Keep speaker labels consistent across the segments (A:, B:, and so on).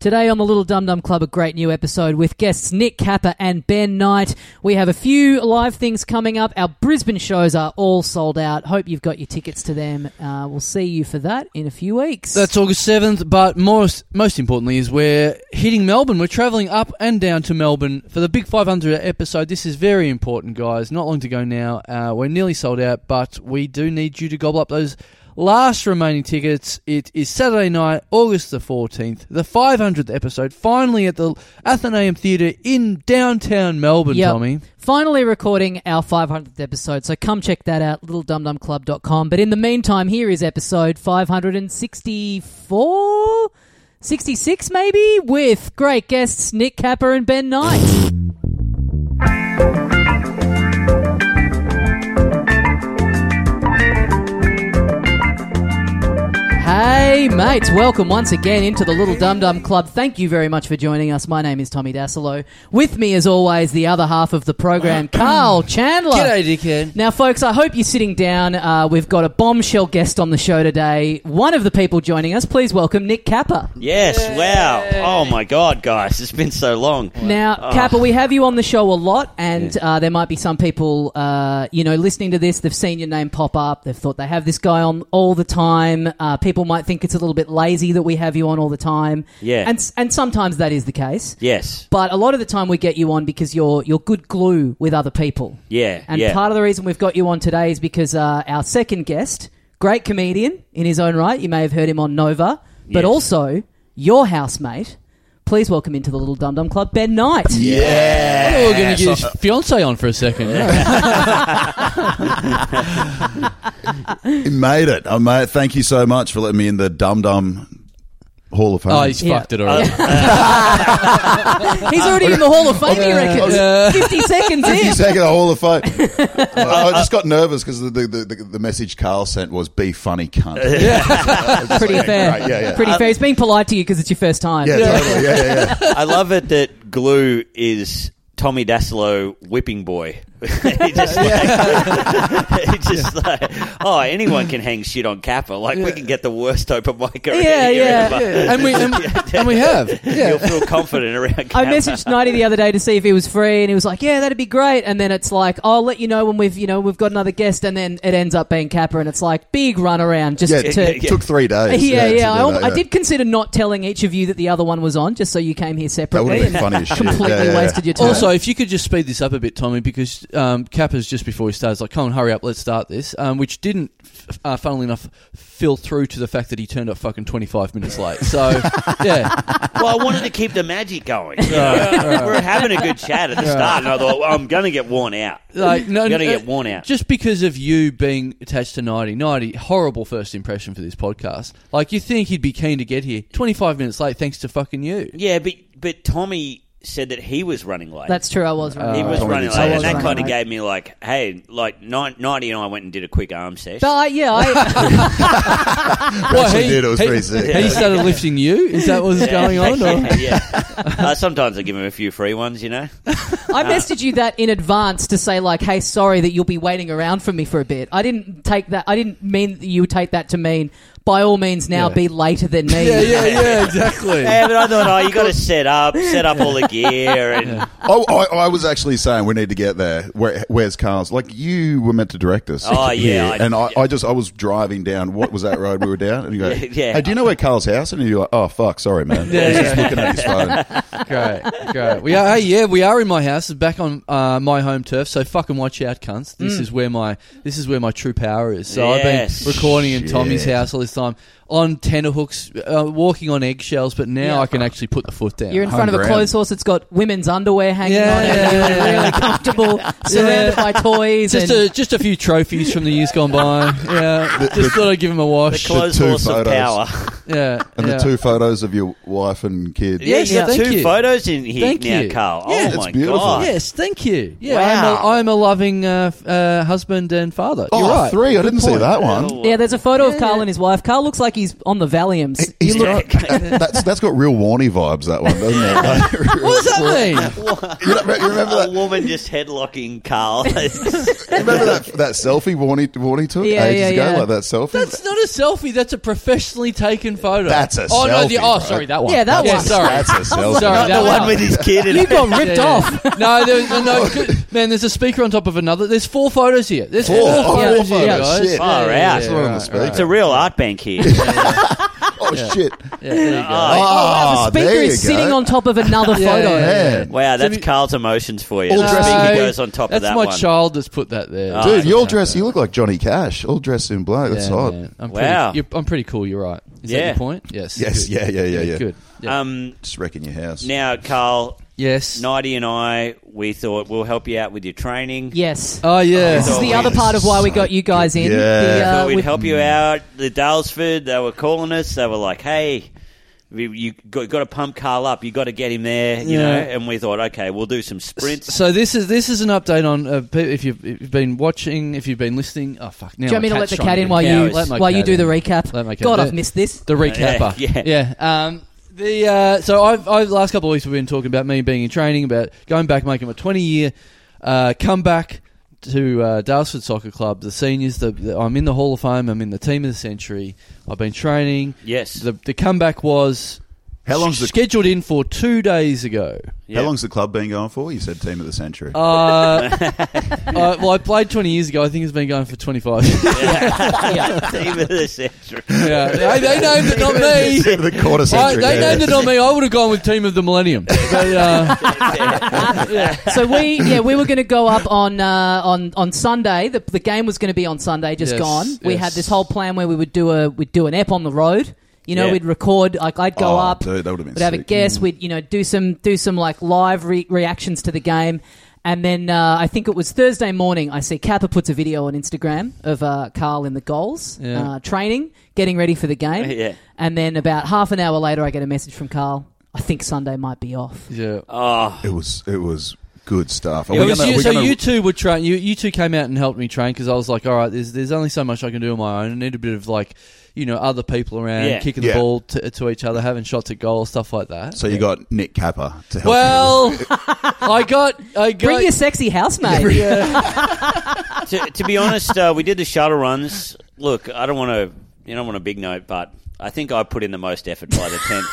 A: Today on the Little Dum Dum Club, a great new episode with guests Nick Capper and Ben Knight. We have a few live things coming up. Our Brisbane shows are all sold out. Hope you've got your tickets to them. Uh, we'll see you for that in a few weeks.
B: That's August 7th, but most, most importantly is we're hitting Melbourne. We're travelling up and down to Melbourne for the Big 500 episode. This is very important, guys. Not long to go now. Uh, we're nearly sold out, but we do need you to gobble up those last remaining tickets. It is Saturday night, August the 14th, the 500th episode, finally at the Athenaeum Theatre in downtown Melbourne,
A: Yep.
B: Tommy.
A: Finally recording our 500th episode, so come check that out, littledumdumclub.com. But in the meantime, here is episode 564? 66 maybe? With great guests Nick Capper and Ben Knight. Hey, mates, welcome once again into the Little Dum Dum Club. Thank you very much for joining us. My name is Tommy Dasilo. With me, as always, the other half of the program, Carl Chandler.
B: Uh, dickhead.
A: Now, folks, I hope you're sitting down. Uh, we've got a bombshell guest on the show today. One of the people joining us, please welcome Nick Kappa.
C: Yes, wow. Oh my god, guys, it's been so long.
A: Now, Kappa, we have you on the show a lot, and uh, there might be some people, uh, you know, listening to this. They've seen your name pop up. They've thought they have this guy on all the time. Uh, people might think it's a little bit lazy that we have you on all the time.
C: Yeah.
A: and s- and sometimes that is the case.
C: Yes.
A: But a lot of the time we get you on because you're you're good glue with other people.
C: Yeah,
A: And
C: yeah.
A: part of the reason we've got you on today is because uh, our second guest, great comedian in his own right, you may have heard him on Nova, but
C: Yes.
A: also your housemate. Please welcome into the Little Dum Dum Club, Ben Knight.
C: Yeah.
B: We're going to get his fiance on for a second.
D: You made it. I made. Thank you so much for letting me in the Dum Dum Hall of Fame.
B: Oh, he's
A: Yeah.
B: fucked it already.
A: He's already in the Hall of Fame, he reckons.
B: Yeah.
A: 50 seconds
D: You
A: in.
D: take it the Hall of Fame. I, I just got nervous because the, the, the, the message Carl sent was "Be funny, cunt." I was just
A: Pretty
D: like,
A: fair.
D: great, yeah, yeah.
A: Pretty fair. He's being polite to you because it's your first time.
D: yeah, totally. Yeah, yeah, yeah.
C: I love it that Glue is Tommy Dasilo whipping boy. he just like, he just like, oh, anyone can hang shit on Kappa. Like we can get the worst open micer
A: Yeah,
C: here
A: yeah.
C: ever.
B: And we and, and we have.
C: You'll
B: Yeah.
C: feel confident around Kappa.
A: I messaged Knighty the other day to see if he was free, and he was like, "Yeah, that'd be great." And then it's like, "I'll let you know when we've, you know, we've got another guest," and then it ends up being Kappa, and it's like big runaround just
D: Yeah,
A: to.
D: it
A: Yeah,
C: yeah,
A: yeah.
D: Took three days. to do
A: I, al-
D: that,
A: I did consider not telling each of you that the other one was on, just so you came here
D: That would
A: separately.
D: have been
A: and
D: funny as shit.
A: Completely
D: Yeah, yeah, yeah.
A: wasted your time.
B: Also, if you could just speed this up a bit, Tommy, because um, Kappa's just before he starts, like, come on, hurry up, let's start this, um, which didn't, f- uh, funnily enough, fill through to the fact that he turned up fucking 25 minutes late. So, yeah.
C: Well, I wanted to keep the magic going. you know? We We're having a good chat at the start, and I thought, well, I'm going to get worn out.
B: Like, no,
C: I'm going to
B: no,
C: get worn out.
B: Just because of you being attached to 90, 90, horrible first impression for this podcast. Like, you think he'd be keen to get here. 25 minutes late, thanks to fucking you.
C: Yeah, but but Tommy said that he was running late.
A: that's true. I was right.
C: he was
B: uh,
D: Tommy
C: running late,
D: did say that.
C: and that
A: Running
C: kind of
A: late.
C: gave me like, hey, like Ni- Nighty and I went and did a quick arm sesh.
A: But I, yeah, I,
B: Well,
A: Oh,
D: actually did, it was pretty sick.
B: He started lifting you? Is that what's going on? Or?
C: yeah, yeah. Uh, sometimes I give him a few free ones, you know.
A: I messaged you that in advance to say like, "Hey, sorry that you'll be waiting around for me for a bit." I didn't take that. I didn't mean that you would take that to mean by all means now
B: Yeah.
A: be later than me.
B: Yeah, yeah, yeah, exactly.
C: Yeah, but I thought, oh, you got to set up, set up all the gear, and
D: Oh, I, I was actually saying we need to get there. Where, where's Carl's? Like you were meant to direct us.
C: Oh, yeah,
D: here.
C: I-
D: and I, I just I was driving down. What was that road we were down? And you go,
C: Yeah, yeah.
D: Hey, do you know where Carl's house? is?" And you're like, Oh fuck, sorry man.
B: Yeah,
D: I was just
B: yeah.
D: looking at his phone.
B: great, great. We are, hey, yeah, we are in my house, back on uh, my home turf. So fucking watch out, cunts.
D: Mm.
B: This is where my this is where my true power is. So I've
C: Yes.
B: been recording in Tommy's
D: Shit.
B: house all this time on tenor hooks, uh, walking on eggshells. But now
A: Yeah.
B: I can actually put the foot down.
A: You're in front of a
D: ground.
A: clothes horse that's got women's underwear hanging
B: Yeah,
A: on it.
B: yeah,
A: You're
B: yeah, yeah.
A: really comfortable, surrounded by toys.
B: just
A: and
B: a just a few trophies from the years gone by. Yeah, just thought I'd give him a
C: the
B: wash.
C: closed
D: two
C: horse of
D: photos.
C: power.
B: yeah,
D: And
B: yeah.
D: the two photos of your wife and kid.
C: Yeah, you
B: yeah,
C: have
B: thank
C: two
B: you.
C: photos in here
B: Thank
C: now,
B: you.
C: Carl.
B: Yeah,
C: oh
D: it's
C: my
D: beautiful.
C: god.
B: Yes, thank you. Yeah,
C: Wow.
B: I'm, a, I'm a loving uh, f- uh, husband and father.
D: Oh,
B: You're right.
D: three. I didn't see
B: point.
D: that one.
C: Oh,
A: yeah, there's a photo of
B: Yeah,
A: Carl
B: yeah.
A: and his wife. Carl looks like he's he's on the Valiums.
D: He- he's
A: You look-
D: got- that's that's got real Warney vibes. That one, doesn't it? Like,
B: What does that mean?
D: you remember, you remember
C: A
D: that?
C: woman just headlocking Carl.
D: Remember that that selfie Warney Warney took
A: Yeah,
D: ages
A: yeah,
D: ago?
A: yeah.
D: Like that selfie.
B: That's not a selfie. That's a professionally taken photo.
D: That's a
B: oh, No, the,
D: selfie,
B: oh,
D: bro.
B: sorry, that one.
A: Yeah, that
B: yeah,
A: one.
B: Sorry,
D: That's a selfie.
B: sorry, that
C: the
B: one.
C: one with his kid. And
A: you got ripped
B: Yeah, yeah.
A: off.
B: No, there was, no, no, c- man. There's a speaker on top of another. There's four photos here. There's four,
D: Four. Oh,
A: four
B: photos here,
A: photos,
B: guys.
D: shit.
C: Far out.
D: That's not on the speaker.
C: it's a real art bank here. It's
D: Oh shit!
B: Yeah, there you go.
D: Ah,
A: Oh, the
B: oh,
A: speaker
D: there you
A: is sitting
D: go.
A: on top of another
B: Yeah,
A: photo.
B: yeah, yeah.
D: Man.
C: Wow, that's
B: we-
C: Carl's emotions for you.
D: All
C: the
D: dressed-
C: speaker
B: No,
C: goes on top
B: that's
C: of that
B: my
C: one.
B: child that's put that there.
C: Oh,
D: Dude, you're dressed. You look like Johnny Cash, all dressed in black. Ah. That's
B: Yeah,
D: hot.
B: man, I'm
C: Wow.
B: Pretty, you're, I'm pretty cool. You're right. Is that
C: Yeah.
B: your point? Yes.
D: Yes,
B: Good.
D: yeah, yeah, yeah, Uh, yeah.
B: Good. Yeah.
C: Um,
D: Just wrecking your house.
C: now, Carl,
B: yes.
C: Nighty and I, we thought we'll help you out with your training.
A: Yes.
B: Oh yeah.
A: this is the
C: Oh,
A: other
D: this
A: part of
D: is
A: why we
D: so
A: got you guys in.
D: good.
A: The,
D: Yeah.
A: uh,
C: So we'd
A: with-
C: help you out. The Dalesford, they were calling us. They were like, "Hey, we, you got, got to pump Carl up. You got to get him there." You know.
B: Yeah.
C: And we thought, okay, we'll do some sprints.
B: So this is this is an update on uh, pe- if you've, if you've been watching, if you've been listening. Oh fuck! Now
A: do you want
B: my
A: me to let
B: cat's
A: the
B: trying
A: cat
B: to
A: in
B: be
A: while you
C: cows. Let
B: my
A: while
B: cat
A: you do
B: in.
A: the recap?
B: Let my cat
A: God,
B: do
A: I've
B: it.
A: missed this.
B: The recapper.
C: Yeah,
B: yeah. Um, the uh, so I've, I've last couple of weeks we've been talking about me being in training, about going back, making my twenty year uh, comeback to uh, Dalesford Soccer Club, the seniors. The, the, I'm in the Hall of Fame. I'm in the team of the century. I've been training.
C: Yes.
B: The the comeback was
D: How long's the
B: scheduled in for two days ago.
C: Yeah.
D: How long's the club been going for? You said team of the century.
B: Uh, uh, well, I played 20 years ago. I think it's been going for 25 years.
C: Team of the century.
B: yeah. They, they named it, not me.
D: the quarter
B: I,
D: century.
B: they
D: yeah.
B: named it, not me. I would have gone with Team of the Millennium. But, uh,
A: so we yeah we were going to go up on uh, on on Sunday. The, the game was going to be on Sunday, just
B: Yes,
A: gone. We
B: yes.
A: had this whole plan where we would do a we'd do an ep on the road. You know,
C: Yeah.
A: we'd record. Like I'd go
D: Oh,
A: up,
D: dude, that would've been
A: we'd have a
D: sick.
A: guest. We'd you know do some do some like live re- reactions to the game. And then uh, I think it was Thursday morning. I see Kappa puts a video on Instagram of uh, Carl in the goals,
B: Yeah.
A: uh, training, getting ready for the game.
C: Yeah.
A: And then about half an hour later, I get a message from Carl. I think Sunday might be off.
B: yeah.
C: Oh,
D: It was it was good stuff. Are
B: It
D: we
B: was
D: gonna-
B: you,
D: we're
B: so
D: gonna-
B: you two were train. You you two came out and helped me train because I was like, all right, there's there's only so much I can do on my own. I need a bit of like, you know, other people around,
C: Yeah.
B: kicking
D: Yeah.
B: the ball to, to each other, having shots at goal, stuff like that.
D: So you got Nick Kappa to help.
B: well, I got I got
A: Bring your sexy housemate.
C: to, to be honest, uh, we did the shuttle runs. Look, I don't want to. You don't want a big note, but I think I put in the most effort by the tenth.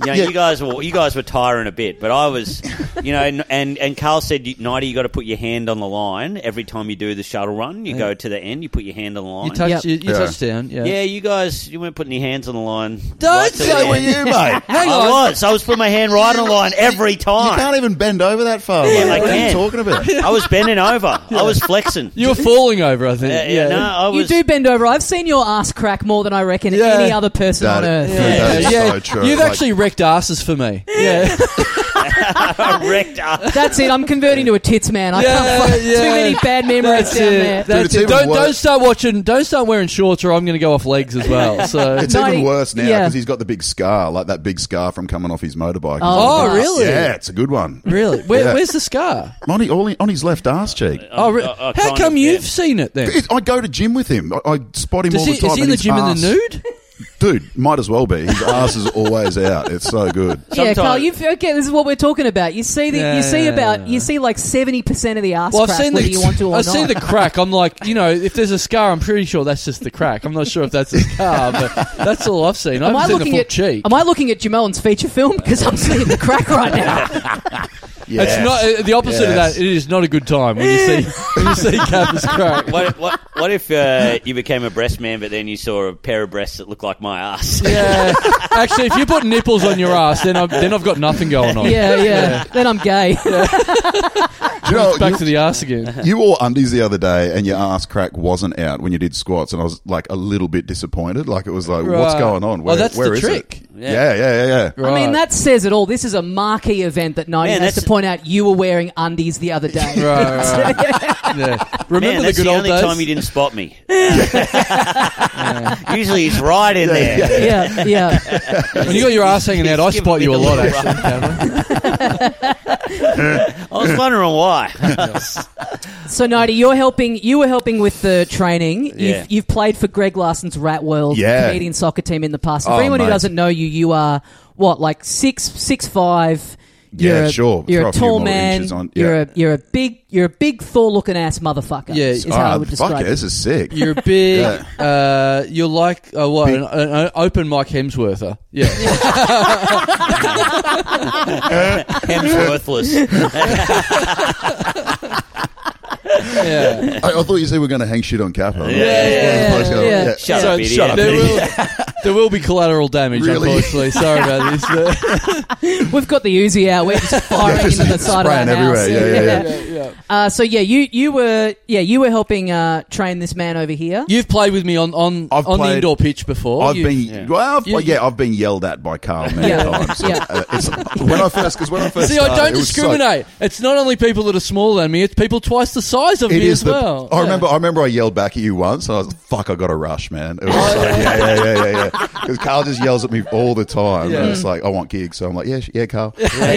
C: You know,
D: Yeah.
C: you guys were you guys were tiring a bit, but I was, you know, and and, and Carl said, "Nighty, you got to put your hand on the line every time you do the shuttle run. You go to the end, you put your hand on the line.
B: you touched
A: Yep.
B: you, you
D: Yeah.
B: touched down. Yeah.
C: yeah, you guys, you weren't putting your hands on the line.
B: Don't
C: right to the
B: say
C: end.
D: with you, mate.
B: Hang
C: I
B: on.
C: was. I was putting my hand right on the line every
D: You
C: time.
D: can't even bend over that far. mate.
C: I
D: what are you
C: can.
D: talking about?
C: I was bending over. I was flexing.
B: You were falling over, I think.
C: yeah,
B: yeah.
C: yeah, no, I was.
A: You do bend over. I've seen your ass crack more than I reckon
B: Yeah.
A: any other person
D: That-
A: on earth.
D: yeah. That is so true.
B: You've
D: Like-
B: actually wrecked asses for me. Yeah,
C: I wrecked up.
A: That's it. I'm converting to a tits man. I
B: Yeah,
A: can't find
B: yeah.
A: too many bad memories
B: that's
A: down there.
B: it. That's
D: it's
B: it.
D: even
B: Don't,
D: worse.
B: don't start watching. Don't start wearing shorts, or I'm going to go off legs as well. So
D: It's
A: Nighty-
D: even worse now because
A: yeah.
D: he's got the big scar, like that big scar from coming off his motorbike.
A: Oh,
B: Oh, really?
D: Yeah, it's a good one.
B: really, Where,
D: Yeah.
B: where's the scar?
D: On, he- all he- on his left arse cheek.
B: Oh, re-
C: I- I
B: how
C: Um, uh, kind
B: come
C: of-
B: you've
C: yeah.
B: seen it then?
D: It- I go to gym with him. I, I spot him
B: Does
D: all
B: he,
D: the time.
B: is he in
D: and
B: the
D: his
B: gym
D: arse-
B: in the nude?
D: Dude, might as well be. His ass is always out. It's so good.
A: Yeah, Carl.
C: Sometimes-
A: You've, okay, this is what we're talking about. You see the
B: Yeah,
A: you see
B: yeah,
A: about
B: yeah.
A: you see like seventy percent of the ass
B: Well, I've
A: crack
B: seen
A: whether
B: the
A: you want to or
B: I've
A: not.
B: seen the crack. I'm like, you know, if there's a scar, I'm pretty sure that's just the crack. I'm not sure if that's a scar, but that's all I've seen. I
A: Am I
B: haven't seen the
A: looking
B: full
A: at
B: cheek.
A: Am I looking at Jamel's feature film because I'm seeing the crack right now?
D: Yes.
B: It's not uh, the opposite
D: Yes.
B: of that. It is not a good time when you see when you see Kappa's crack.
C: What, what, what if uh, you became a breast man, but then you saw a pair of breasts that looked like my ass?
B: Yeah. Actually, if you put nipples on your ass, then I've, then I've got nothing going on.
A: yeah, yeah. Then I'm gay.
D: Do you know,
B: Back
D: you-
B: to the ass again.
D: You wore undies the other day, and your ass crack wasn't out when you did squats, and I was like a little bit disappointed. Like it was like, what's
B: Right.
D: going on?
B: Oh,
D: Where,
B: that's the
D: where is
B: trick.
D: it? Yeah, yeah, yeah, yeah.
A: I mean,
B: Right.
A: that says it all. This is a marquee event that Ninety
C: Man,
A: has to
C: that's-
A: point out. You were wearing undies the other day.
B: Right, right. Yeah.
C: Man,
B: Remember the
C: that's
B: good
C: the
B: old
C: only
B: days?
C: time you didn't spot me. Usually it's right in there.
A: yeah, yeah.
B: when you got your ass hanging out, I
C: He's giving
B: spot you
C: me
B: a
C: the
B: lot,
C: look,
B: actually, Kappa.
C: I was wondering why.
A: So, Nighty, you're helping. You were helping with the training.
C: Yeah.
A: You've, you've played for Greg Larson's Rat World
D: Yeah.
A: Canadian soccer team in the past. And for
D: Oh,
A: anyone who
D: mate.
A: doesn't know you, you are what, like six, six five.
D: Yeah,
A: you're a,
D: sure.
A: You're
D: Throw
A: a
D: a few
A: tall
D: more
A: man.
D: inches on.
A: You're a
D: Yeah.
A: you're a big you're a big Thor looking ass motherfucker.
B: Yeah,
A: is
D: Ah,
A: how I would
D: fuck
A: describe.
D: yeah, this is sick.
B: You're a big. Uh, you're like uh, what
D: Big-
B: an, an, an open Mike Hemsworther. Yeah,
C: Hemsworthless.
B: yeah.
D: I, I thought you said we were going to hang shit on Capo.
C: Yeah, yeah,
A: yeah, yeah.
C: Shut
B: So-
C: up, idiot.
D: shut up,
B: There will, there will be collateral damage,
D: Really?
B: unfortunately. Sorry about this. but-
A: We've got the Uzi out. We're just firing
D: just
A: into the side of our
D: spraying everywhere.
A: house.
D: Yeah, yeah, yeah.
B: yeah, yeah.
A: Uh, so yeah, you you were yeah you were helping uh, train this man over here.
B: You've played with me on on,
D: I've
B: on the
D: played-
B: indoor pitch before.
D: I've
B: You-
D: been
C: yeah.
D: well, I've,
B: You-
D: yeah, I've been yelled at by Carl many
A: Yeah.
D: times. So,
A: Yeah.
D: uh, it's, when I first, because when I first
B: See,
D: started,
B: I don't
D: it was so-
B: discriminate. it's not only people that are smaller than me; it's people twice the size of
D: It
B: me
D: is
B: as well.
D: The, I
B: Yeah.
D: remember. I remember. I yelled back at you once. And I was like, "Fuck! I got a rush, man." It was
B: Oh,
D: just like, yeah, yeah, yeah, yeah, yeah. Because Carl just yells at me all the time,
B: Yeah.
D: and it's like, "I want gigs," so I'm like, "Yeah, sh- yeah, Carl." Yeah,
C: I like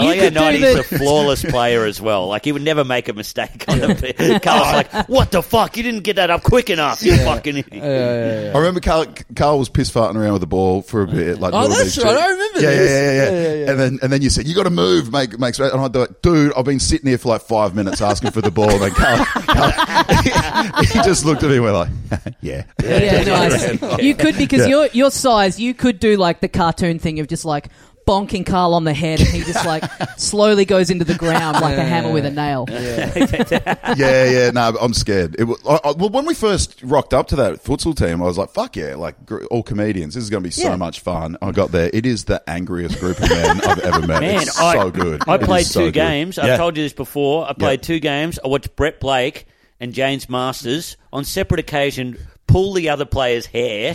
A: You
C: how
A: could do
C: Nighty's
A: the-
C: a flawless player as well. Like, he would never make a mistake on the Carl's like, what the fuck? You didn't get that up quick enough, you fucking idiot.
D: I remember Carl, Carl was piss farting around with the ball for a bit. Like,
B: Oh,
D: Little
B: that's
D: Beach
B: right,
D: Street.
B: I remember
D: yeah,
B: this.
D: Yeah, yeah, yeah,
B: Yeah, yeah, yeah.
D: And then and then you said you got to move, make make space. And I like, dude, I've been sitting here for like five minutes asking for the ball. And then Carl, Carl- he just looked at me. and We're like, yeah,
A: Yeah, nice. You could because
D: Yeah.
A: your your size, you could do like the cartoon thing of just like bonking Carl on the head, and he just like slowly goes into the ground like a hammer with a nail.
D: yeah, yeah. No, but I'm scared. It was, I, I, well, when we first rocked up to that futsal team, I was like, "Fuck yeah!" Like gr- all comedians, this is going to be so
A: Yeah.
D: much fun. I got there. It is the angriest group of men I've ever met.
C: Man,
D: it's
C: I,
D: so good.
C: I
D: It is
C: played
D: so
C: two
D: good.
C: games.
D: Yeah.
C: I've told you this before. I played two games. I watched Brett Blake and James Masters on separate occasion pull the other player's hair.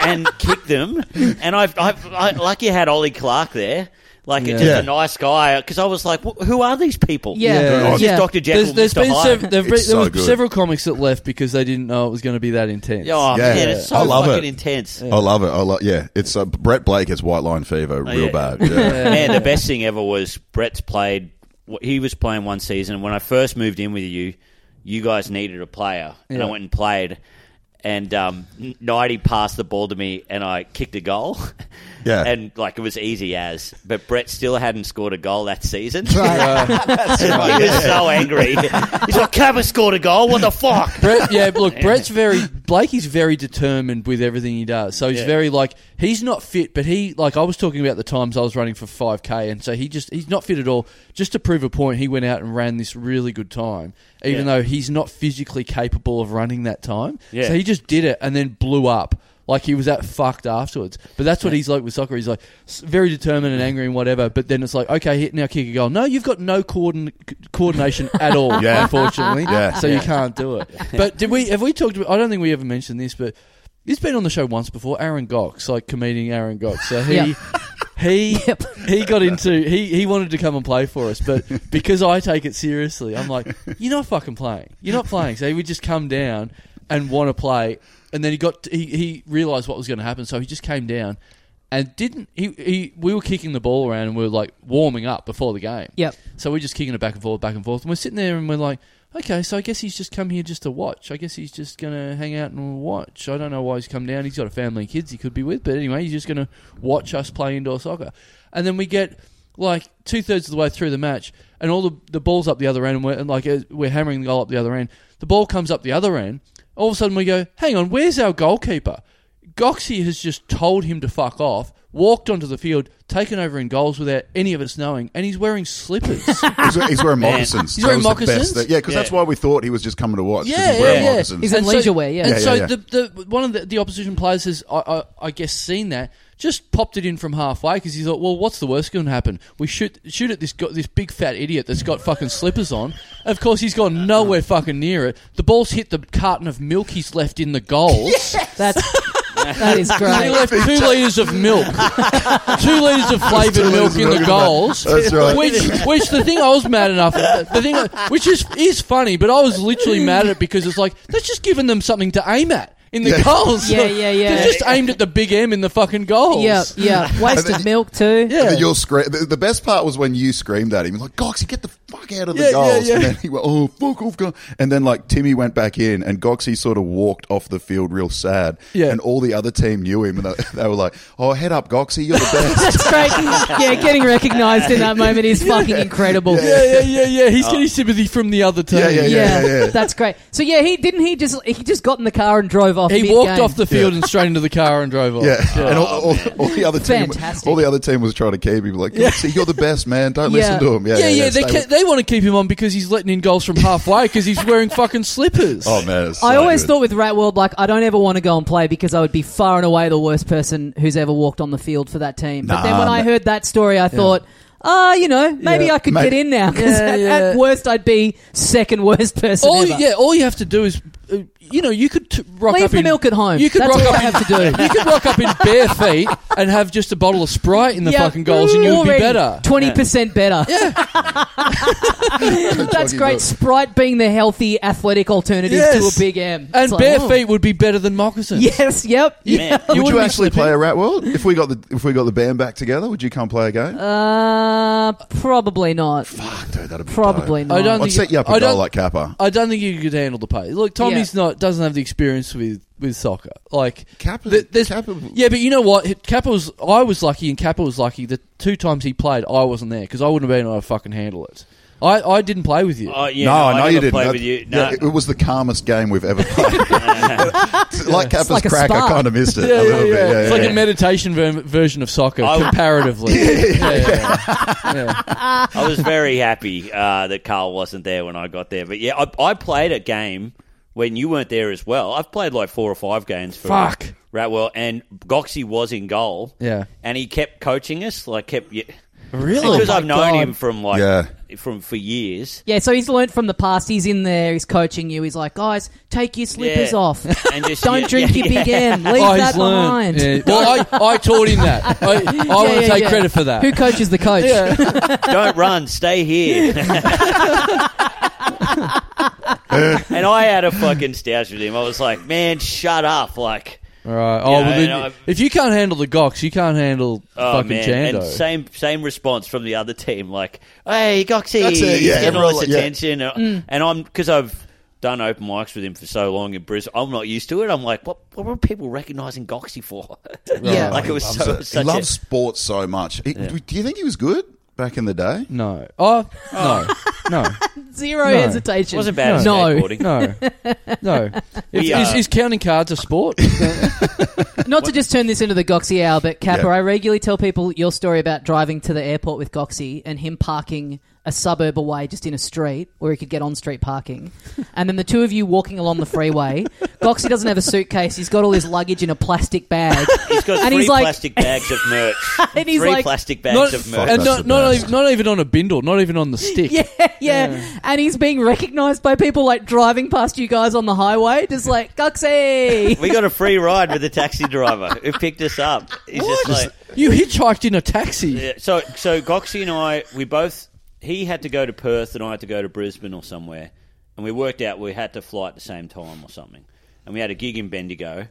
C: and kick them, and I've, I've I, like you had Ollie Clark there, like just
D: Yeah.
C: a nice guy. Because I was like, "Wh- who are these people?
A: Yeah.
B: Yeah.
C: It's
A: Yeah.
C: just Doctor Jekyll,
B: There's, there's
C: Mr.
B: been
C: Hyde.
B: sev- there've been-
D: It's
B: there
D: so
B: was
D: good.
B: several comics that left because they didn't know it was going to be that intense.
C: Oh
D: Yeah.
C: man, it's so
D: I love
C: fucking
D: it.
C: intense.
D: I love it. I love. Yeah, it's uh, Brett Blake has white line
B: Oh,
D: fever real
C: yeah.
D: bad. Yeah.
C: Man, the best thing ever was Brett's played. wh- He was playing one season. and When I first moved in with you, you guys needed a player, and I
B: Yeah.
C: went and played. And um, N- Nighty passed the ball to me, and I kicked a goal.
D: Yeah.
C: and like it was easy as, but Brett still hadn't scored a goal that season.
D: uh,
C: he was so angry. He's like, "Cabba scored a goal. What the fuck?"
B: Brett, yeah, look, Brett's very Blakey's very determined with everything he does. So he's
C: Yeah.
B: very like he's not fit, but he like I was talking about the times I was running for five k, and so he just he's not fit at all. Just to prove a point, he went out and ran this really good time, even
C: Yeah.
B: though he's not physically capable of running that time.
C: Yeah.
B: So he just did it and then blew up. Like he was that fucked afterwards, but that's what he's like with soccer. He's like s- very determined and angry and whatever. But then it's like, okay, hit now, kick a goal. No, you've got no coordin- c- coordination at all.
D: Yeah.
B: unfortunately.
D: Yeah.
B: So you can't do it. But did we? Have we talked? About, I don't think we ever mentioned this, but he's been on the show once before. Aaron Gox, like comedian Aaron Gox. So he.
A: Yep.
B: He
A: Yep.
B: he got into he, he wanted to come and play for us, but because I take it seriously, I'm like, you're not fucking playing. You're not playing. So he would just come down and want to play, and then he got he, he realized what was going to happen, so he just came down and didn't he, he we were kicking the ball around and we were like warming up before the game.
A: Yep.
B: So we're just kicking it back and forth, back and forth, and we're sitting there and we're like, okay, so I guess he's just come here just to watch. I guess he's just gonna hang out and watch. I don't know why he's come down. He's got a family and kids he could be with, but anyway, he's just gonna watch us play indoor soccer. And then we get like two thirds of the way through the match, and all the the balls up the other end, and, we're, and like uh, we're hammering the goal up the other end. The ball comes up the other end. All of a sudden, we go, hang on, where's our goalkeeper? Goxie has just told him to fuck off, walked onto the field, taken over in goals without any of us knowing, and he's wearing slippers.
D: He's, we- he's wearing moccasins.
B: He's wearing
D: That was the best
B: moccasins?
D: thing. yeah, because that's
C: Yeah.
D: why we thought he was just coming to watch. 'cause
B: yeah,
D: he's
B: yeah,
D: wearing
B: yeah.
D: moccasins.
A: He's a- in
B: And so-
A: leisure wear, yeah.
B: And
D: Yeah,
B: so
D: yeah, yeah.
B: The, the one of the, the opposition players has, I, I, I guess, seen that, just popped it in from halfway because he thought, well, what's the worst going to happen? We shoot shoot at this go- this big fat idiot that's got fucking slippers on. Of course, he's gone nowhere fucking near it. The ball's hit the carton of milk he's left in the goals.
A: That's that is
B: He
A: great.
B: left two litres of milk, two litres of
D: Two
B: flavoured milk
D: litres
B: in
D: of
B: the
D: milk in the-
B: goals.
D: That's right.
B: Which, which the thing I was mad enough, the thing, which is is funny, but I was literally mad at it because it's like that's just giving them something to aim at in the
D: Yeah.
B: goals.
A: Yeah, yeah, yeah.
B: They just aimed at the big M in the fucking goals.
A: Yeah, yeah. Wasted milk too.
B: Yeah.
D: And then you'll scream. The, the best part was when you screamed at him, like, "Goxie, get the fuck out of the
B: Yeah, yeah,
D: goals.
B: yeah.
D: And then he went, oh, fuck off. go-" And then like Timmy went back in and Goxie sort of walked off the field real sad.
B: Yeah.
D: And all the other team knew him and they, they were like, oh, head up, Goxie, you're the best.
A: That's great. Yeah, getting recognised in that moment is fucking incredible.
B: Yeah, yeah, yeah, yeah. He's getting sympathy from the other team.
D: Uh, Yeah, yeah,
A: Yeah,
D: yeah.
A: that's great. So yeah, he didn't he just he just got in the car and drove off.
B: He
A: mid-game.
B: walked off the field and straight into the car and drove off.
D: Yeah, and all, all, all the other team,
A: Fantastic.
D: all the other team was trying to keep him like, "See, you're the best man. Don't
A: Yeah.
D: listen to him." Yeah,
B: Yeah, yeah, they,
D: stay
B: ca-
D: with-
B: they want to keep him on because he's letting in goals from halfway because he's wearing fucking slippers.
D: oh man, it's so
A: I always
D: good.
A: thought with Rat World, like I don't ever want to go and play because I would be far and away the worst person who's ever walked on the field for that team. but then
D: Nah,
A: when I
D: mate.
A: heard that story, I thought, ah, you know, maybe
B: Yeah.
A: I could
D: Mate.
A: get in now because
B: Yeah,
A: at,
B: yeah.
A: at worst I'd be second worst person
B: all,
A: ever.
B: yeah, all you have to do is, uh, you know, you could t- rock
A: Leave
B: up
A: the
B: in,
A: milk at home.
B: You could
A: That's
B: rock
A: all
B: up
A: I
B: in-
A: have to do.
B: You could rock up in bare feet and have just a bottle of Sprite in the
A: Yeah.
B: fucking goals, and you would be
A: Already
B: better.
A: 20% better. That's
D: Talking
A: great.
D: about-
A: Sprite being the healthy, athletic alternative
B: Yes.
A: to a big M. It's
B: And
A: like,
B: bare
A: oh.
B: feet would be better than moccasins.
A: Yes, yep.
C: Man,
B: You
D: Would
B: wouldn't
D: you
B: be
D: actually
B: slipping.
D: play a Rat World if we got the if we got the band back together? Would you come play a game?
A: Uh, probably not.
D: Fuck, dude, that'd be
A: Probably
D: dope.
A: not.
B: I don't
D: I'd set you up
B: I
D: a goal
B: don't-
D: like Kappa.
B: I don't think you could handle the pace. Look, Tommy's not doesn't have the experience with, with soccer. Like
D: Kappa,
B: th- there's-
D: Kappa
B: yeah, but you know what? Kappa was I was lucky, and Kappa was lucky. The two times he played, I wasn't there because I wouldn't have been able to fucking handle it. I, I didn't play with you.
C: Oh, yeah,
D: no, I know you
C: never
D: didn't.
C: Play
D: That-
C: with you. No.
D: yeah, it, it was the calmest game we've ever played. like Kappa's
A: like a
D: crack, I
A: spa.
D: kind of missed it
B: yeah,
D: a
B: yeah,
D: little
B: yeah.
D: bit. Yeah,
B: It's
D: yeah,
B: like
D: yeah.
B: a meditation ver- version of soccer,
C: I-
B: comparatively. yeah, yeah, yeah. Yeah.
C: I was very happy uh, that Carl wasn't there when I got there. But yeah, I, I played a game when you weren't there as well. I've played like four or five games for
B: Fuck.
C: Ratwell, and Goxie was in goal.
B: Yeah.
C: and he kept coaching us. Like kept yeah,
B: Really?
C: because
B: Oh my
C: I've known
B: God.
C: him from like
D: Yeah.
C: from for years.
A: Yeah, so he's learnt from the past. He's in there. He's coaching you. He's like, guys, take your slippers
C: Yeah.
A: off.
C: And just
A: Don't
C: yeah,
A: drink
C: yeah,
A: your big
C: yeah.
A: M. Leave
B: Oh, he's
A: that
B: learned.
A: behind.
B: Yeah. Well, I, I taught him that. I, I want to
A: yeah,
B: take
A: yeah.
B: credit for that.
A: Who coaches the coach?
C: Don't run, stay here. and I had a fucking stoush with him. I was like, man, shut up! Like,
B: All right. Oh,
C: Yeah,
B: well, then,
C: and I've-
B: if you can't handle the Gox, you can't handle
C: oh
B: fucking
C: man!
B: Chando.
C: And same same response from the other team. Like, hey, Goxie,
D: That's it,
C: he's
D: yeah,
C: getting all
D: everyone-
C: this
D: yeah.
C: attention. Uh, And I'm because I've done open mics with him for so long in Brisbane. I'm not used to it. I'm like, what? What were people recognizing Goxie for?
A: Yeah.
C: like it was
D: Loves
C: so.
D: it.
C: Such
D: he loves
C: a,
D: sports so much. He- Do you think he was good back in the day?
B: No. Oh, no. No.
A: Zero
B: No.
A: hesitation.
C: wasn't bad at
A: No.
C: skateboarding.
B: No. No. If,
C: We are-
B: is, is counting cards a sport?
A: Not to just turn this into the Goxie hour, but Kappa,
D: Yeah.
A: I regularly tell people your story about driving to the airport with Goxie and him parking a suburb away just in a street where he could get on street parking. And then the two of you walking along the freeway. Goxie doesn't have a suitcase, he's got all his luggage in a plastic bag.
C: He's got
A: And
C: three
A: he's like-
C: plastic bags of merch.
A: And he's
C: three
A: like-
C: plastic bags
B: not,
C: of merch.
B: and
D: That's
B: not,
D: the
B: not,
D: best.
B: even, not even on a bindle, not even on the stick.
A: Yeah, yeah, And he's being recognized by people like driving past you guys on the highway, just like, Goxie!
C: We got a free ride with a taxi driver who picked us up. He's just like
B: You hitchhiked in a taxi.
C: Yeah, so so Goxie and I we both he had to go to Perth and I had to go to Brisbane or somewhere, and we worked out we had to fly at the same time or something, and we had a gig in Bendigo,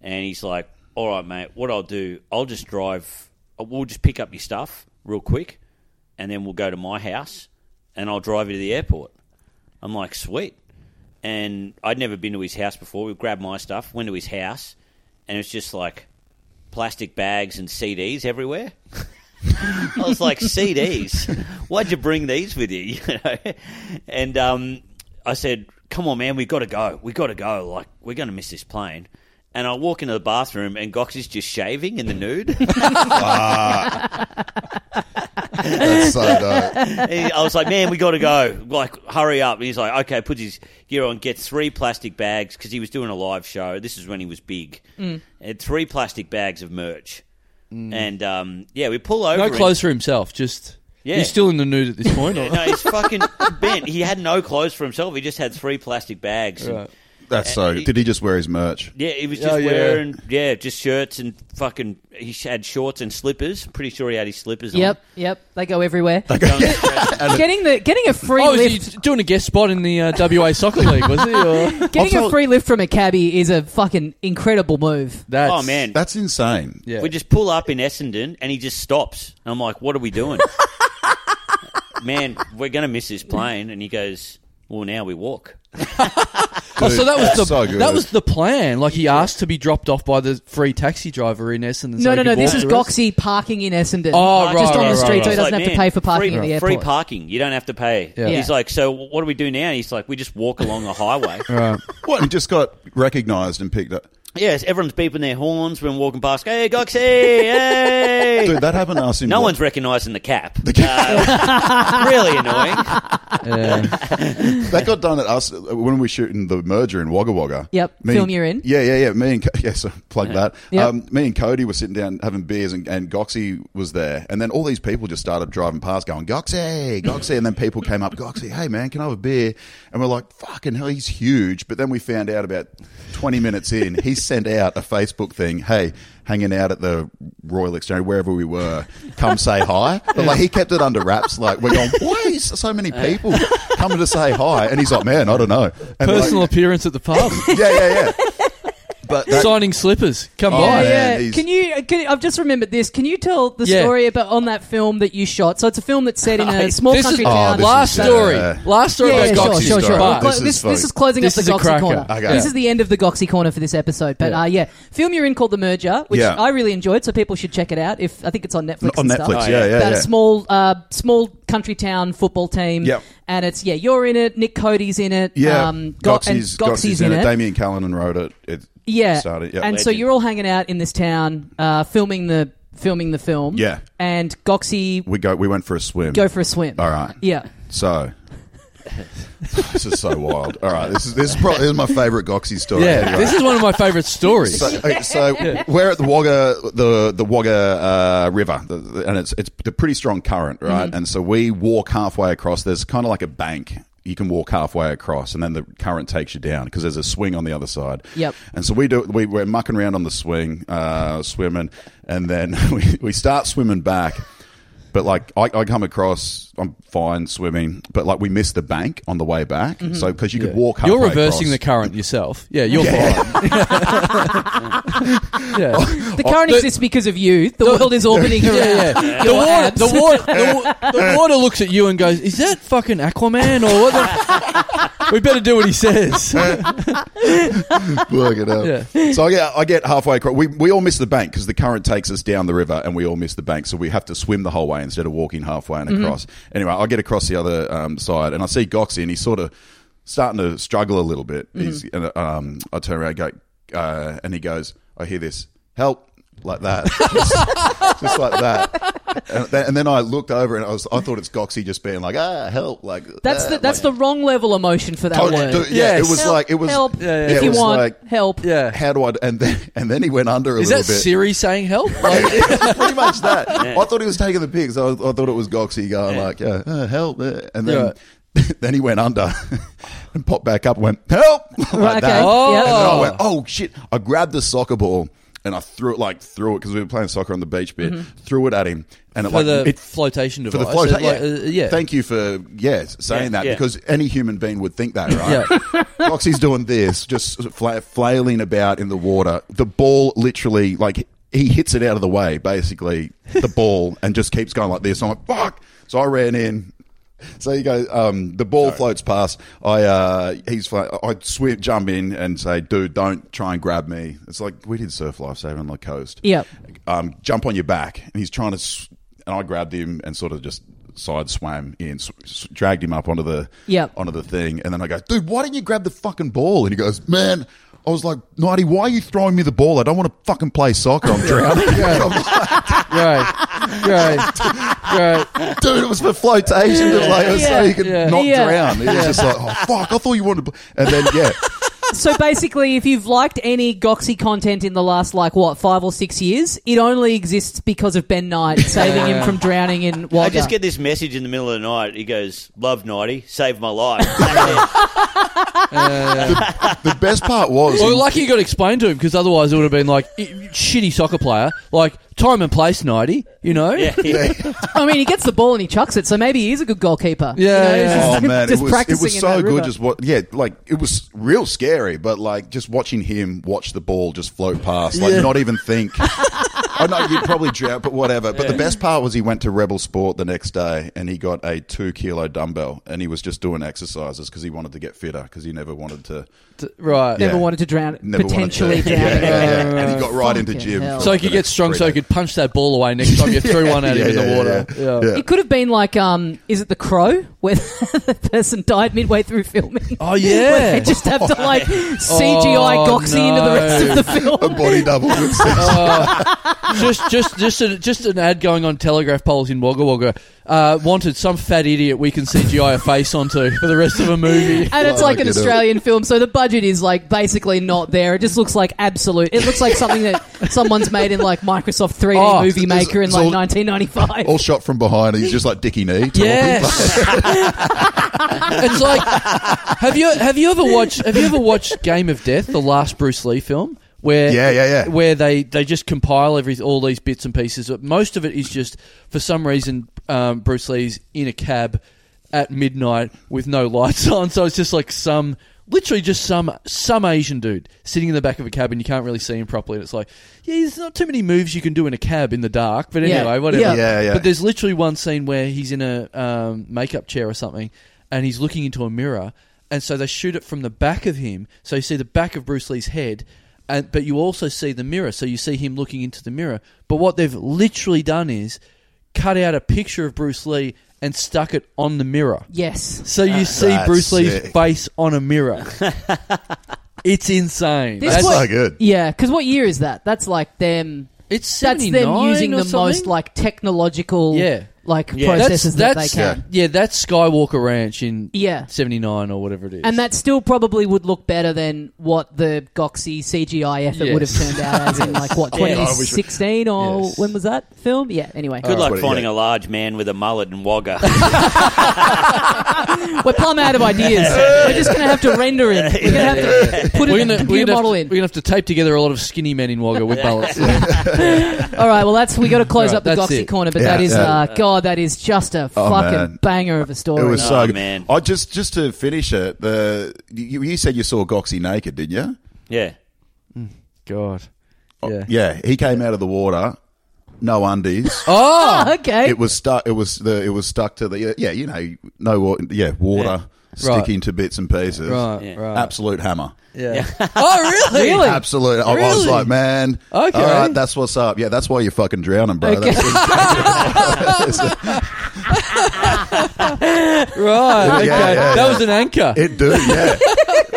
C: and he's like, "All right, mate, what I'll do, I'll just drive. We'll just pick up your stuff real quick, and then we'll go to my house, and I'll drive you to the airport." I'm like, "Sweet." And I'd never been to his house before. We grabbed my stuff, went to his house, and it's just like plastic bags and CDs everywhere. I was like, CDs? Why'd you bring these with you? you know? And um, I said, come on, man, we got to go. we got to go. Like, we're going to miss this plane. And I walk into the bathroom and Gox is just shaving in the nude.
D: That's uh, so dope.
C: He- I was like, man, we got to go. Like, hurry up. And he's like, okay, puts his gear on, gets three plastic bags because he was doing a live show. This is when he was big.
B: Mm.
C: Had three plastic bags of merch. And um, yeah, we pull over.
B: No
C: and-
B: clothes for himself, just.
C: Yeah.
B: He's still in the nude at this point. or-
C: No, he's fucking bent. He had no clothes for himself. He just had three plastic bags. and-
B: Right.
D: That's so. Did he just wear his merch?
C: yeah, he was just
B: Oh, yeah.
C: wearing yeah, just shirts and fucking. He had shorts and slippers. Pretty sure he had his slippers.
A: yep, yep. They go everywhere.
C: On. Going straight-
A: Getting the getting a free
B: Oh,
A: lift.
B: was he doing a guest spot in the uh, WA Soccer League, was he? Or?
A: Getting
D: Also-
A: a free lift from a cabbie is a fucking incredible move.
B: That's,
C: oh man,
D: That's insane.
B: Yeah.
C: we just pull up in Essendon and he just stops. And I'm like, what are we doing? man, we're going to miss this plane. And he goes, well, now we walk.
B: Oh, so that was
D: that's
B: the
D: so good.
B: that was the plan. Like he asked to be dropped off by the free taxi driver in Essendon. so
A: No, no,
B: he could
A: no.
B: walk
A: This is
B: the rest.
A: Goxie parking in Essendon.
B: Oh, right,
A: just on
B: right,
A: the
B: right,
A: street, so he
B: right.
A: doesn't
C: Like,
A: have to
C: man,
A: pay for parking
C: free,
A: at the airport.
C: Free parking. You don't have to pay.
B: Yeah.
C: He's
A: Yeah.
C: like, so what do we do now? He's like, we just walk along the highway.
D: What? He just got recognised and picked up.
C: Yes, everyone's beeping their horns when walking past. Hey, Goxie! Hey!
D: Dude, that happened to us in
C: no
D: Wa-
C: one's recognising the cap. Uh, really annoying.
B: Yeah.
D: That got done at us when we were shooting the merger in Wagga Wagga.
A: Yep,
D: Me
A: film
D: and-
A: you're in.
D: Yeah, yeah, yeah. Me and Co- yeah, so plug that.
A: Yep.
D: Um, me and Cody were sitting down having beers, and, and Goxie was there. And then all these people just started driving past, going Goxie, Goxie, and then people came up, Goxie, hey man, can I have a beer? And we're like, fucking hell, he's huge. But then we found out about twenty minutes in, he sent out a Facebook thing, hey. Hanging out at the Royal Exchange, wherever we were, come say hi. But like he kept it under wraps. Like we're going, why is so many people coming to say hi? And he's like, man, I don't know. And like-
B: Personal appearance at the pub,
D: yeah, yeah, yeah. But that,
B: signing slippers. Come
D: Oh,
B: on.
D: yeah.
A: yeah, yeah.
D: he's-
A: Can you? Can, I've just remembered this. Can you tell the
B: Yeah.
A: story about on that film that you shot? So it's a film that's set in a small
B: This is
A: country
D: Oh,
A: town.
D: this
B: last
D: is,
B: story.
D: uh,
B: last story
A: yeah,
D: Goxie
A: yeah,
B: about
A: sure,
B: Goxie's
A: sure, sure.
B: story.
D: Well,
B: But
A: Well,
D: This
A: this,
D: is
A: this
D: fun.
A: is closing
B: This
A: up
B: is
A: the
B: a
A: Goxie
B: cracker.
A: corner.
D: Okay.
A: This is the end of the Goxie corner for this episode. But
B: Yeah.
A: uh, yeah, film you're in called The Merger, which
D: Yeah.
A: I really enjoyed, so people should check it out. If I think it's on Netflix.
D: on
A: and stuff.
D: Netflix,
C: Oh,
D: yeah,
C: yeah.
D: yeah,
A: about
D: yeah.
A: a small uh, small country town football team.
D: Yep.
A: And it's yeah, you're in it. Nick Cody's in it.
D: yeah,
A: Go- um, and
D: Goxie's, Goxie's in it. Damien Callanan wrote it. it
A: yeah.
D: started. Yeah,
A: And so
C: Legend.
A: you're all hanging out in this town, uh, filming the filming the film.
D: Yeah.
A: And Goxie
D: we go. We went for a swim.
A: go for a swim.
D: All right.
A: Yeah.
D: So. this is so wild. All right, this is this is, probably, this is my favorite Goxie story.
B: yeah,
D: Anyway.
B: this is one of my favourite stories.
D: So, okay, so we're at the Wagga, the the Wagga uh, River, the, the- and it's it's a pretty strong current, right?
B: Mm-hmm.
D: And so we walk halfway across. There's kind of like a bank. You can walk halfway across, and then the current takes you down because there's a swing on the other side.
A: Yep.
D: And so we do. We, we're mucking around on the swing, uh, swimming, and then we, we start swimming back. But like I, I come across, I'm fine swimming, but like we missed the bank on the way back. So because you could walk halfway
B: Mm-hmm. You're reversing
D: across.
B: the current yourself. Yeah, you're fine. yeah.
A: The
D: Oh,
A: current
B: the-
A: exists because of you. The world is orbiting around.
B: Yeah, yeah. The
A: Your
B: water,
A: abs.
B: the water, the, wa- the water looks at you and goes, "Is that fucking Aquaman or what?" The- we better do what he says.
D: Look it up. So I get, I get halfway across. We, we all miss the bank because the current takes us down the river and we all miss the bank. So we have to swim the whole way instead of walking halfway and
A: Mm-hmm.
D: across. Anyway, I get across the other um, side and I see Goxie and he's sort of starting to struggle a little bit.
A: Mm-hmm.
D: He's, and, um, I turn around and go, uh, and he goes, I hear this, help, like that. just, just like that. And then, and then I looked over and I, was, I thought it's Goxie just being like, ah, help. like
A: That's
D: ah,
A: the that's
D: like-
A: the wrong level emotion for that
D: Oh,
A: word.
D: dude, yeah,
B: Yes.
D: it was
A: Help,
D: like it was.
A: help
D: yeah,
B: yeah.
A: if
D: it
A: you
D: was
A: want
D: like-
A: help.
B: Yeah.
D: how do I? And then and then he went under a
B: Is
D: little
B: that
D: bit.
B: Siri saying help? Like,
D: It's pretty much that. I thought he was taking the pigs. I, I thought it was Goxie going like, yeah, uh, help, uh, and then then he went under and popped back up and went help like
A: Right, okay.
D: that.
A: Oh.
D: And then I went, oh shit! I grabbed the soccer ball and I threw it like threw it because we were playing soccer on the beach bit. Threw it at him and it
B: Mm-hmm. for
D: like
B: the
D: it
B: flotation
D: for
B: device.
D: the float.
B: It's like,
D: yeah.
B: uh, yeah.
D: Thank you for yeah saying
C: Yeah,
D: that
C: yeah.
D: because any human being would think that, right? Roxy's doing this, just fla- flailing about in the water. The ball literally like he hits it out of the way, basically the ball, and just keeps going like this. I'm like fuck. So I ran in. So you go. Um, the ball floats past. I uh, he's. fla- I swim, jump in and say, "Dude, don't try and grab me." It's like we did surf lifesaver on the coast
A: Yep.
D: um, jump on your back, and he's trying to. s- And I grabbed him and sort of just side swam in, s- s- dragged him up onto the
A: Yep.
D: onto the thing, and then I go, dude, why didn't you grab the fucking ball? And he goes, man. I was like, Nighty, why are you throwing me the ball? I don't want to fucking play soccer. I'm drowning. I'm like,
B: Right, right, right.
D: Dude, it was for flotation. but like, it was so
A: Yeah.
D: you could
B: Yeah.
D: not
A: Yeah.
D: drown. It was just like, oh, fuck, I thought you wanted to. pl-" And then, yeah.
A: So basically, if you've liked any Goxie content in the last, like, what, five or six years, it only exists because of Ben Knight saving him from drowning in water.
C: I just get this message in the middle of the night. He goes, "Love Nighty, saved my life." That's it.
D: The best part was.
B: Well, lucky you got explained to him because otherwise it would have been like i- shitty soccer player, like time and place ninety. You know.
C: yeah, yeah.
A: I mean, he gets the ball and he chucks it, so maybe he is a good goalkeeper.
B: Yeah, yeah, yeah.
D: Oh man,
A: just
D: it was it
A: practicing
D: was
A: in
D: so
A: that
D: good.
A: river.
D: Just what? Yeah, like it was real scary, but like just watching him watch the ball just float past, like
B: Yeah.
D: not even think. I know you'd probably drown, but whatever. But the best part was he went to Rebel Sport the next day and he got a two kilo dumbbell and he was just doing exercises because he wanted to get fitter because he never wanted to.
B: right.
A: Never
D: Yeah.
A: wanted to drown,
D: Never wanted to-
A: potentially drown.
D: Yeah, yeah, yeah.
A: it.
D: And he got right into
A: Fucking
D: gym.
A: hell.
D: for
B: So he
D: the
B: could get
D: next
B: strong,
D: three
B: so he
D: days.
B: could punch that ball away next time you threw one at him
D: Yeah,
B: in the
D: yeah,
B: water. Yeah,
D: yeah.
A: It could have been like, um, is it The Crow, where the person died midway through filming?
B: Oh
A: Where
B: yeah.
A: they just have to like CGI
B: Oh,
A: Goxie into the rest of the film.
D: A body double with sex.
B: Oh. just, just, just, a, just an ad going on telegraph poles in Wagga Wagga. Uh, wanted some fat idiot we can CGI a face onto for the rest of a movie.
A: And it's
D: Well,
A: like
D: I
A: an
D: get it.
A: Australian film, so the budget is like basically not there. It just looks like absolute. It looks like something that someone's made in like Microsoft 3D
B: Oh,
A: Movie
D: it's-
A: Maker in
D: it's
A: like
D: all-
A: 1995.
D: All shot from behind. He's just like Dickie Knee. talking.
B: Yes. it's like have you have you ever watched have you ever watched Game of Death, the last Bruce Lee film? Where
D: Yeah, yeah, yeah.
B: Where they, they just compile every all these bits and pieces. But most of it is just for some reason um, Bruce Lee's in a cab at midnight with no lights on, so it's just like some literally just some some Asian dude sitting in the back of a cab and you can't really see him properly. And it's like yeah, there's not too many moves you can do in a cab in the dark. But
A: Yeah.
B: anyway, whatever.
A: Yeah.
D: Yeah, yeah.
B: But there's literally one scene where he's in a um, makeup chair or something, and he's looking into a mirror, and so they shoot it from the back of him, so you see the back of Bruce Lee's head, and but you also see the mirror, so you see him looking into the mirror. But what they've literally done is cut out a picture of Bruce Lee and stuck it on the mirror,
A: yes.
B: so you see
D: That's
B: Bruce Lee's
D: sick.
B: face on a mirror. it's insane.
A: This
D: That's
A: was-
D: so good.
A: Yeah, because what year is that? That's like them.
B: it's
A: That's
B: 79
A: them using
B: or
A: the most
B: something?
A: like technological
B: Yeah.
A: like
C: Yeah.
A: processes that they
B: yeah.
A: can.
B: that's Skywalker Ranch in
A: Yeah.
B: seventy nine or whatever it is.
A: And that still probably would look better than what the Goxie CGI effort
B: Yes.
A: would have turned out as in like what
C: Yeah. I
D: wish we-
A: 2016 or
B: Yes.
A: when was that film? Yeah. Anyway,
C: Good luck
D: Alright.
C: finding
D: Yeah.
C: a large man with a mullet and wagga.
A: we're plumb out of ideas. we're just gonna have to render in. We're gonna have to put a
B: we're gonna, we're
A: computer
B: gonna
A: model
B: have to, we're
A: in.
B: gonna have to tape together a lot of skinny men in Wagga with bullets.
A: All right. Well, that's we got to close
B: Right,
A: up the
B: that's
A: Goxie
B: it.
A: corner, but
D: Yeah,
A: that is
D: yeah.
A: uh, God, that is just a
D: Oh,
A: fucking
D: man.
A: banger of a story.
D: It was so
C: Oh,
D: good.
C: man.
D: I just just to finish it. The you, you said you saw Goxie naked, didn't you?
C: yeah.
B: God. Yeah.
D: Oh, Yeah, he came out of the water, no undies.
B: Oh,
A: Oh, okay.
D: it was stuck. It was the. It was stuck to the. Yeah, you know, no water. Yeah, water sticking to bits and pieces.
B: right,
C: Yeah.
B: right.
D: Absolute hammer.
B: Yeah. oh, really?
A: Really?
D: Absolute. I- I was
B: Really?
D: like, man.
B: Okay.
D: All right, that's what's up. Yeah, that's why you're fucking drowning, bro.
A: Okay.
D: That's-
B: Right. Okay.
D: yeah, yeah.
B: that was an anchor.
D: it do. Yeah.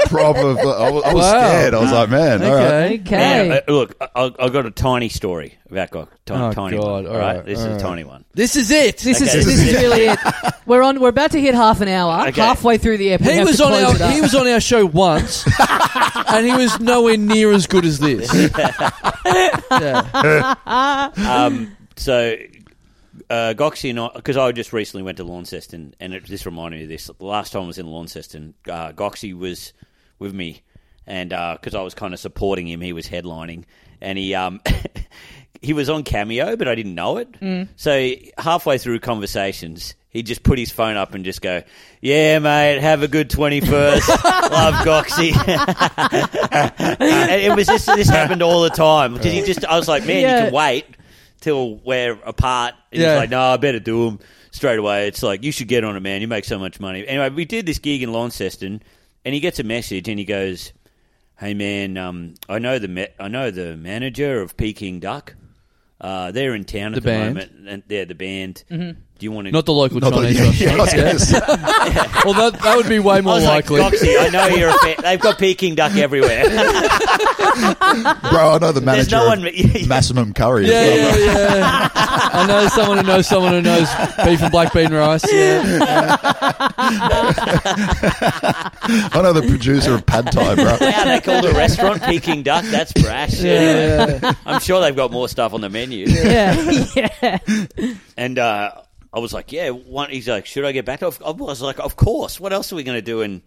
D: Probably. I was, I was
B: Wow.
D: scared. I was like, man. All right.
B: okay.
A: okay.
C: Now, uh, look, I, I- I've got a tiny story about Gok. Tiny,
B: Oh,
C: tiny
B: God.
C: one.
B: All
C: All right,
B: right,
C: this
B: all
C: is
B: right.
C: a tiny one.
B: This is it.
A: This
C: Okay.
A: is this is really it. We're on. We're about to hit half an hour.
C: Okay.
A: Halfway through the episode,
B: he was on our he was on our show once, and he was nowhere near as good as this. yeah.
C: Um, so, uh, Goxie and I, because I just recently went to Launceston, and it, this reminded me of this. The last time I was in Launceston, uh, Goxie was with me, and because I was kind of supporting him, he was headlining, and he. Um, He was on cameo, but I didn't know it. So halfway through conversations, he just put his phone up and just go, "Yeah, mate, have a good twenty first. Love Goxie." and it was just this happened all the time because he just I was like, man,
A: Yeah.
C: you can wait till we're apart. And
B: Yeah.
C: He's like, no, I better do them straight away. It's like you should get on it, man. You make so much money. Anyway, we did this gig in Launceston, and he gets a message and he goes, "Hey, man, um, I know the ma- I know the manager of Peking Duck. Uh, they're in town at
B: The
C: the,
B: band.
C: moment, and they're the band. Do you want to?"
B: Not the local
D: Not that-
B: Chinese.
D: yeah,
B: restaurant.
D: yeah, I was gonna say.
B: Well, that, that would be way
C: I
B: more
C: was like,
B: likely.
C: Goxie, I know you're a fan. They've got Peking duck everywhere.
D: Bro, I know the manager.
C: no
D: of
C: one- Yeah.
D: Massimum Curry. as
B: Yeah,
D: well.
B: yeah, yeah. I know someone who knows someone who knows beef and black bean rice. Yeah.
D: I know the producer of Pad Thai, bro.
C: Wow, they called a restaurant Peking Duck. That's brash.
B: Yeah, yeah.
C: I'm sure they've got more stuff on the menu.
A: yeah, yeah.
C: And uh, I was like, yeah. One, he's like, should I get back? Of- I was like, of course. What else are we going to do in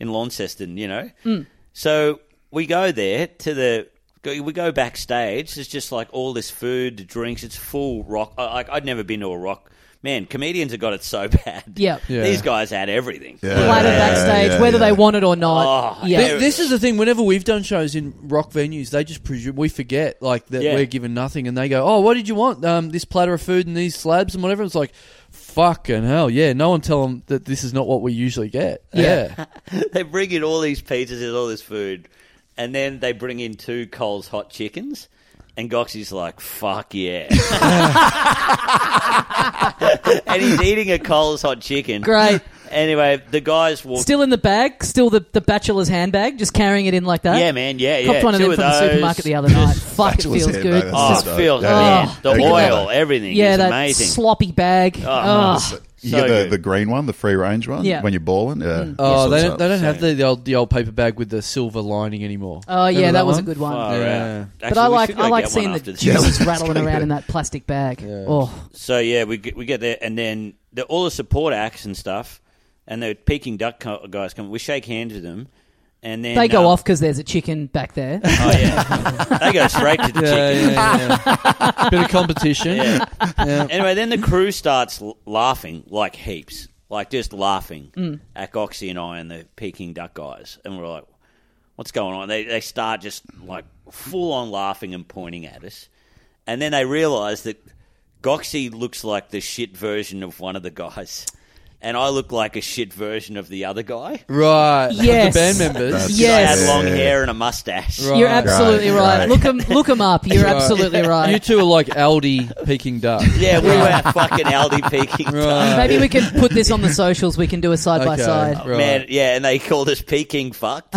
C: in Launceston? You know. So we go there to the Go, we go backstage. There's just like all this food, the drinks. It's full rock. I, I, I'd never been to a rock. Man, comedians have got it so bad.
A: Yeah.
B: Yeah.
C: These guys had everything.
D: Yeah.
A: Platter
D: Yeah,
A: backstage,
D: yeah,
A: whether
D: yeah.
A: they want it or not.
C: Oh,
A: yeah.
C: yeah.
B: Th- this is the thing. Whenever we've done shows in rock venues, they just presume we forget like that
C: Yeah.
B: we're given nothing, and they go, "Oh, what did you want? Um, this platter of food and these slabs and whatever." It's like, fucking hell, yeah. No one tell them that this is not what we usually get.
A: Yeah.
B: Yeah,
C: they bring in all these pizzas and all this food, and then they bring in two Coles hot chickens. And Goxy's like, fuck yeah. and he's eating a Coles hot chicken.
A: Great.
C: Anyway, the guys walk.
A: Still in the bag, still the, the bachelor's handbag, just carrying it in like that.
C: yeah, man. Yeah, yeah.
A: Copped one of
C: Two
A: them from the
C: those.
A: supermarket the other night. Fuck, it
D: Bachelor's
A: feels
D: handbag,
A: good.
D: that's
C: Oh,
A: Just-
D: so-
C: it feels,
D: Yeah.
C: man.
A: Oh.
C: The
D: Think about
C: oil,
D: that.
C: everything
A: yeah,
C: is
A: that
C: amazing.
A: sloppy bag. Oh,
D: You
C: So
D: get the,
C: good.
D: the green one, the free range one,
A: Yeah. Mm.
D: when you're balling. Yeah.
B: Oh,
D: Sorts
B: they
D: up.
B: don't, they don't have
C: so-
B: the, the old the old paper bag with the silver lining anymore.
A: oh yeah,
B: Remember
A: that, was a good one.
C: Far out.
B: Yeah.
A: But
C: Actually,
A: I
C: we
A: like
C: should go
A: I like
C: get one
A: seeing the
C: after this.
A: juices rattling around in that plastic bag. Oh,
C: So yeah, we get, we get there, and then the, all the support acts and stuff, and the Peking Duck co- guys come. We shake hands with them, and then
A: they go
C: uh,
A: off because there's a chicken back there.
C: Oh yeah, they go straight to the
B: Yeah,
C: chicken.
B: yeah, yeah. Bit of competition.
C: Yeah.
B: Yeah.
C: Anyway, then the crew starts l- laughing like heaps, like just laughing
B: Mm.
C: at Goxie and I and the Peking Duck guys, and we're like, "What's going on?" They they start just like full on laughing and pointing at us, and then they realise that Goxie looks like the shit version of one of the guys, and I look like a shit version of the other guy.
B: Right.
A: Yes.
B: The band members.
D: That's-
C: I
A: Yes.
C: had long
D: Yeah.
C: hair and a mustache.
B: Right.
A: You're absolutely
D: Right,
A: right.
D: right.
A: Look 'em Look them, up. You're
B: Right.
A: absolutely
B: You
A: right.
B: two are like Aldi Peking Duck.
C: Yeah, we were fucking Aldi Peking Duck.
B: Right.
A: Maybe we can put this on the socials. We can do a side by
B: Okay.
A: side.
B: Right.
C: Man, yeah, and they called us Peking fucked.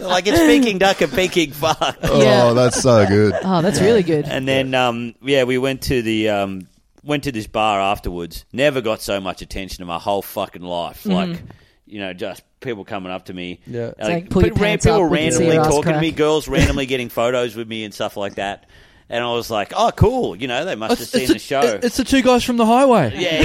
C: like it's Peking duck and Peking fuck.
A: Yeah.
D: Oh, that's so good.
A: Oh, that's really good.
C: And then, um, yeah, we went to the um, went to this bar afterwards. Never got so much attention in my whole fucking life. Like, you know, just people coming up to me.
B: Yeah. It's
A: like, pull your
C: people
A: pants
C: people
A: up, we can see
C: randomly
A: your ass
C: talking to me,
A: crack.
C: girls randomly getting photos with me and stuff like that. And I was like, oh, cool. You know, they must have seen
B: the,
C: the show.
B: it's the two guys from the highway.
C: yeah.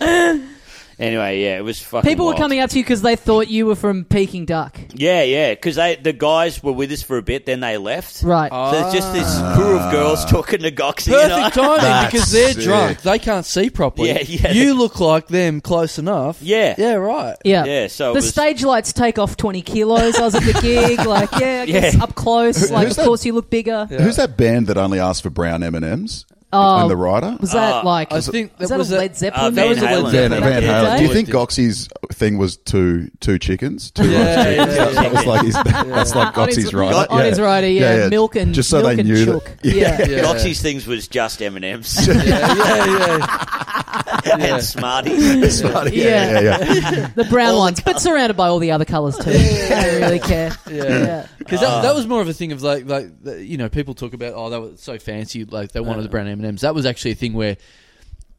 C: yeah. anyway, yeah, it was fucking.
A: People were
C: wild.
A: coming up to you because they thought you were from Peking Duck.
C: Yeah, yeah, because they the guys were with us for a bit, then they left.
A: Right.
C: So there's just this crew of
D: Ah.
C: girls talking to Goxie. and I-
B: Perfect timing
D: That's
B: because they're
D: sick.
B: drunk. They can't see properly.
C: Yeah, yeah.
B: You look like them close enough.
C: Yeah.
B: Yeah, right.
A: Yeah.
C: Yeah, so it
A: the
C: was-
A: stage lights take off twenty kilos. I was at the gig, like, yeah, I guess
C: Yeah.
A: up close. Like,
D: who's
A: of
D: that?
A: course, you look bigger.
D: Who's that band that only asked for brown M and M's?
A: Oh.
D: and the writer.
A: Was that like?
B: I think
A: was
B: that
A: that
B: was
A: a
B: a-
A: Led Zeppelin?
C: Ah, Van
A: that was a Led
C: Halen.
A: Zeppelin.
D: Van,
A: back
D: Van
A: in the
D: Halen.
A: day?
D: Do you think Goxie's thing was two two chickens? Two
B: Yeah,
D: large
B: yeah,
D: chickens.
B: yeah,
D: that was like his, that's like
A: On his-
D: Goxie's writer.
A: on his writer, yeah. Milk and-
D: just so
A: milk
D: they
A: and
D: knew
A: chook.
D: that.
A: Yeah.
B: Yeah.
C: Goxie's things was just M and M's
B: Yeah, yeah,
C: and Smarties.
D: Sorry,
A: Yeah.
D: yeah, yeah, yeah.
A: The brown
C: Oh
A: ones, but surrounded by all the other colours too. I don't really care.
B: Yeah.
A: Yeah.
B: Because that,
D: Uh.
B: that was more of a thing of like, like the- you know, people talk about oh, that was so fancy, like they wanted the brown M and M's. That was actually a thing where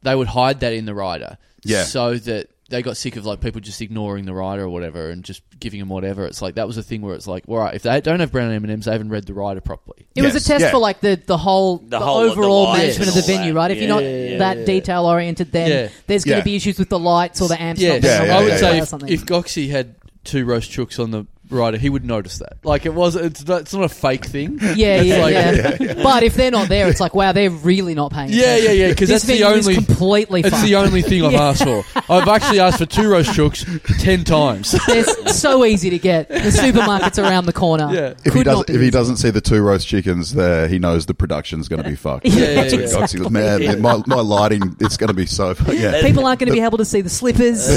B: they would hide that in the rider,
D: Yeah.
B: so that they got sick of like people just ignoring the rider or whatever and just giving them whatever. It's like that was a thing where it's like, all right, if they don't have brown M and M's, they haven't read the rider properly.
A: It was a
D: Yes.
A: test
D: Yeah.
A: for like the the whole the,
C: The whole- the
A: overall
C: lights
A: management of
B: and
A: the
B: all
A: venue,
C: that.
A: right? If you're
C: Yeah,
A: not
B: yeah,
A: that
B: yeah.
A: detail oriented, then
B: Yeah.
A: there's going to
D: Yeah.
A: be issues with the lights or the amps.
B: Yeah,
A: not being
D: Yeah,
A: on
D: yeah,
B: I
A: the
B: would
D: yeah,
A: right
B: say
A: way or
B: if,
A: something.
B: if Goxie had two roast chooks on the rider, he would notice that. Like it was, it's not, it's not a fake thing.
A: yeah,
B: It's
A: yeah,
B: like-
A: yeah. But if they're not there, it's like wow, they're really not paying.
B: Yeah,
A: attention.
B: yeah, yeah, 'cause
A: This
B: that's the
A: venue is
B: only-
A: completely.
B: It's
A: fucked.
B: the only thing I've asked for. I've actually asked for two roast chooks ten times.
A: They're s- so easy to get. The supermarket's around the corner.
B: Yeah.
D: If he
A: Could
D: does,
A: not be
D: if he
A: easier.
D: doesn't see the two roast chickens there, he knows the production's going to be fucked.
A: Yeah,
B: yeah,
D: So
B: yeah.
D: Goxie goes, man, my, my lighting, it's going to be so. fuck- Yeah,
A: People aren't going to be able to see the slippers.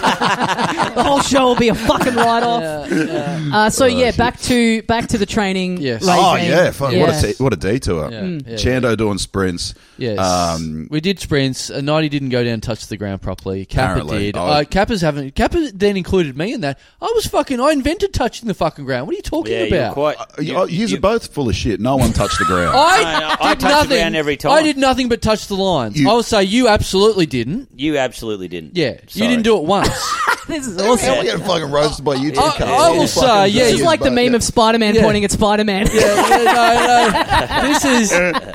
A: the whole show will be a fucking write off. Uh, so yeah, back to back to the training.
B: Yes.
A: regime.
D: Oh yeah, fuck,
A: Yeah.
D: what a t- what a detour.
A: Mm.
D: Chando doing sprints.
B: Yes.
D: Um,
B: we did sprints. Uh, 90 didn't go down and touch the ground properly. Kappa
D: Apparently.
B: did.
D: Oh.
B: Uh, Kappa's haven't. Kappa then included me in that. I was fucking. I invented touching the fucking ground. What are you talking
C: Yeah, you're
B: about?
C: quite.
D: you, oh, yous are both full of shit. No one touched the ground.
B: I,
C: I- I
B: did
C: touch the
B: nothing.
C: ground every time.
B: I did nothing but touch the lines.
D: You-
B: I would say you absolutely didn't.
C: You absolutely didn't.
B: Yeah,
C: Sorry.
B: you didn't do it once.
A: This is awesome.
D: We're getting fucking roasted by you two.
B: I-
D: cunts.
B: I will
D: Fucking
B: say, yeah,
A: This
D: dudes,
A: is like the
D: but-
A: meme of Spider Man
B: Yeah.
A: pointing at Spider Man.
B: Yeah, yeah, no, no. This is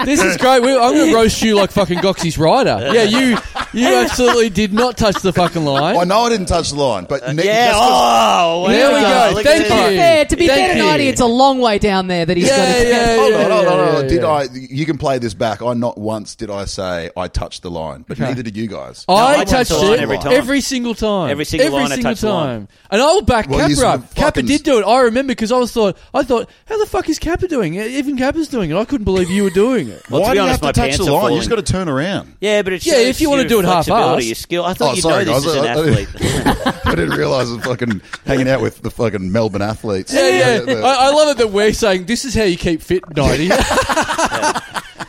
B: this is great. We, I'm going to roast you like fucking Goxie's rider. Yeah, you You absolutely did not touch the fucking line.
D: Oh, I know I didn't touch the line,
B: Uh,
D: but ne-
C: Yeah.
D: just 'cause-
C: Oh, well,
B: There we
C: done.
B: go.
C: Look
B: Thank
C: at
A: To
C: that.
A: be
B: you.
A: fair, to be
B: Thank
A: fair to
B: you.
A: Artie, it's a long way down there that he's
B: Yeah,
A: got to
B: yeah,
D: Hold
B: yeah,
D: on, hold on, hold on.
B: yeah,
D: Did
B: yeah.
D: I? You can play this back. I not once did I say I touched the line, but neither did you guys.
B: I,
C: No, I
B: touched
D: touch the
B: it
D: line
B: every,
D: every
C: time.
B: single time.
C: Every single
B: every
C: line I
B: single
C: touch the line.
B: time. And I will back
D: Well, you sort
B: Capra.
D: of
B: Capra
D: fucking-
B: did do it. I remember because I was thought I thought, how the fuck is Capra doing? it? Even Capra's doing it. I couldn't believe you were doing it.
C: Well, to
D: Why
C: be
D: do you
C: honest,
D: have
C: my
D: to touch
C: pants
D: the
C: are
D: line? You
C: falling.
D: just got to turn around.
C: Yeah, but it's
B: Yeah, if you wanna do it half-assed.
C: your skill. I thought
D: Oh,
C: you'd
D: sorry,
C: know this as
D: guys.
C: an
D: I- I-
C: athlete.
D: I didn't realize I was fucking hanging out with the fucking Melbourne athletes.
B: Yeah, yeah.
D: The- the-
B: I, I love it that we're saying this is how you keep fit, ninety.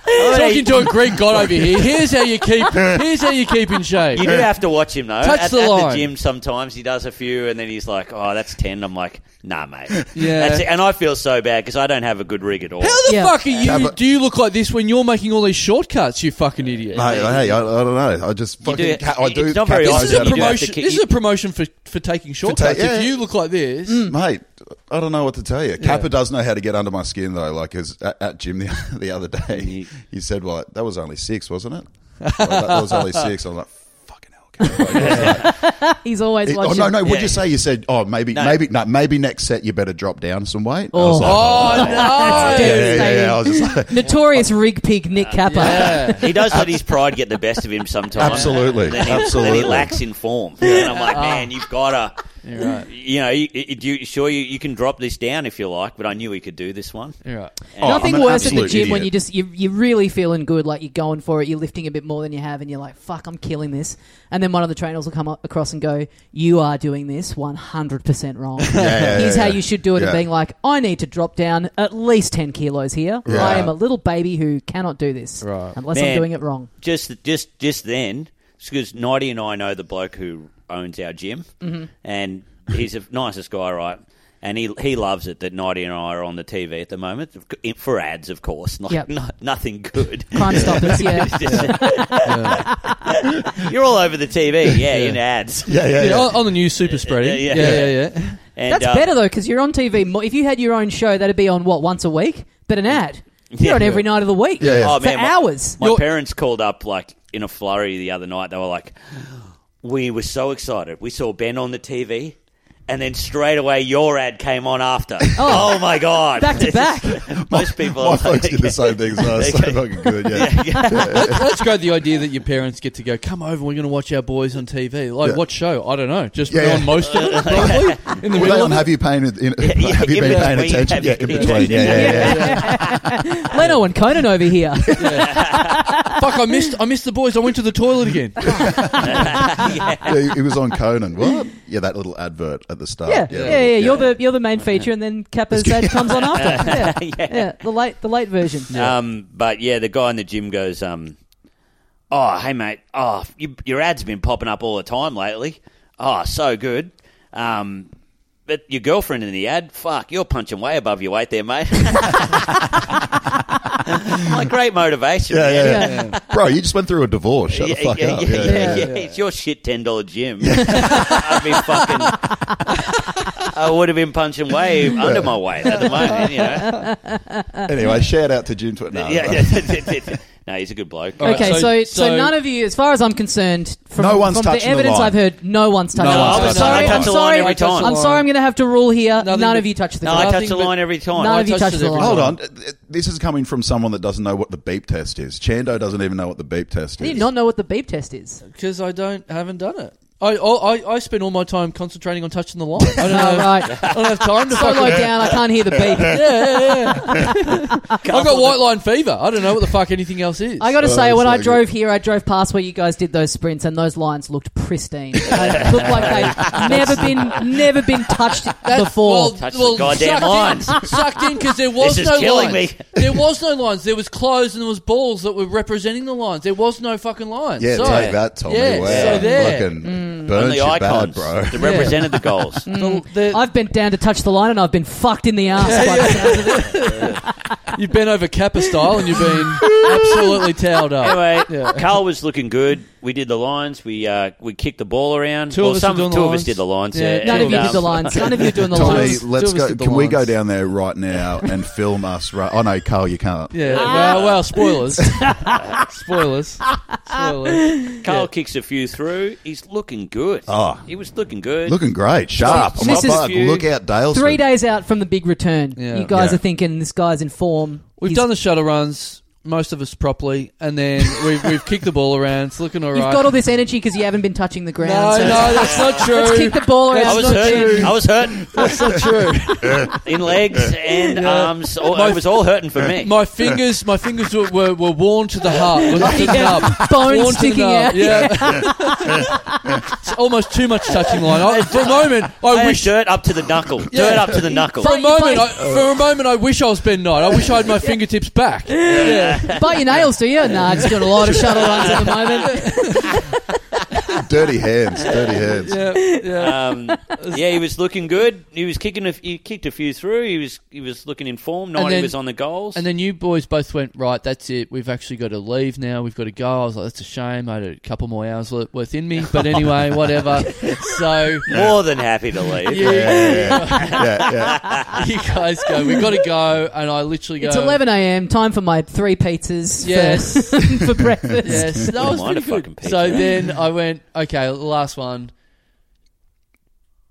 B: Talking to a Greek god over here. Here's how you keep. Here's how you keep in shape.
C: You do have to watch him though.
B: Touch
C: at,
B: the
C: at
B: line.
C: gym, sometimes he does a few, and then he's like, "Oh, that's 10. I'm like, "Nah, mate."
B: Yeah.
C: That's it. And I feel so bad because I don't have a good rig at all.
B: How the
A: Yeah.
B: fuck are you?
D: Yeah, but-
B: do you look like this when you're making all these shortcuts? You fucking idiot.
D: Hey, hey, I, I don't know. I just fucking.
C: do-
D: ca- I do.
C: it's not very
B: This
D: capitalise
B: is
C: Yeah,
B: a
D: out of
C: you do have
B: promotion.
C: to keep-
B: This is a promotion for, for taking shortcuts.
D: yeah,
B: if
D: yeah.
B: you look like this,
C: Mm.
D: Mate, I don't know what to tell you. Kappa does know how to get under my skin though. Like 'cause at, at gym the, the other day, he, said, "Well, that was only six, wasn't it?" well, that, that was only six. I was like. "Fucking hell, Kappa." Like, I was like,
A: He's always
D: it-
A: watching.
D: oh no no!
C: Yeah.
D: What'd you say? You said oh maybe
C: No.
D: maybe no maybe next set you better drop down some weight. I
A: Oh.
D: was like,
B: oh no!
A: That's
D: yeah, yeah, yeah,
A: devastating.
D: yeah. I was just like,
A: Notorious rig pig Nick Kappa.
B: Yeah.
C: He does let his pride get the best of him sometimes.
D: Absolutely.
C: Then he, Then
D: Absolutely.
C: he lacks in form. And I'm
B: Oh.
C: like, man, you've got to.
B: You're right.
C: You know, you, you, you- sure you, you can drop this down if you like, but I knew he could do this one.
B: You're right.
D: Oh,
A: Nothing
D: I'm an
A: worse at the
D: absolute
A: gym when
D: idiot.
A: you just you you're really feeling good, like you're going for it. You're lifting a bit more than you have, and you're like, "Fuck, I'm killing this." And then one of the trainers will come up across and go, "You are doing this 100 percent wrong.
D: yeah,
A: Here's
D: yeah,
A: how
D: yeah.
A: you should do it." And
D: Yeah.
A: being like, "I need to drop down at least 10 kilos here.
D: Yeah.
A: I am a little baby who cannot do this
B: Right.
A: unless I'm
C: Man.
A: doing it wrong."
C: just just just then because Nighty and I know the bloke who owns our gym,
A: Mm-hmm.
C: and he's the nicest guy, right? And he he loves it that Nighty and I are on the TV at the moment for ads, of course. Like,
A: Yep.
C: no- nothing good.
A: Crime Stoppers, yeah.
C: It's just- You're all over the TV, yeah, in ads.
D: yeah yeah
B: Yeah,
D: yeah.
B: On, on the new super spreader. Yeah,
C: Yeah, yeah,
B: yeah, yeah.
C: And,
A: That's
C: uh,
A: better though, because you're on TV. more- If you had your own show, that'd be on what once a week, but an ad. You're
C: Yeah.
A: on every night of the week
D: Yeah, yeah.
C: Oh,
A: for
C: man, my-
A: hours.
C: My
B: You're-
C: parents called up like in a flurry the other night. They were like, "We were so excited. We saw Ben on the TV." And then straight away, your ad came on after. Oh, my god!
A: Back to back.
C: Most people,
D: My
C: are like,
D: folks did the same things. So it's so fucking good. Yeah.
B: That's great. The idea that your parents get to go, come over, we're going to watch our boys on TV. Like
D: Yeah.
B: what show? I don't know. Just
D: Yeah, yeah.
B: on most of it, probably. In the
D: Were
B: middle
D: they on
B: of it.
D: Have you paying? In,
C: yeah,
D: have you
C: in
D: been paying
C: between,
D: attention?
C: have
D: Yeah,
C: you-
D: in between. Yeah, yeah, yeah.
A: Leno and Conan over here.
B: Fuck! I missed. I missed the boys. I went to the toilet again.
D: yeah, he- he was on Conan. What? Yeah, that little advert at the start.
A: Yeah, yeah, yeah. You're the you're the main feature, and then Kappa's ad comes on after. Yeah. yeah, the late the late version.
C: Um, but yeah, the guy in the gym goes, um, "Oh, hey mate, oh you, your ad's been popping up all the time lately. Oh, so good. Um, but your girlfriend in the ad, fuck, you're punching way above your weight there, mate. like great motivation.
D: Yeah,
C: man.
D: yeah,
A: Yeah.
D: yeah, Bro, you just went through a divorce. Shut the fuck up. Yeah, yeah.
C: yeah, yeah. It's your shit ten dollar gym. I'd be fucking. I would have been punching way under my weight at the moment. You know.
D: Anyway, shout out to Jim Twitter. No,
C: Yeah,
D: no.
C: yeah. no, he's a good bloke.
B: All right,
A: okay,
B: so-
A: so, so
B: so-
A: none of you, as far as I'm concerned, from,
D: No one's
A: from the
D: touching the
A: evidence
D: line.
A: I've heard, no one's touched
B: No
A: the
B: one's
A: line. I'm sorry, I'm
B: touched the line. I touch the
A: sorry,
C: line every time.
A: I'm sorry, I'm going to have to rule here.
B: Nothing
A: none
B: but-
A: of you touched the
C: No,
A: line.
C: I touch
B: Nothing
C: the
B: but-
C: line every time.
A: None
B: I
A: of you
B: touched
A: touched
B: it
A: the
B: every
A: line.
D: Hold on. This is coming from someone that doesn't know what the beep test is. Chando doesn't even know what the beep test
A: I
D: is.
A: did not know what the beep test is.
B: Because I don't haven't done it. I, I I spend all my time concentrating on touching the line. I don't,
A: All
B: have,
A: right.
B: I don't have time to
A: So
B: fucking.
A: low down, I can't hear the beep.
B: Yeah, yeah, yeah. I've got
C: Couple
B: white line fever. I don't know what the fuck anything else is.
A: I got to
D: Oh,
A: say,
D: that's
A: when
D: so
A: I
D: good.
A: drove here, I drove past where you guys did those sprints, and those lines looked pristine. They looked like they'd never been never been touched before.
B: Well,
C: Touch the
B: well,
C: goddamn
B: sucked
C: lines.
B: In, sucked in because there was
C: This is
B: no
C: killing
B: lines.
C: me.
B: There was no lines. There was clothes and there was balls that were representing the lines. There was no fucking lines.
D: Yeah, Mm.
B: so,
D: take that, Tommy.
B: Yeah,
D: wow.
B: so there.
D: Fucking burnt
C: Only
D: you bad,
C: icons
D: bro.
C: that represented the goals.
B: The- the-
A: I've bent down to touch the line and I've been fucked in the ass. by the sounds of it.
B: You've been over Kappa style and you've been absolutely towed up.
C: Anyway,
B: Yeah.
C: Carl was looking good. We did the lines. We uh, we kicked the ball around.
B: Two of
C: well,
B: us
C: some
B: were
C: two
B: doing the
C: of us
B: lines.
C: did the lines.
B: Yeah,
C: yeah,
B: two
A: None of
C: and,
A: you
B: of
A: did the
C: um,
A: lines. None of you are doing the
D: Tommy,
A: lines.
D: let's
B: Two of us
D: go.
B: did the
D: Can we go
B: lines.
D: down there right now and film us? Right. Oh no, Carl, you can't.
B: Yeah. Well, well, spoilers. spoilers. Spoilers.
C: Carl
B: Yeah.
C: kicks a few through. He's looking good.
D: Oh.
C: he was looking good.
D: Looking great, sharp.
A: And this
D: Oh,
A: is-
D: fuck, look out, Dale.
A: Three days out from the big return.
B: Yeah.
A: You guys
D: Yeah.
A: are thinking this guy's in form.
B: We've
A: He's-
B: done the shuttle runs, most of us properly, and then we've, we've kicked the ball around. It's looking all right.
A: You've got all this energy because you haven't been touching the ground.
B: no,
A: so
B: no, that's not true.
A: Let's kick the ball around.
B: That's
C: I was
B: not
C: hurting.
B: true.
C: I was hurting
B: That's not true.
C: in legs and arms. All,
B: My-
C: it was all hurting for me.
B: My fingers, my fingers were, were, were worn to the heart. Were not to the
A: Yeah.
B: nub.
A: Bones
B: Worn to the
A: sticking
B: nub,
A: out.
B: Yeah. it's almost too much touching line. I, for a moment,
C: I,
B: I
C: had
B: wish
C: dirt up to the knuckle.
B: Yeah.
C: Dirt up to the knuckle.
B: For a
A: But you
B: moment, I,
A: both-
B: for a moment, I wish I was Ben Knight. I wish I had my fingertips back. Yeah.
A: Bite your nails, do you? Nah, just doing a lot of shuttle runs at the moment.
D: Dirty hands. Dirty hands.
B: Yeah. yeah.
C: Um, yeah, he was looking good. He was kicking. A, he kicked a few through. He was he was looking in form.
B: And
C: Ninety
B: then-
C: was on the goals.
B: And then you boys both went right. That's it. We've actually got to leave now. We've got to go. I was like, that's a shame. I had a couple more hours le- worth in me, but anyway, whatever. So
C: more than happy to leave.
B: you,
D: Yeah, yeah, yeah. yeah.
B: you guys go. We've got to go. And I literally go.
A: It's 11 a.m. Time for my three pizzas. for-
B: Yes.
A: for, breakfast.
B: Yes, that
C: Don't
B: was
C: mind
B: pretty
C: a
B: good.
C: fucking pizza.
B: So then I went, okay, last one.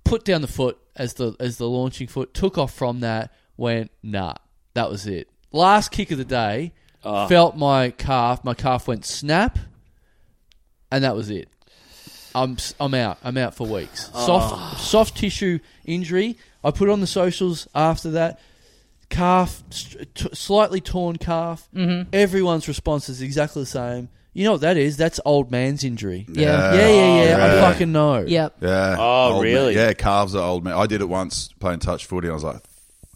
B: Put down the foot as the as the launching foot. Took off from that. Went nah. That was it. Last kick of the day.
C: Oh.
B: Felt my calf. My calf went snap, and that was it. I'm s- I'm out. I'm out for weeks. Soft soft tissue injury. I put on the socials after that. Calf, st- t- slightly torn calf. Mm-hmm. Everyone's response is exactly the same. You know what that is? That's old man's injury.
A: Yeah.
B: Yeah, Oh, yeah, yeah.
D: really?
B: I fucking know.
A: Yep.
D: Yeah.
C: Oh,
D: Old man-
C: really?
D: Yeah, calves are old man. I did it once playing touch footy, and I was like,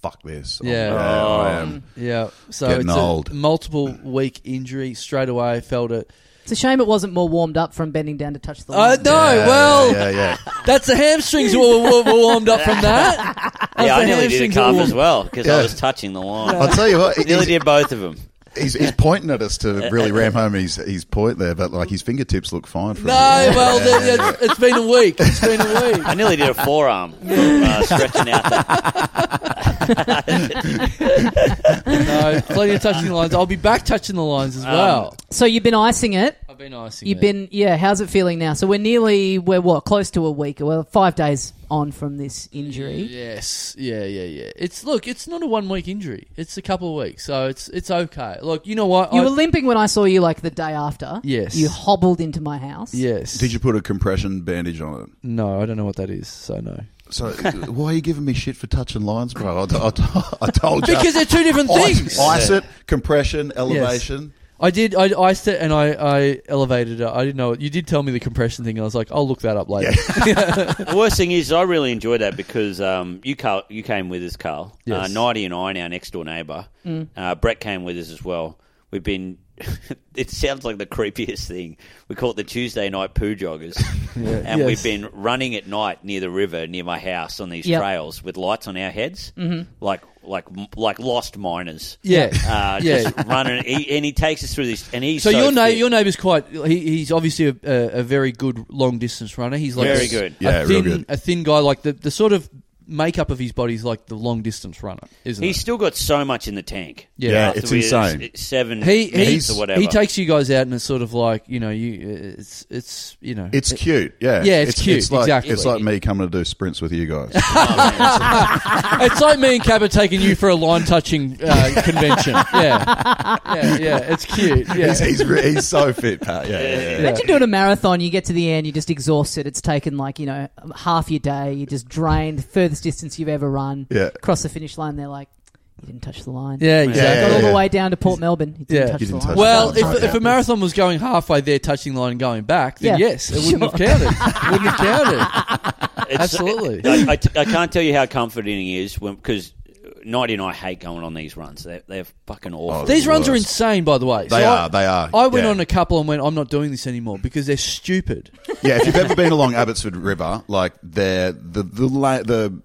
D: "Fuck this." I'm-
B: Yeah.
C: Oh.
D: I am.
B: yeah. So
D: Getting
B: it's a
D: old.
B: multiple week injury straight away. Felt it.
A: It's a shame it wasn't more warmed up from bending down to touch the
B: I
A: line.
B: know. Uh, Oh, well,
D: yeah, yeah.
B: that's the hamstrings were, were, were warmed up from that. That's
C: Yeah, I
B: the
C: nearly did a
B: hamstrings
C: calf
B: were
C: as
B: warmed-
C: well because
D: Yeah.
C: I was touching the line.
D: I'll tell you what,
C: nearly
D: he's,
C: did both of them.
D: he's, he's pointing at us to really ram home his, his point there, but like his fingertips look fine. From
B: No,
D: here.
B: well,
D: Yeah,
B: the-
D: yeah,
B: it's- it's been a week. It's been a week.
C: I nearly did a forearm from, uh, stretching out the
B: No, plenty of touching the lines. I'll be back touching the lines as well.
A: so you've been icing it.
B: Um, I've been icing.
A: You've
B: it.
A: been, yeah, how's it feeling now? So we're nearly, we're what, close to a week? Well, five days on from this injury.
B: Yes, yeah, yeah, yeah. It's look, it's not a one week injury. It's a couple of weeks, so it's it's okay. Look, you know what?
A: You
B: I-
A: were limping when I saw you like the day after.
B: Yes.
A: You hobbled into my house.
B: yes.
D: Did you put a compression bandage on it?
B: No, I don't know what that is. So no.
D: So why are you giving me shit for touching lines, bro? I, t- I, t- I told you.
B: Because they're two different
D: ice,
B: things.
D: ice it, compression, elevation.
B: I did. I iced it and I, I elevated it. I didn't know. it. You did tell me the compression thing. And I was like, I'll look that up later.
C: The worst thing is, I really enjoyed that because um, you, Carl, you came with us, Carl.
B: Yes.
C: Uh, Nighty and I, our next door neighbour. Uh, Brett came with us as well. We've been. it sounds like the creepiest thing. We call it the Tuesday night poo joggers,
B: yes.
C: and we've been running at night near the river, near my house, on these
A: Yep.
C: trails with lights on our heads, mm-hmm. like like like lost miners.
B: Yeah.
C: uh,
B: Yeah.
C: just running. He, and he takes us through this, and he's
B: So, your na-
C: fit.
B: your neighbour's quite. He, he's obviously a, a, a very good long distance runner. He's like
C: Very
B: a,
C: good.
D: Yeah,
B: a thin,
D: real good.
B: a thin guy. Like the, the sort of makeup of his body is like the long distance runner, isn't
C: He's
B: it?
C: still got so much in the tank.
B: Yeah.
D: Yeah,
C: After
D: it's
C: we-
D: insane.
C: s- Seven
B: He
C: meets
B: he's,
C: or whatever.
B: he takes you guys out and it's sort of like you know you it's it's you know
D: It's cute, yeah.
B: Yeah, it's cute,
D: It's like,
B: exactly.
D: It's like me coming to do sprints with you guys.
B: It's like me and Cab are taking you for a line touching uh, convention. Yeah. yeah, yeah, it's cute. Yeah,
D: he's, he's, re- he's so fit, Pat. Yeah, yeah, yeah.
A: Imagine doing a marathon, you get to the end, you're just exhausted. It's taken like, you know, half your day. You're just drained, furthest distance you've ever run.
D: Yeah.
A: Cross the finish line, they're like, you didn't touch the line.
B: yeah,
A: Got
B: exactly.
A: all
D: yeah.
A: the way down to Port Melbourne. You didn't
B: Yeah.
A: touch
D: You
A: the
D: didn't
A: line.
D: touch
B: Well,
D: That's right,
B: if, if
D: yeah.
B: a marathon was going halfway there, touching the line and going back, then
A: Yeah.
B: yes, it wouldn't have counted. Wouldn't have counted.
C: It's-
B: Absolutely.
C: I, I t- I can't tell you how comforting it is when because Nighty and I hate going on these runs. They're, they're fucking awful.
D: Oh,
B: These
D: the
B: runs are
D: worst.
B: insane, by the way.
D: They
B: So I-
D: are, they are.
B: I went
D: Yeah.
B: on a couple and went, I'm not doing this anymore because they're stupid.
D: Yeah, if you've ever been along Abbotsford River, like there, the the la- the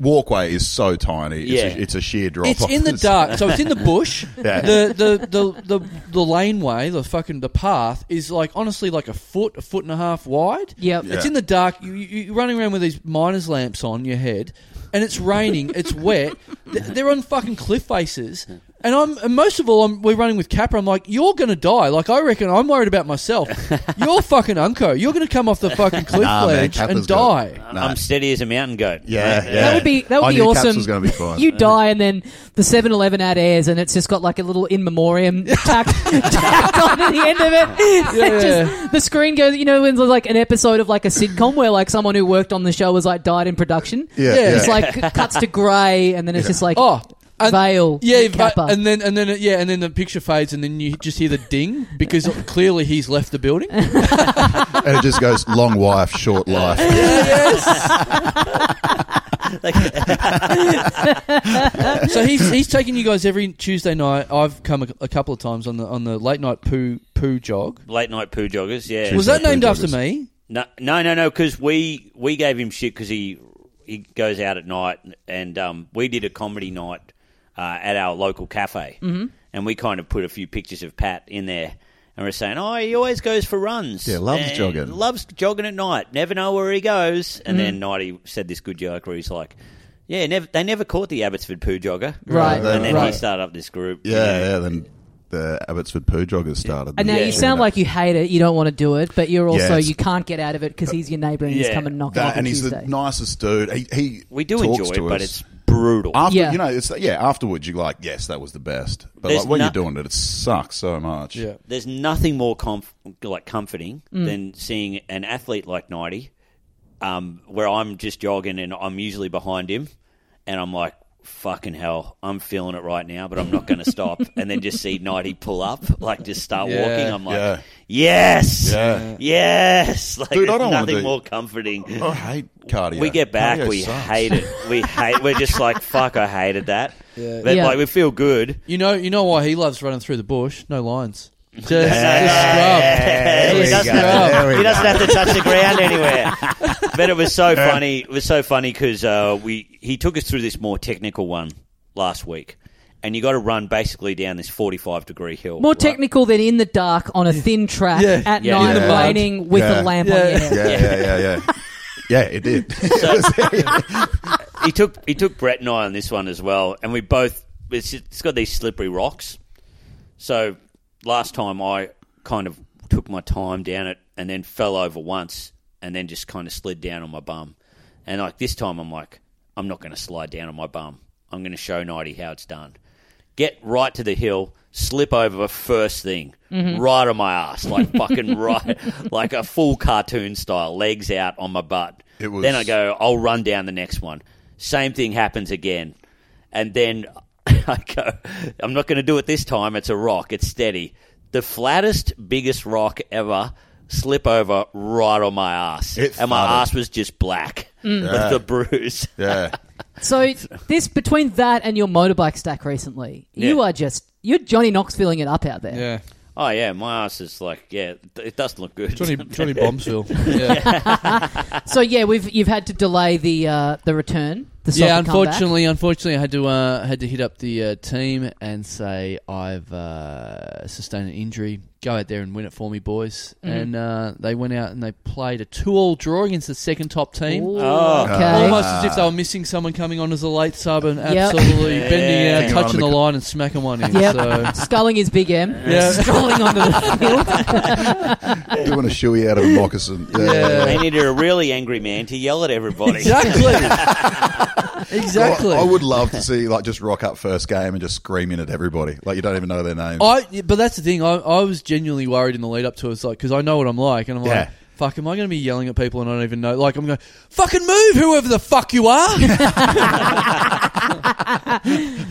D: walkway is so tiny.
C: Yeah.
D: It's, a, it's a sheer drop.
B: It's
D: off.
B: in the dark, so it's in the bush.
D: Yeah.
B: The, the the the the laneway, the fucking the path is like honestly like a foot, a foot and a half wide.
A: Yep.
D: Yeah.
B: It's in the dark. You, you, you're running around with these miners' lamps on your head, and it's raining. it's wet. Th- They're on fucking cliff faces. And I'm and most of all, I'm, we're running with Capra. I'm like, you're gonna die. Like I reckon, I'm worried about myself. You're fucking unco. You're gonna come off the fucking cliff
D: Nah, man,
B: ledge
D: Capra's
B: and
D: got-
B: die.
D: No.
C: I'm steady as a mountain goat.
D: Yeah, yeah.
A: That would be that would
D: I
A: be
D: knew
A: awesome.
D: Caps was going to be fine.
A: You die, and then the 7 Eleven ad airs, and it's just got like a little in memoriam tacked, tacked on at the end of it. It just- the screen goes, you know, when there's like an episode of like a sitcom where like someone who worked on the show was like died in production.
D: yeah,
B: Yeah,
D: yeah.
A: It's like cuts to grey, and then it's just like
B: Oh, and-
A: veil.
B: Yeah, but-
A: Kappa.
B: and then and then yeah, and then the picture fades, and then you just hear the ding because clearly he's left the building.
D: and it just goes long wife, short life.
B: so he's he's taking you guys every Tuesday night. I've come a, a couple of times on the on the late night poo poo jog.
C: Late night poo joggers. Yeah.
B: Was
D: Tuesday
B: that named
D: poo
B: after
D: joggers.
B: me?
C: No, no, no, no. Because we we gave him shit because he he goes out at night, and um, we did a comedy night uh, at our local cafe,
A: Mm-hmm.
C: mm and we kind of put a few pictures of Pat in there. And we're saying, oh, he always goes for runs.
D: Yeah, loves
C: and
D: jogging.
C: Loves jogging at night. Never know where he goes. And
A: Mm-hmm.
C: then Nighty said this good joke where he's like, yeah, never, they never caught the Abbotsford poo jogger.
A: Right,
C: And then he
A: right.
C: started up this group.
D: Yeah, yeah. Then the Abbotsford poo joggers started.
A: And now
C: Yeah.
A: you sound like you hate it, you don't want to do it, but you're also
D: Yes.
A: you can't get out of it because he's your neighbour and he's
C: Yeah.
A: coming knocking
D: that,
A: on
D: and he's
A: Tuesday.
D: the nicest dude. He, he
C: We do
D: talks
C: enjoy
D: to
C: it, but
D: us.
C: it's brutal.
D: After,
A: Yeah.
D: you know, it's yeah. Afterwards, you're like, yes, that was the best. But
C: There's
D: like, when
C: no-
D: you're doing it, it sucks so much.
B: Yeah.
C: there's nothing more comf- like comforting than seeing an athlete like Nighty, um, where I'm just jogging and I'm usually behind him, and I'm like, fucking hell, I'm feeling it right now, but I'm not going to stop. and then just see Nighty pull up, like just start
B: Yeah,
C: walking. I'm like,
D: yeah.
C: yes,
D: Yeah.
C: yes. Like,
D: Dude, I don't
C: there's
D: wanna
C: nothing
D: do-
C: more comforting.
D: I hate cardio.
C: We get back,
D: Cardio
C: we
D: sucks.
C: hate it. We hate. We're just like, fuck, I hated that.
B: Yeah.
C: But
A: Yeah.
C: like, we feel good.
B: You know you know why he loves running through the bush. No lines. Just,
C: Yeah,
B: just
C: he
B: scrub.
C: doesn't,
B: Just scrub.
C: have
D: There
C: to,
D: we
C: he doesn't have to touch the ground anywhere. But it was so funny. It was so funny because uh, we he took us through this more technical one last week, and you got to run basically down this forty-five degree hill.
A: More
C: right?
A: technical than in the dark on a thin track
B: Yeah.
A: at
C: Yeah.
A: night,
D: In the mud.
A: raining with a
D: Yeah.
A: lamp
B: Yeah.
A: on your head.
D: Yeah, yeah, yeah, yeah. yeah, it did.
C: He took he took Brett and I on this one as well, and we both. It's, it's got these slippery rocks. So last time I kind of took my time down it and then fell over once and then just kind of slid down on my bum. And like this time I'm like, I'm not going to slide down on my bum. I'm going to show Nighty how it's done. Get right to the hill, slip over first thing, right on my ass, like fucking right, like a full cartoon style, legs out on my butt.
D: It was-
C: Then I go, I'll run down the next one. Same thing happens again. And then I go, I'm not going to do it this time. It's a rock. It's steady. The flattest, biggest rock ever slip over right on my ass.
D: It
C: and my
D: farted.
C: ass was just black with
D: Yeah.
C: the bruise.
D: yeah.
A: So this between that and your motorbike stack recently, you
C: Yeah.
A: are just you're Johnny Knox filling it up out there.
B: Yeah.
C: Oh, yeah. My ass is like, yeah, th- it doesn't look good.
B: Johnny Johnny Bombsville. Yeah,
A: So yeah, we've you've had to delay the uh, the return. The
B: yeah.
A: soccer comeback.
B: Unfortunately, unfortunately, I had to uh, had to hit up the uh, team and say I've uh, sustained an injury. Go out there and win it for me, boys.
A: Mm-hmm.
B: And uh, they went out and they played a two-all draw against the second top team.
A: Ooh,
C: Oh.
A: okay.
B: Almost as if they were missing someone coming on as a late sub and
A: Yep.
B: absolutely
C: Yeah.
B: bending
C: Taking
B: out,
D: it
B: touching
D: on
B: the
D: the-
B: line and smacking one in.
A: Yep.
B: So
A: Sculling his big M.
B: Yeah.
A: Strolling onto the field.
D: Doing a shoey out of a moccasin. Yeah.
B: Yeah.
C: They needed a really angry man to yell at everybody.
B: exactly, exactly.
D: I, I would love to see like just rock up first game and just screaming at everybody. Like you don't even know their name.
A: Oh,
B: I, but that's the thing. I, I was genuinely worried in the lead up to it. It's like because I know what I'm like, and I'm
D: Yeah.
B: like, fuck, am I going to be yelling at people and I don't even know? Like I'm going, fucking move, whoever the fuck you are.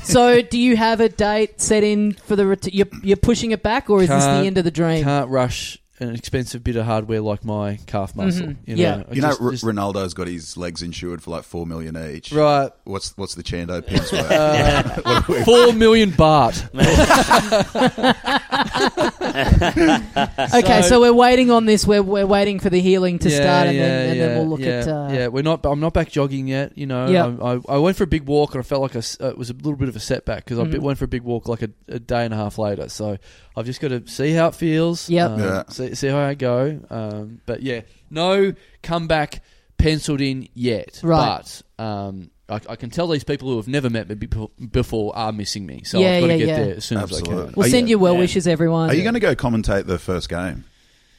A: So do you have a date set in for the ret- you're, you're pushing it back or is this the
B: Can't-
A: end of the dream?
B: Can't rush an expensive bit of hardware like my calf muscle.
A: Mhm.
B: You know,
A: Yeah.
B: I
D: you know,
B: just-
D: R-
B: just-
D: Ronaldo's got his legs insured for like four million each.
B: right?
D: What's what's the Chando pins worth?
B: Uh, Four million baht.
A: Okay, so, we're waiting on this. We're, we're waiting for the healing to start, and, then, and then we'll look
B: yeah,
A: at. Uh,
B: yeah, we're not. I'm not back jogging yet. You know,
A: Yeah.
B: I, I, I went for a big walk and I felt like I s uh, it was a little bit of a setback because I
A: Mhm.
B: went for a big walk like a, a day and a half later. So I've just got to see how it feels.
A: Yep.
B: um,
D: Yeah.
B: See, see how I go. Um, but yeah, no comeback penciled in yet.
A: Right.
B: But um, I, I can tell these people who have never met me befo- before are missing me. So
A: Yeah,
B: I've got
A: yeah,
B: to get
A: yeah.
B: there as soon as I
D: Absolutely.
B: can.
A: We'll
D: Are
A: send
D: you-
A: you well
C: yeah.
A: wishes, everyone.
D: Are you going to go commentate the first game?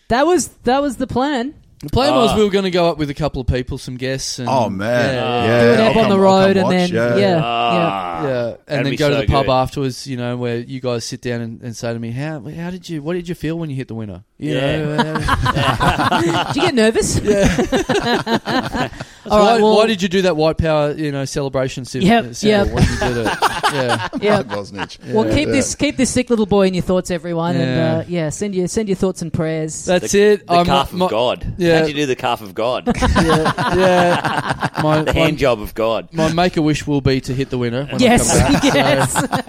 A: that was that was the plan.
B: The plan was
C: Ah.
B: we were going to go up with a couple of people, some guests. And,
D: Oh man,
B: Yeah,
D: yeah,
B: yeah,
A: Mm. Do it
D: I'll
A: up on the
D: come- I'll come
A: road, and
D: watch,
A: then yeah, yeah.
C: Ah,
B: Yeah,
C: that'd
B: and then
C: be
B: go to
C: so
B: the pub
C: good.
B: afterwards, you know, where you guys sit down and, and say to me, "How how did you? What did you feel when you hit the winner?" You
C: Yeah.
B: know, uh,
A: Did you get nervous?
B: so
A: All right.
B: why,
A: well,
B: why did you do that white power, you know, celebration? Sim-
A: Yep,
B: uh,
A: yep.
B: symbol when you did it? yeah,
A: yeah.
D: Bosnich.
A: Well, keep
D: Yeah.
A: this keep this sick little boy in your thoughts, everyone,
B: Yeah.
A: and uh, yeah, send your send your thoughts and prayers.
B: that's
C: The-
B: it.
C: The
B: I'm-
C: calf
B: my-
C: of God.
B: Yeah.
C: How'd you do the calf of God? the
B: Yeah, yeah. My,
C: hand
B: my,
C: job of God.
B: my make a wish will be to hit the winner. When
A: yes,
B: I come back.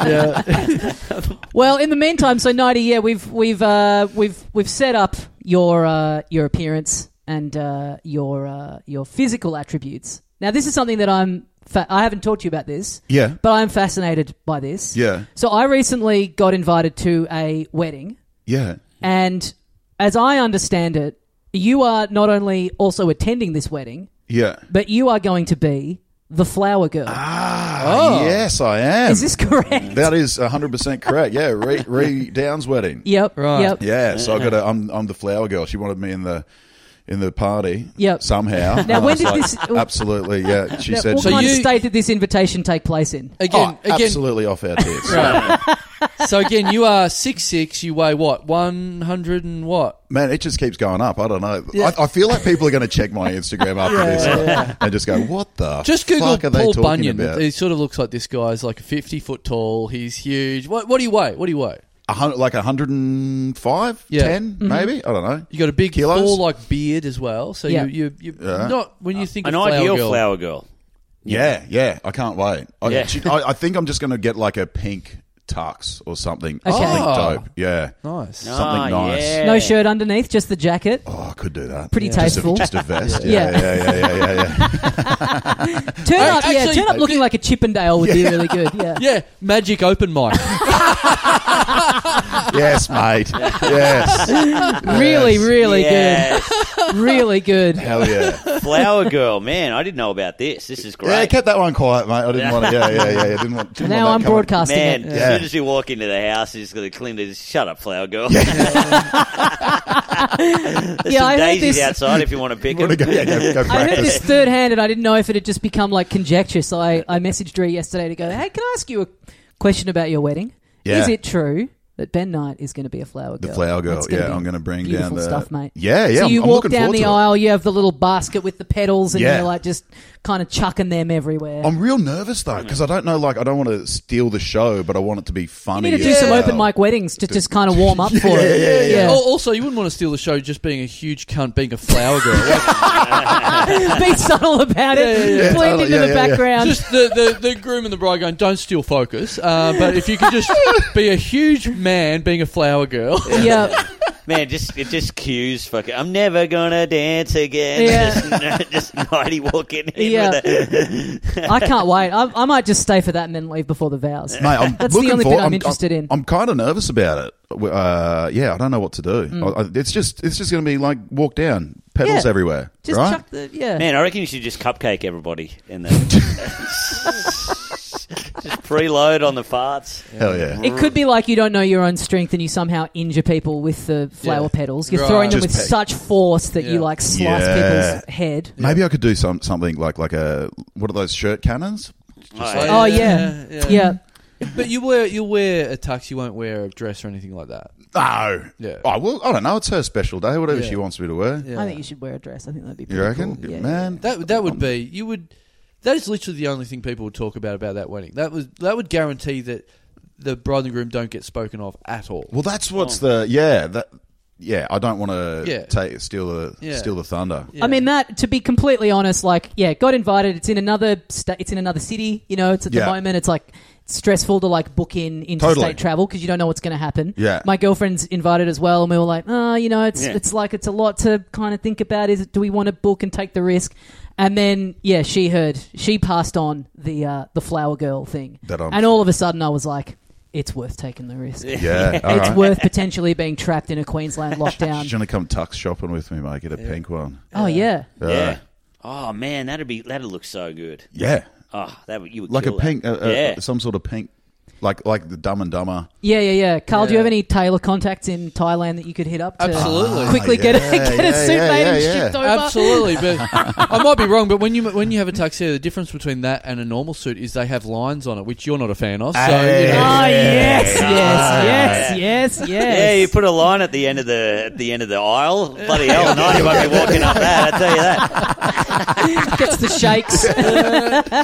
A: yes.
C: Oh,
B: Yeah,
A: Well, in the meantime, so ninety, yeah, we've we've uh, we've we've set up your uh, your appearance and uh, your uh, your physical attributes. Now, this is something that I'm fa- I haven't talked to you about this,
D: Yeah,
A: but I'm fascinated by this.
D: yeah,
A: So I recently got invited to a wedding,
D: yeah.
A: and as I understand it, you are not only also attending this wedding,
D: Yeah.
A: but you are going to be the flower girl.
D: Ah,
B: Oh.
D: yes, I am.
A: Is this correct?
D: that is 100% correct. Yeah, Ree, Ree Down's wedding.
A: Yep.
B: Right.
A: Yep.
D: Yeah, so I got a, I'm I'm the flower girl. She wanted me in the in the party
A: Yep.
D: somehow.
A: Now,
D: And I
A: when
D: was
A: did
D: like,
A: this-
D: Absolutely, yeah. She
A: Now,
D: said
A: what
B: So
A: kind of
B: you-
A: state did this invitation take place in?
B: again,
D: Oh,
B: again.
D: absolutely off our tits.
B: Right. so again, you are six six. You weigh what? One hundred and what?
D: Man, it just keeps going up. I don't know.
B: Yeah.
D: I, I feel like people are going to check my Instagram after this and just go, "What the?
B: Just Google
D: fuck are they
B: Paul
D: talking
B: Bunyan.
D: about?"
B: He sort of looks like this guy's like fifty foot tall. He's huge. What, what do you weigh? What do you weigh?
D: A hundred, like 105,
B: Yeah. Mm-hmm.
D: 10, maybe. I don't know.
B: You got a big
D: Kilos?
B: full like beard as well. So
A: Yeah.
B: you you you
D: Yeah.
B: not when you think
C: An
B: of flower
C: ideal
B: girl.
C: flower girl.
D: Yeah, yeah. I can't wait. I,
C: Yeah.
D: I, I think I'm just going to get like a pink tux or something.
A: Okay.
D: Something
B: Oh.
D: dope. Yeah.
B: Nice.
D: Something
C: Ah,
D: nice.
C: yeah.
A: No shirt underneath, just the jacket.
D: Oh, I could do that.
A: Pretty
D: Just a-
A: tasteful.
D: Just a, vest.
A: Yeah.
D: Yeah, yeah, yeah, yeah, yeah. yeah,
A: Turn
B: Ac-
D: Oh,
A: up, yeah.
B: actually-
A: Turn up looking like a Chippendale would be really good. Yeah.
B: Yeah, magic open mic.
D: yes, mate. Yes.
A: Really, really
C: Yes.
A: good. Really good.
D: Hell yeah.
C: flower girl. Man, I didn't know about this. This is great.
D: Yeah, kept that one quiet, mate. I didn't want to. Yeah, yeah, yeah. yeah. Didn't want. Didn't
A: now I'm
D: want that coming-
A: broadcasting
C: Man,
A: it.
C: as
D: Yeah.
C: soon as you walk into the house, he's going to clean this. Shut up, flower girl. There's
A: Yeah,
C: some
A: I heard
C: daisies
A: this-
C: outside if you want to pick them.
D: Want to go, yeah, go, go
A: I heard
D: practice.
A: this third hand, and I didn't know if it had just become like conjecture. So I, I messaged Dree yesterday to go, "Hey, can I ask you a question about your wedding?
D: Yeah.
A: Is it true that Ben Knight is going to be a flower girl?
D: The flower girl.
A: That's gonna
D: Yeah,
A: be
D: I'm going to bring down
A: beautiful
D: the
A: stuff, mate.
D: Yeah, yeah.
A: so
D: I'm,
A: you
D: I'm
A: walk
D: looking
A: down
D: forward
A: the
D: to it.
A: aisle, you have the little basket with the petals, and
D: Yeah.
A: you're like just kind of chucking them everywhere.
D: I'm real nervous though because I don't know. Like, I don't want to steal the show, but I want it to be
A: you
D: funny.
A: need to do
D: as
A: some
D: well.
A: open mic weddings to just kind of warm up for it.
D: yeah, yeah,
B: Al- Also, you wouldn't want to steal the show just being a huge cunt, being a flower girl.
A: Be subtle about it.
D: yeah, yeah.
A: Blend
D: Totally,
A: into
D: yeah,
A: the
D: yeah, yeah.
A: background.
B: just the, the, the groom and the bride going, don't steal focus. Uh, but if you could just be a huge man being a flower girl.
A: yeah.
C: Man, just it just cues fucking. I'm never gonna dance again.
A: Yeah.
C: Just, just nighty walking in
A: Yeah.
C: with a,
A: I can't wait. I, I might just stay for that and then leave before the vows.
D: Mate, I'm
A: That's the
D: looking
A: only
D: forward-
A: bit I'm
D: I'm
A: interested in.
D: I'm kind of nervous about it. Uh, yeah, I don't know what to do. I, I- it's just it's just going to be like walk down, pedals
A: Mm. Yeah.
D: everywhere,
A: Just
D: right?
A: chuck the yeah.
C: Man, I reckon you should just cupcake everybody in the. just preload on the farts.
D: Hell yeah!
A: It could be like you don't know your own strength and you somehow injure people with the flower
B: Yeah.
A: petals. You're
B: Right.
A: throwing them
D: Just
A: with
D: pe-
A: such force that
B: Yeah.
A: you like slice
D: Yeah.
A: people's head.
D: Maybe I could do some something like like a what are those shirt cannons?
C: Alright.
A: Oh, yeah.
B: yeah.
A: Yeah.
B: But you wear you wear a tux, you won't wear a dress or anything like that.
D: No.
B: Yeah.
D: Oh, well, I don't know. It's her special day. Whatever
B: Yeah.
D: she wants me to wear.
B: Yeah.
A: I think you should wear a dress. I think that'd be
D: You
A: pretty
D: reckon,
A: cool. Yeah,
D: man?
B: That that would be you would. That is literally the only thing people would talk about about that wedding. That was that would guarantee that the bride and groom don't get spoken of at all.
D: Well, that's what's the yeah that yeah, I don't want to
B: Yeah.
D: take steal the
B: Yeah.
D: steal the thunder.
A: I mean that to be completely honest, like yeah, got invited. It's in another sta- it's in another city. You know, it's at
D: Yeah.
A: the moment. It's like it's stressful to like book in interstate
D: Totally.
A: travel because you don't know what's going to happen.
D: Yeah.
A: my girlfriend's invited as well, and we were like, oh, you know, it's
C: Yeah.
A: it's like it's a lot to kind of think about. Is it, do we want to book and take the risk? And then yeah, she heard she passed on the uh, the flower girl thing,
D: That I'm-
A: and all of a sudden I was like, it's worth taking the risk.
D: Yeah, all
A: It's
D: right.
A: worth potentially being trapped in a Queensland lockdown.
D: She's gonna come tux shopping with me, mate. Get a pink one.
A: Oh yeah.
D: Uh,
C: yeah. Oh man, that'd be that'd look so good.
D: yeah,
C: Oh, that would you would
D: like a
C: kill that.
D: pink, uh, uh,
C: yeah.
D: some sort of pink, like like the Dumb and Dumber.
A: Yeah, yeah, yeah. Carl, do you
B: Yeah.
A: have any tailor contacts in Thailand that you could hit up to
B: Absolutely.
A: quickly
D: Ah,
A: get,
D: yeah,
A: a, get
D: yeah,
A: a suit
D: yeah,
A: made
D: yeah,
A: and
D: yeah.
A: shipped over?
B: Absolutely, but I might be wrong. But when you when you have a tuxedo, the difference between that and a normal suit is they have lines on it, which you're not a fan of. So you know.
A: Oh yes,
C: Yeah.
A: yes, yes, yes, yes.
C: Yeah, you put a line at the end of the at the end of the aisle. Bloody hell, no, you won't be walking up that. I tell you that.
A: gets the shakes.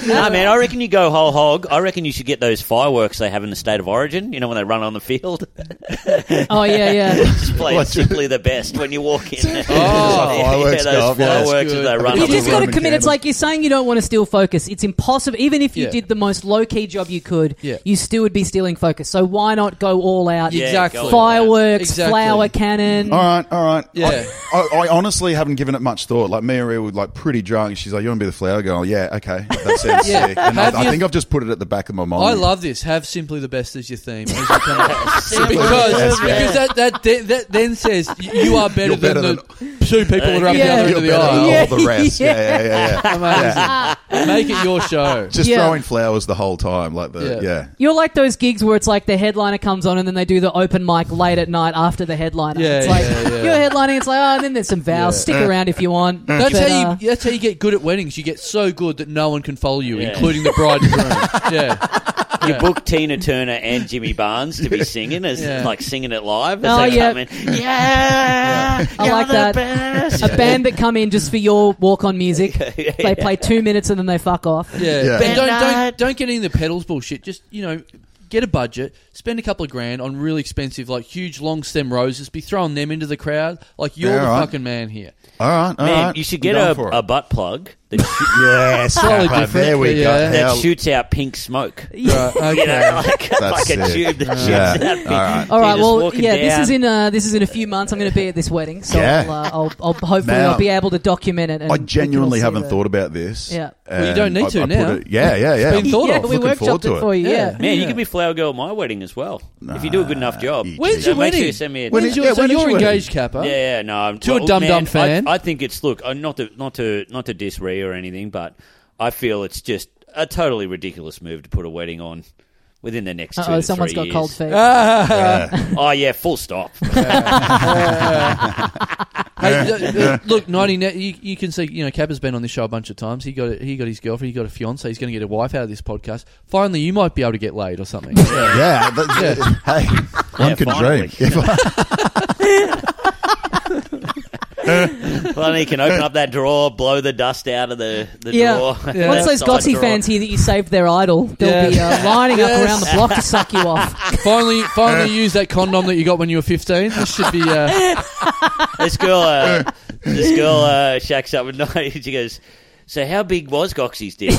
C: No, man, I reckon you go whole hog. I reckon you should get those fireworks they have in the state of origin. You know when they run on the field.
A: oh yeah, yeah.
C: Just play
D: What?
C: simply the best when you walk in.
B: Oh,
D: fireworks
C: yeah,
D: go
C: those
D: off, yeah, that's
C: fireworks as
B: good.
C: they run.
A: You
C: up
D: Another
A: just got to
D: Roman
A: commit. It's
D: candle.
A: like you're saying you don't want to steal focus. It's impossible. Even if you
B: Yeah.
A: did the most low key job you could,
B: Yeah.
A: you still would be stealing focus. So why not go all out?
C: Yeah,
B: Exactly.
C: go all out.
A: Fireworks,
B: Exactly.
A: flower cannon.
D: All right, all right.
B: Yeah.
D: I, I, I honestly haven't given it much thought. Like, me and Maria were like pretty drunk. She's like, "You want to be the flower girl?" Yeah, okay. That sounds
B: Yeah.
D: sick. And I,
B: Have
D: I
B: you-
D: think I've just put it at the back of my mind.
B: I love this. Have simply the best as your theme, as you come out.
C: Simply
B: because
C: the
B: because
C: best.
B: that that then, that then says y- you are better,
D: You're better
B: than, the two people that are up
A: Yeah.
B: the other end
D: You're
B: of the
D: better than
B: aisle.
A: Yeah.
D: all the rest. Yeah, yeah, yeah. yeah,
B: Amazing. Make it your show.
D: Just
A: Yeah.
D: throwing flowers the whole time, like the
B: Yeah.
D: yeah.
A: You're like those gigs where it's like the headliner comes on and then they do the open mic late at night after the headliner.
B: Yeah,
A: it's like
B: yeah, yeah.
A: you're headlining. It's like oh, and then there's some vows. Stick around if you want.
B: That's
A: But,
B: how
A: uh,
B: you. That's how you get good at weddings. You get so good that no one can follow you,
C: Yeah.
B: including the bride and groom. Yeah,
C: You book Tina Turner and Jimmy Barnes to be singing, as
B: Yeah.
C: like singing it live. As
A: Oh,
C: they
A: yeah.
C: come in. yeah,
A: I
C: you're
A: like
C: the
A: that.
C: best.
A: a band that come in just for your walk on music. They play two minutes and then they fuck off.
B: yeah.
D: Yeah.
B: And don't,
C: Midnight.
B: don't don't get any of the pedals bullshit. Just you know, get a budget, spend a couple of grand on really expensive, like huge long stem roses. Be throwing them into the crowd. Like you're
D: Yeah,
B: the
D: all right.
B: fucking man here.
D: All right, all
C: Man,
D: right.
C: you should
D: I'm
C: get
D: going
C: a,
D: for it.
C: a butt plug that, shoot-
D: yes.
B: Slightly
D: Papa,
B: different,
D: There we
B: but yeah.
D: go.
C: that
D: Hell,
C: shoots out pink smoke.
B: Right, okay.
C: You know, like, like a
D: sick.
C: tube that shoots
D: Yeah.
C: out pink.
D: All right.
A: All right.
C: You're just
A: Well,
C: walking
A: yeah. This
C: down.
A: is in uh, this is in a few months. I'm going to be at this wedding, so
D: Yeah.
A: I'll, uh, I'll, I'll hopefully
D: Man,
A: I'll be able to document it. And
D: I
A: we can all
D: genuinely
A: see
D: haven't
A: the-
D: thought about this.
A: Yeah.
B: Well, you don't
D: And
B: need to
D: put
B: now.
D: it- yeah, yeah, yeah.
B: been thought
A: Yeah,
B: of.
A: but we
D: Looking forward
A: worked
D: to
A: it
D: it.
A: for you.
B: Yeah.
A: Yeah.
C: Man,
B: Yeah.
C: you could be flower girl at my wedding as well if you do a good enough job.
D: you
B: When's
D: So
B: your
C: Now, make sure
B: wedding?
C: you send me a.
D: When is
B: Yeah,
D: your- yeah,
B: so
D: when is
B: you're
D: your
B: engaged, Kappa.
C: yeah, yeah, no. I'm
B: To a
C: well,
B: Dum Dum
C: man,
B: fan.
C: I, I think it's look, uh, not to not to not to diss Rhea or anything, but I feel it's just a totally ridiculous move to put a wedding on within the next. two
A: Uh-oh,
C: to
A: someone's
C: three
A: got
C: years.
A: cold feet.
C: Oh yeah, full stop.
B: Hey, th- th- look, ninety. Net, you, you can see, you know, Cabba's been on this show a bunch of times. He got he got his girlfriend, he got a fiance. He's going to get a wife out of this podcast. Finally, you might be able to get laid or something. Yeah.
D: Yeah, that- hey, one
C: Yeah,
D: can
C: finally.
D: dream. If oh, I-
C: well, then he can open up that drawer, blow the dust out of the, the
A: Yeah.
C: drawer.
B: Yeah.
A: Once those
C: Left side
A: Gotsy
C: drawer.
A: fans hear that you saved their idol, they'll be uh, lining up
B: Yes.
A: around the block to suck you off.
B: finally, finally, use that condom that you got when you were fifteen. This should be. Uh,
C: This girl, uh, this girl uh, shacks up at night. She goes, "So how big was Goxie's dick?"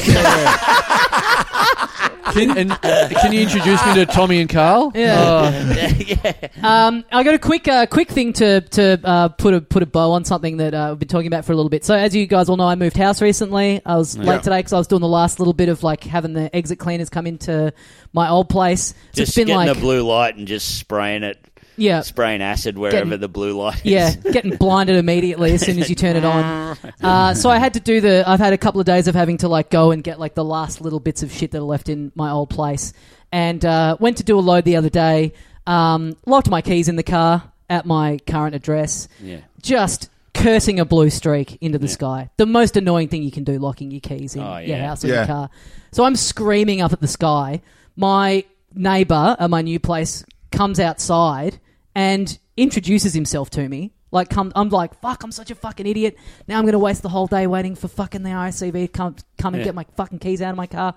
B: can, and can you introduce me to Tommy and Carl?
A: Yeah.
B: Uh,
C: yeah.
A: Um, I got a quick, uh, quick thing to to uh, put a put a bow on something that uh, we've been talking about for a little bit. So, as you guys all know, I moved house recently. I was late today because I was doing the last little bit of like having the exit cleaners come into my old place. So
C: Just
A: it's been
C: getting
A: like,
C: the blue light and just spraying it,
A: yeah,
C: spraying acid wherever
A: Getting-
C: the blue light is.
A: Yeah, getting blinded immediately as soon as you turn it on. Uh, so I had to do the. I've had a couple of days of having to like go and get like the last little bits of shit that are left in my old place, and uh, went to do a load the other day. Um, locked my keys in the car at my current address.
C: Yeah.
A: Just cursing a blue streak into the sky. The most annoying thing you can do, locking your keys in
C: Oh,
A: your
C: yeah.
A: house or
D: Yeah.
A: your car. So I'm screaming up at the sky. My neighbor at my new place comes outside and introduces himself to me. Like, come, I'm like, fuck, I'm such a fucking idiot. Now I'm going to waste the whole day waiting for fucking the RSCB to come, come and
C: Yeah.
A: get my fucking keys out of my car.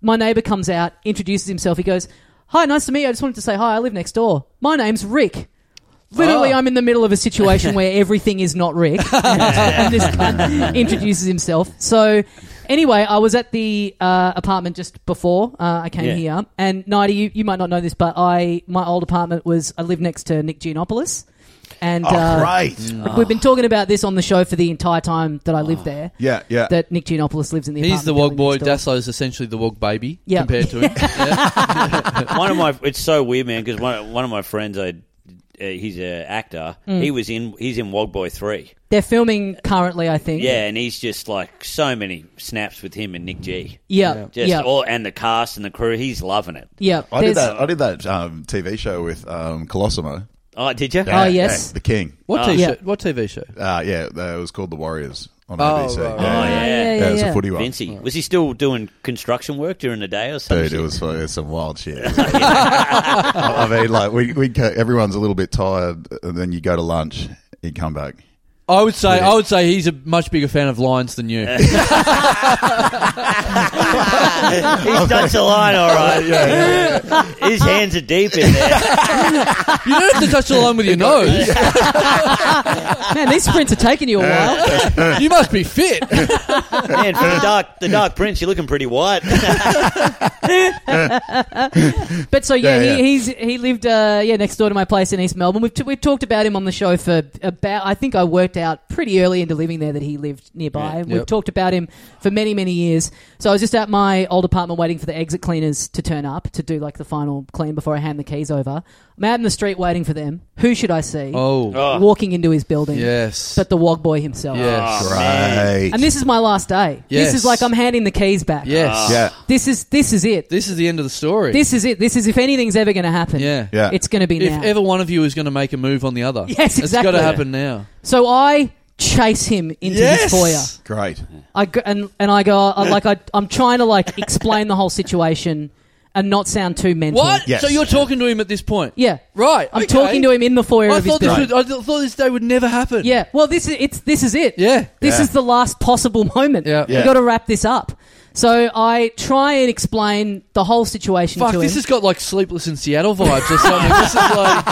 A: My neighbor comes out, introduces himself. He goes, Hi, nice to meet you. I just wanted to say hi. I live next door. My name's Rick. Literally,
B: Oh.
A: I'm in the middle of a situation where everything is not Rick. and this cunt introduces himself. So, anyway, I was at the uh, apartment just before uh, I came
C: Yeah.
A: here. And, Nighty, you, you might not know this, but I my old apartment was, I lived next to Nick Giannopoulos. And
D: Oh,
A: uh,
D: great.
A: we've been talking about this on the show for the entire time that I lived there.
D: Oh. Yeah, yeah.
A: That Nick Giannopoulos lives in the
B: He's the
A: apartment
B: wog boy.
A: building next door.
B: Daslo's essentially the wog baby
A: Yeah.
B: compared to him.
C: one of my it's so weird, man. Because one one of my friends, I uh, he's an actor.
A: Mm.
C: He was in he's in Wog Boy Three.
A: They're filming currently, I think.
C: Yeah, and he's just like so many snaps with him and Nick G.
A: Yeah.
C: Just
A: yeah.
C: all and the cast and the crew. He's loving it.
A: yeah.
D: I did
A: There's-
D: that. I did that um, TV show with um, Colosimo.
C: Oh, did you?
A: Oh, yes.
D: the King.
B: What TV
C: Oh.
A: Uh, Yeah.
B: show? What TV show?
D: Uh, yeah, that was called The Warriors on
B: Oh,
D: ABC.
B: right.
D: Yeah,
C: Oh,
D: yeah.
A: Ah,
C: yeah.
A: yeah,
D: Yeah, it was
A: yeah.
D: a footy one.
C: Vincey, was he still doing construction work during the day or something?
D: Dude, it was, it was some wild shit. I mean, like we we go, everyone's a little bit tired, and then you go to lunch, you come back.
B: I would say I would say he's a much bigger fan of lions than you.
C: He's touched the line, all right. His hands are deep in there.
B: You don't have to touch the line with your nose.
A: Man, these sprints are taking you a while.
B: You must be fit.
C: Man, for the dark, the dark prince, you're looking pretty white.
A: But so yeah,
D: Yeah, yeah.
A: He, he's he lived uh, yeah next door to my place in East Melbourne. We've, t- we've talked about him on the show for about I think I worked out pretty early into living there that he lived nearby. We've
B: Yep.
A: talked about him for many many years. So I was just at my old apartment waiting for the exit cleaners to turn up to do like the final clean before I hand the keys over. I'm out in the street waiting for them. Who should I see?
B: Oh,
C: Oh,
A: Walking into his building,
B: yes.
A: but the wog boy himself.
B: yes.
C: Oh, man.
A: And this is my last day.
B: Yes.
A: This is like I'm handing the keys back.
B: Yes.
D: yeah,
A: This is this is it.
B: This is the end of the story.
A: This is it. This is if anything's ever going to happen.
B: yeah.
D: yeah.
A: It's going to be
B: If
A: now.
B: ever one of you is going to make a move on the other,
A: Yes,
B: It's got
A: exactly.
B: to happen now.
A: so I chase him into his foyer.
D: great.
A: I go, and and I go I, like I I'm trying to like explain the whole situation and not sound too mental.
B: What?
D: Yes.
B: So you're talking to him at this point?
A: Yeah.
B: Right.
A: I'm talking to him in the foyer
B: I
A: of his
B: thought this
A: building.
B: would, I thought this day would never happen.
A: Yeah. Well, this is it's this is it.
B: Yeah.
A: This
D: Yeah.
A: is the last possible moment.
B: Yeah.
A: We
D: Yeah.
A: got to wrap this up. So I try and explain the whole situation
B: Fuck,
A: to him.
B: this has got like sleepless in Seattle vibes or something. this is like,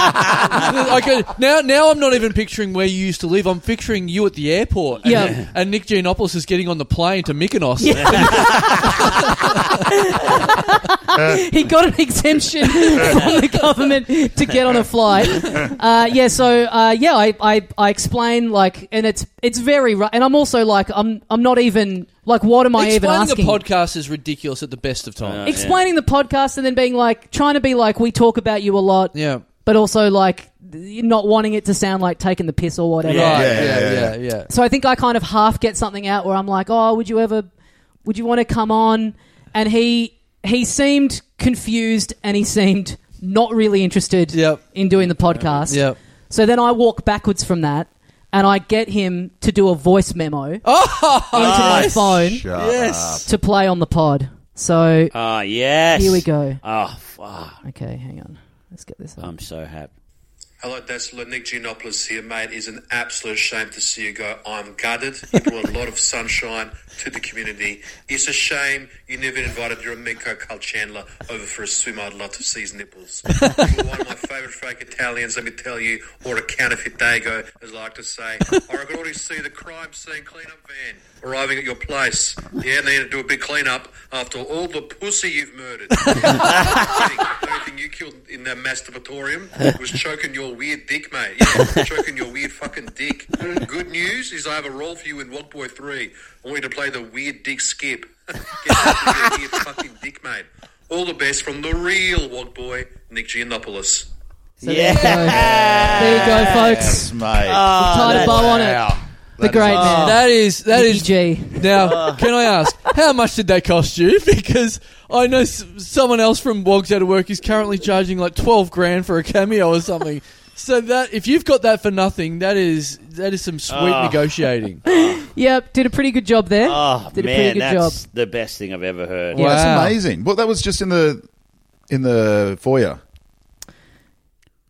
B: I could, now, now I'm not even picturing where you used to live. I'm picturing you at the airport. and-
A: Yeah.
B: And Nick Giannopoulos is getting on the plane to Mykonos.
A: he got an exemption from the government to get on a flight. Uh, yeah, so uh, yeah, I, I I explain like, and it's it's very ru- and I'm also like, I'm I'm not even like, what am I even
B: Explaining
A: asking?
B: the podcast is ridiculous at the best of times.
A: Explaining the podcast and then being like, trying to be like, we talk about you a lot,
B: yeah.
A: but also like, not wanting it to sound like taking the piss or whatever.
B: Right.
D: Yeah, yeah,
B: yeah, yeah,
D: yeah.
B: yeah.
A: So I think I kind of half get something out where I'm like, "Oh, would you ever would you want to come on?" And he he seemed confused and he seemed not really interested
B: Yep.
A: in doing the podcast.
B: Yep.
A: So then I walk backwards from that and I get him to do a voice memo
B: Oh,
A: into my phone
D: Shut up.
B: Yes.
A: to play on the pod. So
C: Ah, yes.
A: here we go.
C: Oh, fuck.
A: Okay, hang on. Let's get this up.
C: I'm so happy.
E: Hello, that's Nick Giannopoulos here, mate. It's an absolute shame to see you go. I'm gutted. You brought a lot of sunshine to the community. It's a shame you never invited your amico Carl Chandler over for a swim. I'd love to see his nipples. You're one of my favourite fake Italians, let me tell you, or a counterfeit Dago, as I like to say. Or I could already see the crime scene cleanup van arriving at your place. Yeah, need to do a big cleanup after all the pussy you've murdered. Dick, the only thing you killed in that masturbatorium was choking your weird dick, mate. Yeah, choking your weird fucking dick. Good news is I have a role for you in Walk Boy 3. I want you to play the weird dick skip. Get out of your weird fucking dick, mate. All the best from the real Walk Boy, Nick Giannopoulos.
A: So there you go. There you go, folks.
D: mate.
B: Oh,
A: Tied a bow on it. The great man.
B: Ah, That is that is
A: EG.
D: Uh.
B: now. Can I ask how much did they cost you? Because I know s- someone else from Wogs Out of Work is currently charging like twelve grand for a cameo or something. So that if you've got that for nothing, that is that is some sweet
D: Ah.
B: negotiating.
A: Yep, did a pretty good job there.
C: Oh,
A: did a
C: man,
A: pretty good job.
C: that's the best thing I've ever heard.
B: Wow.
D: That's amazing. Well, that was just in the in the foyer.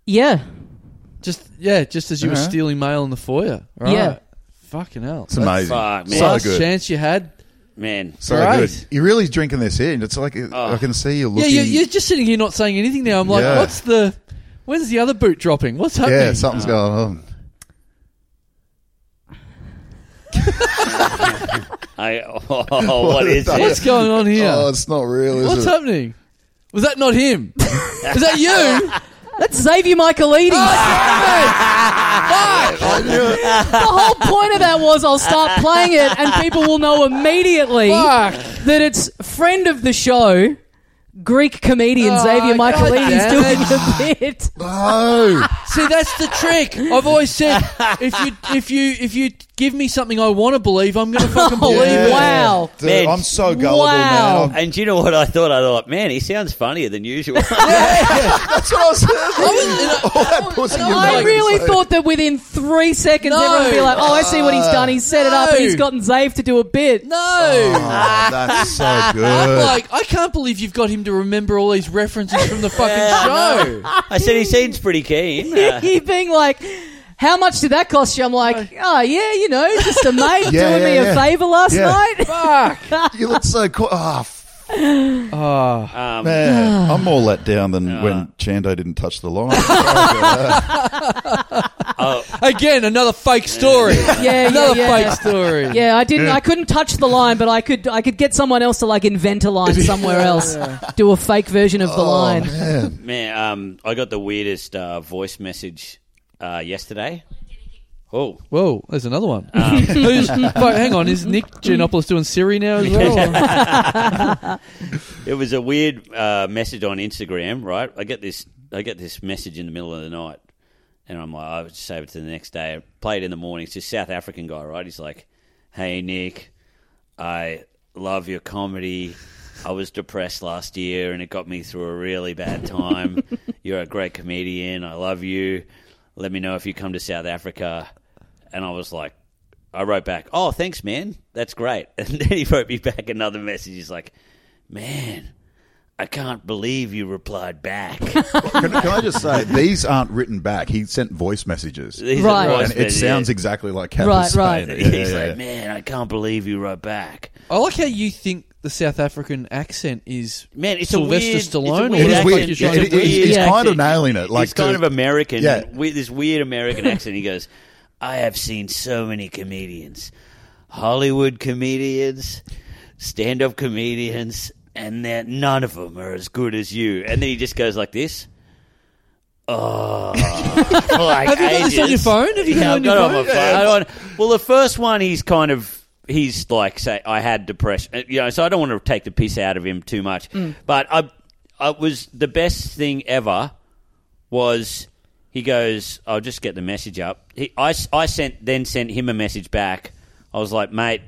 A: Yeah.
B: Just yeah, just as you were
D: Yeah.
B: stealing mail in the foyer. Right.
A: Yeah.
B: Fucking hell.
D: It's amazing.
C: fuck, man.
D: so
B: Last
D: good.
B: chance you had.
C: Man.
D: So
B: Great.
D: good. You're really drinking this in. It's like I can see you
B: Oh. Yeah,
D: looking.
B: you're, you're just sitting here not saying anything now. I'm like,
D: Yeah.
B: what's the When's the other boot dropping? What's happening?
D: Yeah, something's going on.
C: I, oh, what is
B: What's
C: it?
B: going on here?
D: Oh, it's not real, is
B: What's
D: it?
B: happening? Was that not him? Is that you?
A: That's Xavier Michaelides.
C: Ah,
D: I knew it.
A: The whole point of that was I'll start playing it and people will know immediately
B: Fuck.
A: that it's friend of the show, Greek comedian
B: Oh,
A: Xavier
B: God
A: Michaelides
B: damn
A: doing a bit.
D: No.
B: See, that's the trick. I've always said if you if you if you give me something I want to believe, I'm going to fucking
A: Oh,
B: believe it.
A: wow.
D: Dude,
C: Man,
D: I'm so gullible
A: wow.
D: now.
C: And do you know what I thought? I thought, man, he sounds funnier than usual.
D: That's what I was All that pussy
B: and
D: you
A: I
D: make
A: really
D: is like-
A: thought that within three seconds
B: No.
A: everyone would be like, oh, I see what he's done. He's set it up and
B: No.
A: he's gotten Zave to do a bit.
B: No.
D: Oh, that's so
B: I'm
D: good.
B: like, I can't believe you've got him to remember all these references from the fucking show.
C: I said he seems pretty keen. Uh,
A: he being like, how much did that cost you? I'm like, oh, yeah, you know, just a mate
D: Yeah,
A: doing
D: yeah,
A: me a
D: yeah.
A: favour last
D: Yeah.
A: night.
B: Fuck.
D: You look so cool. Ah, f- Ah,
B: Oh,
C: um,
A: Ah.
D: man. I'm more let down than when Chando didn't touch the line. oh,
B: again, another fake story.
A: yeah,
B: another
A: yeah,
B: fake
A: yeah.
B: story.
A: Yeah, I didn't. I couldn't touch the line, but I could. I could get someone else to like invent a line somewhere else, do a fake version of the line.
D: Oh, man.
C: man, um, I got the weirdest uh, voice message uh, yesterday. Oh,
B: Whoa, there's another one. Who's, fuck, hang on, is Nick Giannopoulos doing Siri now as well?
C: it was a weird uh, message on Instagram, right? I get this, I get this message in the middle of the night, and I'm like, I would save it to the next day. Play it in the morning. It's this South African guy, right? He's like, "Hey Nick, I love your comedy. I was depressed last year, and it got me through a really bad time. You're a great comedian. I love you. Let me know if you come to South Africa." And I was like, I wrote back, "Oh, thanks, man. That's great." And then he wrote me back another message. He's like, "Man, I can't believe you replied back."
D: Can, can I just say, these aren't written back. He sent voice messages.
C: These are
A: Right.
C: voice
D: And it
C: messages.
D: sounds exactly like Cap
A: Right,
D: is
A: right.
D: saying it. Yeah,
C: He's
D: yeah, yeah.
C: like, "Man, I can't believe you wrote back."
B: I like how you think the South African accent is
C: Man, it's
B: Sylvester
C: a weird, it's a
B: Stallone.
C: weird
D: It is
C: accent.
D: weird.
C: It's
D: Yeah,
C: a
D: it is-
C: weird
D: it's kind
C: accent.
D: of nailing it, like
C: He's kind
D: to-
C: of American.
D: Yeah.
C: Weird, this weird American accent. He goes, I have seen so many comedians, Hollywood comedians, stand-up comedians, and that none of them are as good as you. And then he just goes like this. Oh,
B: Have you got this on your phone? Have you got it on
C: yeah, I've
B: your
C: got it on
B: phone?
C: my phone. I don't- well, the first one, he's kind of he's like say I had depression, uh, you know. So I don't want to take the piss out of him too much.
B: Mm.
C: But I, I was the best thing ever was he goes, I'll just get the message up. He, I, s- I sent then sent him a message back. I was like, mate.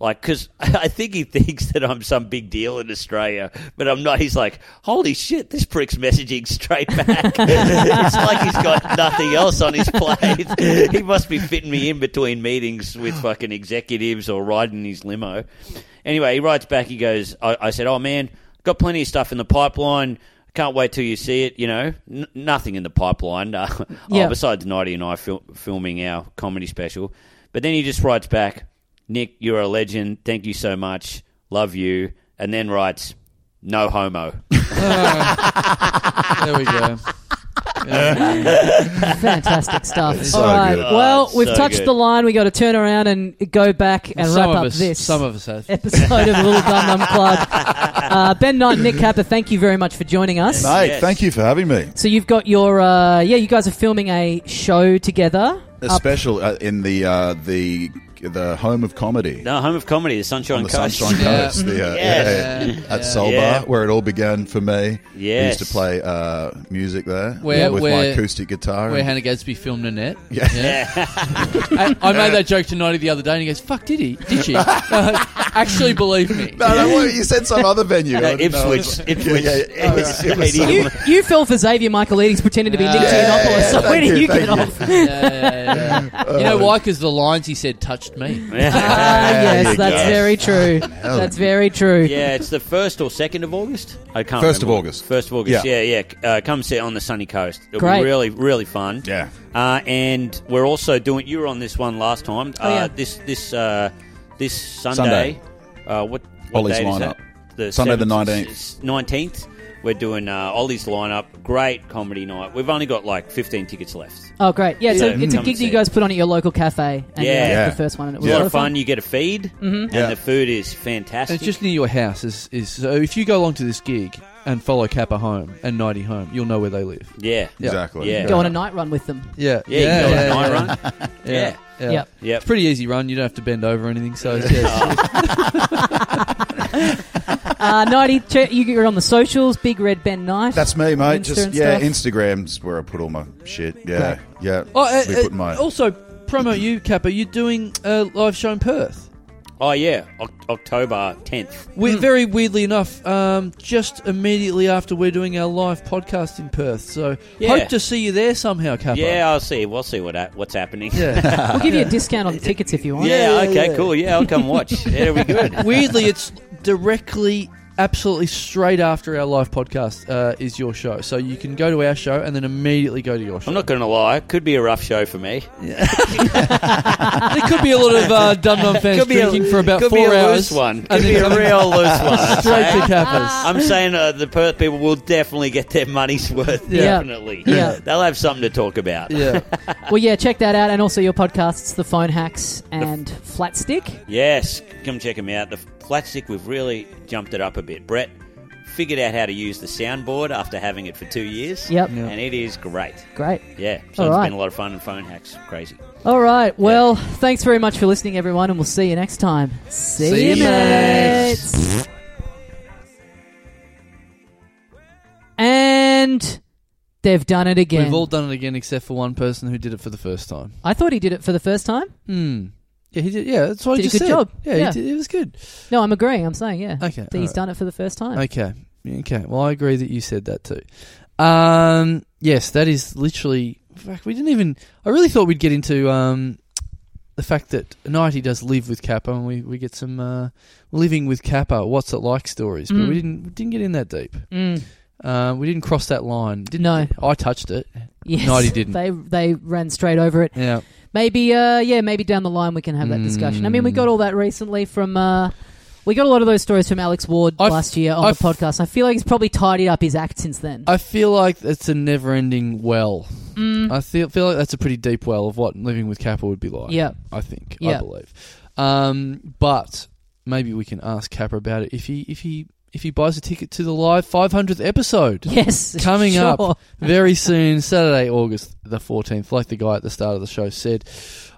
C: Like, because I think he thinks that I'm some big deal in Australia, but I'm not. He's like, holy shit, this prick's messaging straight back. it's like he's got nothing else on his plate. he must be fitting me in between meetings with fucking executives or riding his limo. Anyway, he writes back. He goes, I, I said, oh man, got plenty of stuff in the pipeline. Can't wait till you see it. You know, N- nothing in the pipeline. Uh, oh,
A: Yeah.
C: besides Nighty and I fil- filming our comedy special. But then he just writes back, Nick, you're a legend. Thank you so much. Love you. And then writes, no homo.
B: There we go.
A: Fantastic stuff.
D: So
A: All right.
D: good.
A: Well,
C: it's
A: we've
C: so
A: touched
C: good.
A: the line. We got to turn around and go back and
B: some
A: wrap
B: of
A: up
B: us,
A: this.
B: Some of us have.
A: Episode of Little Dum Dum Club. Uh, ben Knight, and Nick Capper, thank you very much for joining us.
D: Mate,
C: Yes.
D: thank you for having me.
A: So you've got your uh, yeah, you guys are filming a show together.
D: A
A: Up-
D: special uh, in the uh, the the home of comedy.
C: No, Home of Comedy, the Sunshine
D: On the
C: Coast.
D: Sunshine
B: Yeah.
D: Coast, the, uh,
C: Yes.
D: yeah, at Soul
C: Yeah.
D: Bar, where it all began for me. I
C: Yes.
D: used to play uh, music there
B: Where-
D: with my
B: where-
D: acoustic guitar.
B: Where
D: and-
B: Hannah Gadsby filmed Nanette.
D: Um, Yeah.
B: I, I made that joke to Nighty the other day, and he goes, "Fuck, did he? Did she? actually, believe me."
D: no, no, what- you said some other venue. I
C: No,
D: didn't know.
C: Ipswich. Ipswich.
D: Yeah, yeah,
C: Ipswich
D: yeah. It was- it was
C: Stadium.
A: you, you fell for Xavier Michaelides pretending to be Nick
B: Yeah.
A: Giannopoulos. So
D: Yeah,
A: where
D: thank
A: do
D: you,
A: you get
D: thank you.
A: off?
B: Yeah, yeah, yeah. you know why? Because the lines he said touched me.
A: Ah,
D: There
A: yes,
D: you
A: that's
D: go.
A: very true. That's very true.
C: Yeah, it's the first or second of August. I can't.
D: First of
C: remember.
D: August.
C: First of August.
D: Yeah.
C: Yeah, yeah. Uh, come sit on the sunny coast. It'll
A: Great.
C: be really, really fun.
D: Yeah.
C: Uh, and we're also doing. You were on this one last time. Uh,
A: yeah.
C: This this uh, this Sunday.
D: Sunday.
C: Uh, what, what
D: Ollie's
C: date is
D: lineup.
C: that? The
D: Sunday the 19th.
C: Nineteenth. We're doing uh, Ollie's lineup. Great comedy night. We've only got like 15 tickets left.
A: Oh, great. Yeah, it's,
C: Yeah.
A: a, it's a
C: Come
A: gig that
C: see
A: you
C: it.
A: guys put on at your local cafe. And
C: Yeah.
A: yeah.
D: Yeah.
A: the first one, and it
C: It's
A: was
C: a lot of fun. Mm-hmm. You get a feed, and
D: Yeah.
C: the food is
B: And
C: fantastic.
B: it's just near your house. Is, is so if you go along to this gig and follow Kappa home and Nighty home, you'll know where they live.
C: yeah.
B: Yeah.
D: Exactly.
C: Yeah.
A: Go on a night run with them.
B: Yeah,
C: Yeah, you can go on a night run.
B: Yeah,
C: Yeah.
B: yeah.
A: Yep.
C: Yep.
B: It's a pretty easy run. You don't have to bend over or anything. So it's, yeah, it's-
A: Uh, Nighty, che- you- you're on the socials, Big Red Ben Knight.
D: That's me, mate.
A: Insta
D: Just
A: and
D: yeah,
A: stuff.
D: Instagram's where I put all my shit. Yeah,
A: Right.
D: yeah.
B: oh, uh,
D: we
B: uh,
D: put my
B: also promo you Kappa. You're doing a live show in Perth.
C: Oh yeah, Oc- October 10th.
B: We, Very weirdly enough, um, just immediately after we're doing our live podcast in Perth. So
C: Yeah.
B: hope to see you there somehow, Kappa.
C: Yeah, I'll see. We'll see what ha- what's happening.
B: yeah.
A: We'll give you a discount on the tickets if you want.
C: Yeah,
B: Yeah, yeah,
C: okay,
B: yeah.
C: cool. Yeah, I'll come watch. It'll be good.
B: Weirdly, it's directly, absolutely straight after our live podcast uh, is your show. So you can go to our show and then immediately go to your show.
C: I'm not going to lie. Could be a rough show for me.
B: there could be a lot of uh, Dum Dum fans
C: Could be a-
B: drinking for about
C: could
B: four
C: be a
B: hours.
C: loose one. Could
B: and
C: be
B: then
C: a
B: coming
C: real loose one.
B: straight to
C: okay?
B: Kappa's.
A: Ah.
C: I'm saying uh, the Perth people will definitely get their money's worth.
B: Yeah.
C: Definitely.
A: Yeah.
C: They'll have something to talk about.
B: Yeah.
A: Well, yeah, check that out. And also your podcasts, The Phone Hacks and Flat Stick.
C: Yes, come check them out. The flat stick, we've really jumped it up a bit. Brett figured out how to use the soundboard after having it for two years.
A: Yep. Yeah.
C: And it is great.
A: Great.
C: Yeah. So
A: All
C: it's
A: right.
C: been a lot of fun and phone hacks. Crazy.
A: All right. Well, thanks very much for listening, everyone, and we'll see you next time. See,
B: See
A: you,
B: you, mates.
A: mates. And they've done it again.
B: We've all done it again except for one person who did it for the first time.
A: I thought he did it for the first time.
B: Hmm. Yeah, he did. Yeah, that's what
A: Did a
B: I just
A: good
B: said.
A: job.
B: Yeah,
A: Yeah.
B: He did, it was good.
A: No, I'm agreeing. I'm saying, yeah.
B: Okay,
A: That he's
B: alright.
A: done it for the first time.
B: Okay. Okay. Well, I agree that you said that too. Um, yes, that is literally. Fuck, we didn't even. I really thought we'd get into um, the fact that Nighty does live with Kappa, and we, we get some uh, living with Kappa. What's it like stories? But
A: Mm.
B: we didn't we didn't get in that deep.
A: Mm,
B: Uh, we didn't cross that line. Didn't,
A: No.
B: I touched it.
A: yes.
B: No, he didn't.
A: They they ran straight over it.
B: Yeah.
A: Maybe uh yeah, maybe down the line we can have that discussion. I mean, we
B: Mm.
A: got all that recently from uh we got a lot of those stories from Alex Ward
B: I've-
A: last year on
B: I've-
A: the podcast. I feel like he's probably tidied up his act since then.
B: I feel like it's a never-ending well.
A: Mm.
B: I feel feel like that's a pretty deep well of what living with Kappa would be like.
A: Yeah.
B: I think I
A: Yeah.
B: believe. Um, but maybe we can ask Kappa about it if he if he if he buys a ticket to the live 500th episode
A: Yes,
B: Coming
A: sure.
B: up. very soon, Saturday, August the 14th. Like the guy at the start of the show said,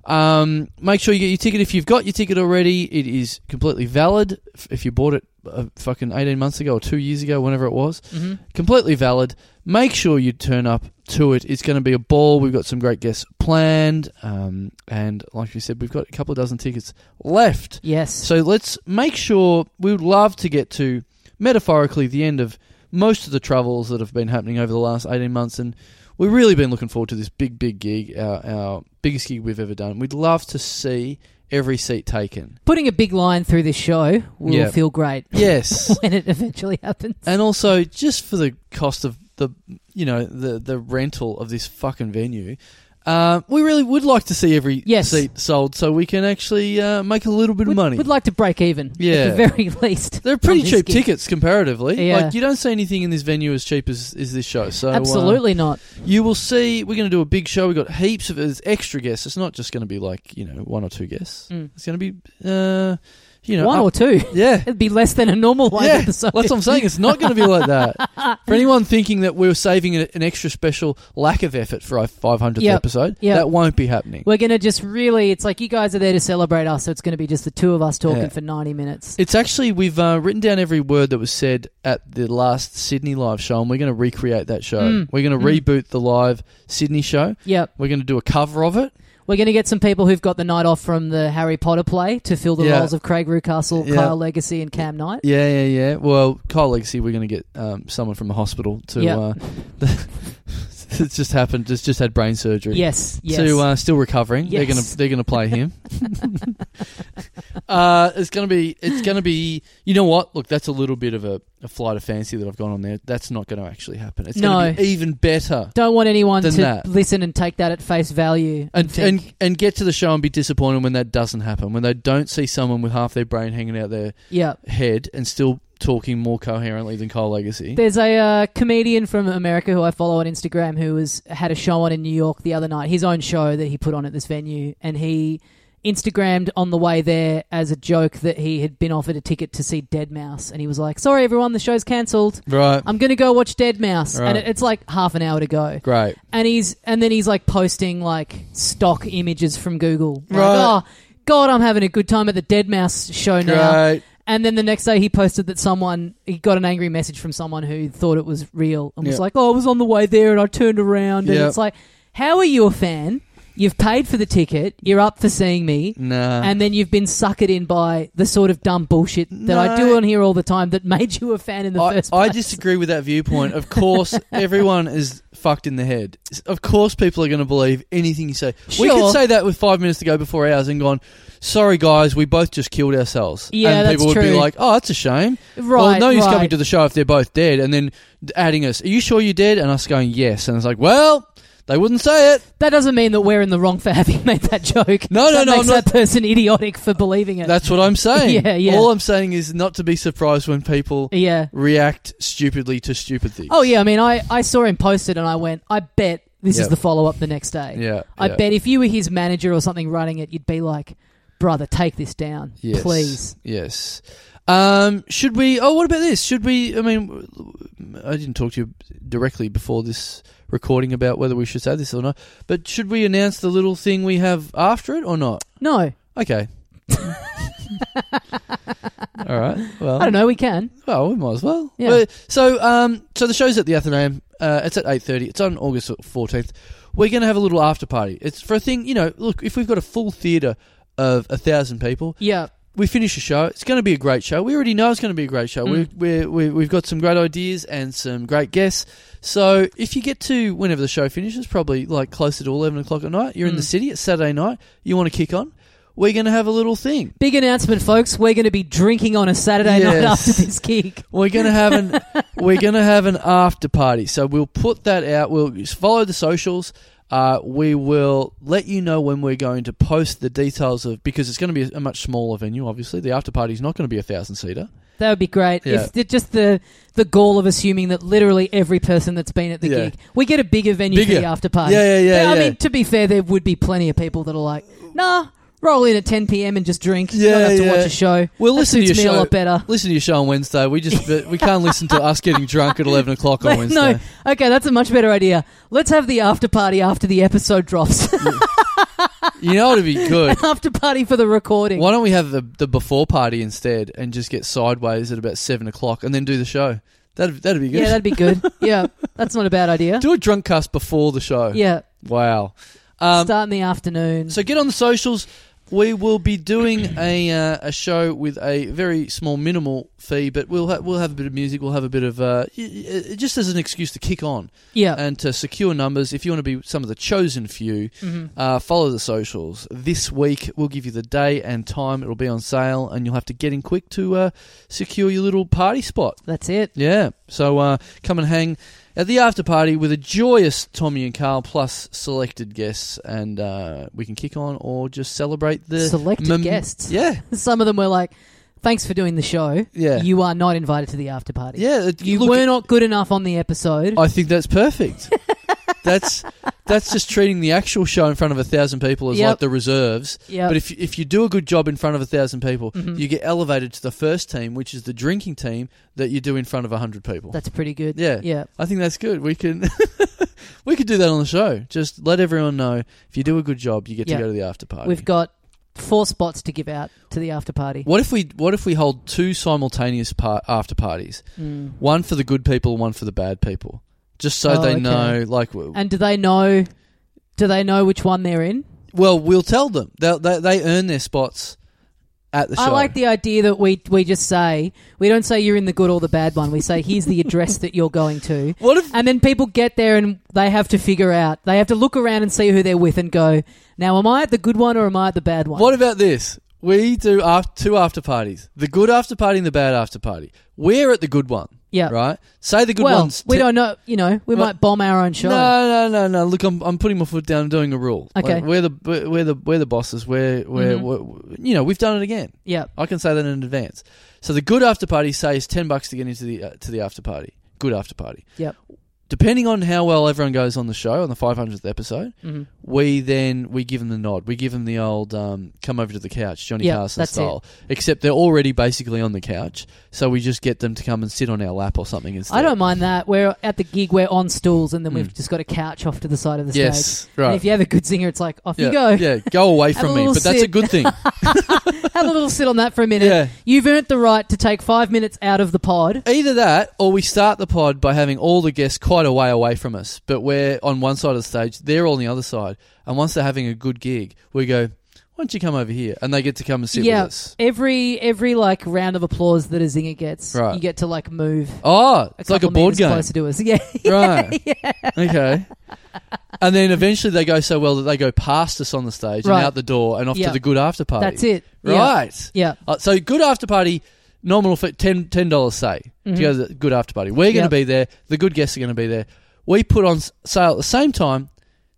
B: um, make sure you get your ticket. If you've got your ticket already, it is completely valid. F- If you bought it uh, fucking 18 months ago or two years ago, whenever it was
A: Mhm.
B: completely valid. Make sure you turn up to it. It's going to be a ball. We've got some great guests planned, um, and like we said, we've got a couple of dozen tickets left.
A: Yes.
B: So let's make sure. We would love to get to metaphorically the end of most of the travels that have been happening over the last eighteen months, and we've really been looking forward to this big, big gig, our, our biggest gig we've ever done. We'd love to see every seat taken.
A: Putting a big line through this show will
B: Yeah.
A: feel great
B: Yes.
A: when it eventually happens.
B: And also, just for the cost of the, you know, the the rental of this fucking venue, uh, we really would like to see every
A: Yes.
B: seat sold, so we can actually uh, make a little bit
A: We'd,
B: of money.
A: we'd like to break even
B: Yeah.
A: at the very least.
B: They're pretty
A: on this
B: cheap
A: gig.
B: tickets comparatively.
A: Yeah.
B: Like you don't see anything in this venue as cheap as is this show. So uh,
A: Absolutely not.
B: you will see. We're going to do a big show. We've got heaps of there's extra guests. It's not just going to be like you know one or two guests.
A: Mm.
B: It's going to be, uh, you know,
A: One
B: up-
A: or two.
B: yeah.
A: It'd be less than a normal live
B: Yeah,
A: episode.
B: That's what I'm saying. It's not going to be like that. For anyone thinking that we were saving a- an extra special lack of effort for our 500th
A: Yep.
B: episode,
A: Yep.
B: that won't be happening.
A: We're going to just really, it's like you guys are there to celebrate us, so it's going to be just the two of us talking
B: Yeah.
A: for 90 minutes.
B: It's actually, we've uh, written down every word that was said at the last Sydney live show, and we're going to recreate that show.
A: Mm.
B: We're going to
A: Mm.
B: reboot the live Sydney show.
A: yep.
B: We're going to do a cover of it.
A: We're going to get some people who've got the night off from the Harry Potter play to fill the
B: Yeah.
A: roles of Craig Rucastle,
B: Yeah.
A: Kyle Legacy, and Cam Knight.
B: Yeah, yeah, yeah. Well, Kyle Legacy, we're going to get um, someone from the hospital to.
A: Yeah.
B: Uh, it's just happened. It's just had brain surgery.
A: Yes, yes.
B: So uh, still recovering. They're
A: Yes.
B: gonna they're gonna play him. uh, it's gonna be it's gonna be you know what? Look, that's a little bit of a, a flight of fancy that I've gone on there. That's not gonna actually happen. It's gonna
A: No.
B: be even better.
A: Don't want anyone to
B: Than that.
A: listen and take that at face value. And,
B: And,
A: think,
B: and and get to the show and be disappointed when that doesn't happen. When they don't see someone with half their brain hanging out their
A: yeah.
B: head and still talking more coherently than Kyle Legacy.
A: There's a uh, comedian from America who I follow on Instagram who was had a show on in New York the other night, his own show that he put on at this venue, and he Instagrammed on the way there as a joke that he had been offered a ticket to see Dead Mouse, and he was like, "Sorry everyone, the show's cancelled.
B: right.
A: I'm gonna go watch Dead Mouse,"
B: Right.
A: and it, it's like half an hour to go.
B: Great.
A: and he's and then he's like posting like stock images from Google. Like,
B: Right.
A: oh God, I'm having a good time at the Dead Mouse show now.
B: Great.
A: And then the next day, he posted that someone he got an angry message from someone who thought it was real and was
B: Yeah.
A: like, "Oh, I was on the way there and I turned around." And
B: Yeah.
A: it's like, how are you a fan? You've paid for the ticket. You're up for seeing me.
B: Nah.
A: And then you've been suckered in by the sort of dumb bullshit that I do
B: No.
A: on here all the time that made you a fan in the
B: I,
A: first place.
B: I disagree with that viewpoint. Of course, everyone is fucked in the head. Of course, people are going to believe anything you say. We
A: Sure.
B: could say that with five minutes to go before ours and gone, sorry guys, we both just killed ourselves.
A: Yeah,
B: and
A: that's
B: people would be
A: true.
B: like, oh, that's a shame.
A: Right,
B: Well, no use
A: right.
B: coming to the show if they're both dead. And then adding us, are you sure you're dead? And us going, yes. And it's like, well, they wouldn't say it.
A: That doesn't mean that we're in the wrong for having made that joke.
B: No, no,
A: that
B: no,
A: Makes
B: I'm
A: that person idiotic for believing it.
B: That's what I'm saying.
A: Yeah, yeah.
B: All I'm saying is not to be surprised when people
A: yeah.
B: react stupidly to stupid things.
A: Oh yeah. I mean, I I saw him posted and I went, I bet this
B: Yeah.
A: is the follow up the next day.
B: Yeah,
A: I
B: yeah.
A: bet if you were his manager or something running it, you'd be like, brother, take this down,
B: Yes.
A: please.
B: Yes. Um, should we? Oh, what about this? Should we? I mean, I didn't talk to you directly before this recording about whether we should say this or not. But should we announce the little thing we have after it or not?
A: No,
B: Okay. All right. Well,
A: I don't know. We can.
B: well, we might as well.
A: Yeah.
B: Well, so, um, so the show's at the Athenaeum. Uh, it's at eight thirty. It's on August fourteenth. We're going to have a little after party. It's for a thing. You know, look, if we've got a full theatre of a thousand people,
A: Yeah.
B: we finish the show. It's going to be a great show. We already know it's going to be a great show.
A: Mm.
B: We, we, we, we've got some great ideas and some great guests. So if you get to whenever the show finishes, probably like closer to 11 o'clock at night, you're in the
A: Mm.
B: city, it's Saturday night, you want to kick on, we're going to have a little thing.
A: Big announcement, folks. We're going to be drinking on a Saturday night
B: Yes.
A: after this gig.
B: We're gonna have an we're gonna have an after party. So we'll put that out. We'll just follow the socials. Uh, we will let you know when we're going to post the details of because it's going to be a much smaller venue. Obviously, the after party is not going to be a thousand seater.
A: That would be great.
B: Yeah.
A: If the, just the the goal of assuming that literally every person that's been at the
B: Yeah.
A: gig, we get a bigger venue for
B: Bigger.
A: the after party.
B: Yeah, yeah, yeah,
A: But, I
B: yeah.
A: mean, to be fair, there would be plenty of people that are like, nah, roll in at 10 p.m. and just drink.
B: Yeah,
A: Don't have to
B: yeah.
A: watch a show.
B: We'll
A: That
B: listen to
A: suits
B: your
A: me
B: show.
A: a lot better.
B: Listen to your show on Wednesday. We just but we can't listen to us getting drunk at eleven o'clock on Wednesday.
A: no, okay, that's a much better idea. Let's have the after party after the episode drops.
B: You know it'd be good.
A: after party for the recording.
B: Why don't we have the the before party instead and just get sideways at about seven o'clock and then do the show? That'd that'd be good.
A: Yeah, that'd be good. yeah, that's not a bad idea.
B: do a drunk cast before the show.
A: Yeah,
B: Wow. Um,
A: start in the afternoon.
B: so get on the socials. We will be doing a uh, a show with a very small minimal fee, but we'll ha- we'll have a bit of music. We'll have a bit of uh, y- y- just as an excuse to kick on.
A: yeah.
B: and to secure numbers, if you want to be some of the chosen few,
A: Mhm.
B: uh, follow the socials. This week, we'll give you the day and time. It'll be on sale, and you'll have to get in quick to uh, secure your little party spot.
A: That's it.
B: Yeah, so uh, come and hang at the after party with a joyous Tommy and Carl plus selected guests, and uh, we can kick on or just celebrate the
A: Selected
B: mem-
A: guests.
B: Yeah,
A: Some of them were like, "Thanks for doing the show.
B: Yeah.
A: You are not invited to the after party.
B: yeah. it-
A: You
B: look- Oh,
A: were not good enough on the episode.
B: I think that's perfect. that's that's just treating the actual show in front of a thousand people as
A: Yep.
B: like the reserves.
A: Yep.
B: But if if you do a good job in front of a thousand people,
A: Mhm.
B: you get elevated to the first team, which is the drinking team that you do in front of a hundred people.
A: That's pretty good.
B: Yeah.
A: Yeah.
B: I think that's good. We can we could do that on the show. Just let everyone know if you do a good job, you get
A: Yeah.
B: to go to the after party.
A: We've got four spots to give out to the after party.
B: what if we what if we hold two simultaneous par- after parties?
A: Mm.
B: One for the good people, one for the bad people. Just so
A: Oh,
B: they
A: okay.
B: know like w-
A: And do they know? Do they know which one they're in?
B: Well, we'll tell them. They they, they earn their spots at the show.
A: I like the idea that we we just say we don't say you're in the good or the bad one. We say here's the address that you're going to.
B: What if?
A: And then people get there and they have to figure out. They have to look around and see who they're with and go, now am I at the good one or am I at the bad one?
B: What about this? We do af two after parties: the good after party and the bad after party. We're at the good one.
A: Yeah.
B: right? Say the good
A: well,
B: ones.
A: we
B: to-
A: don't know. You know, we
B: Right.
A: might bomb our own show.
B: No, no, no, no. Look, I'm, I'm putting my foot down. and doing a rule.
A: Okay.
B: Like, we're the we're the we're the bosses. We're we're,
A: Mhm.
B: we're- you know we've done it again.
A: Yeah.
B: I can say that in advance. So the good after party says ten bucks to get into the uh, to the after party. Good after party.
A: Yep.
B: Depending on how well everyone goes on the show on the 500th episode,
A: Mhm.
B: we then we give them the nod. We give them the old um, "come over to the couch," Johnny
A: Yep,
B: Carson
A: that's it.
B: style. Except they're already basically on the couch, so we just get them to come and sit on our lap or something instead.
A: I don't mind that. We're at the gig, we're on stools, and then we've
B: Mm.
A: just got a couch off to the side of the stage.
B: Yes,
A: And
B: right.
A: if you have a good singer, it's like off
B: yeah,
A: you go.
B: Yeah, go away
A: Have a
B: from me.
A: little
B: But that's a
A: sit.
B: good thing.
A: Have a little sit on that for a minute.
B: Yeah.
A: You've earned the right to take five minutes out of the pod.
B: Either that, or we start the pod by having all the guests quite a way away from us, but we're on one side of the stage, they're all on the other side, and once they're having a good gig, we go, "Why don't you come over here?" And they get to come and sit with us.
A: Every every like round of applause that a zinger gets,
B: Right.
A: you get to like move.
B: Oh,
A: A
B: it's like a
A: couple
B: board
A: meters
B: game,
A: Closer to us. Yeah.
B: right? Okay. And then eventually they go so well that they go past us on the stage
A: Right.
B: and out the door and off
A: Yeah.
B: to the good after party.
A: That's it. Yeah.
B: right?
A: Yeah.
B: Uh, so good after party, nominal for ten ten dollars say to
A: Mm-hmm.
B: go to the good after party. We're going to
A: Yep.
B: be there. The good guests are going to be there. We put on s- sale at the same time,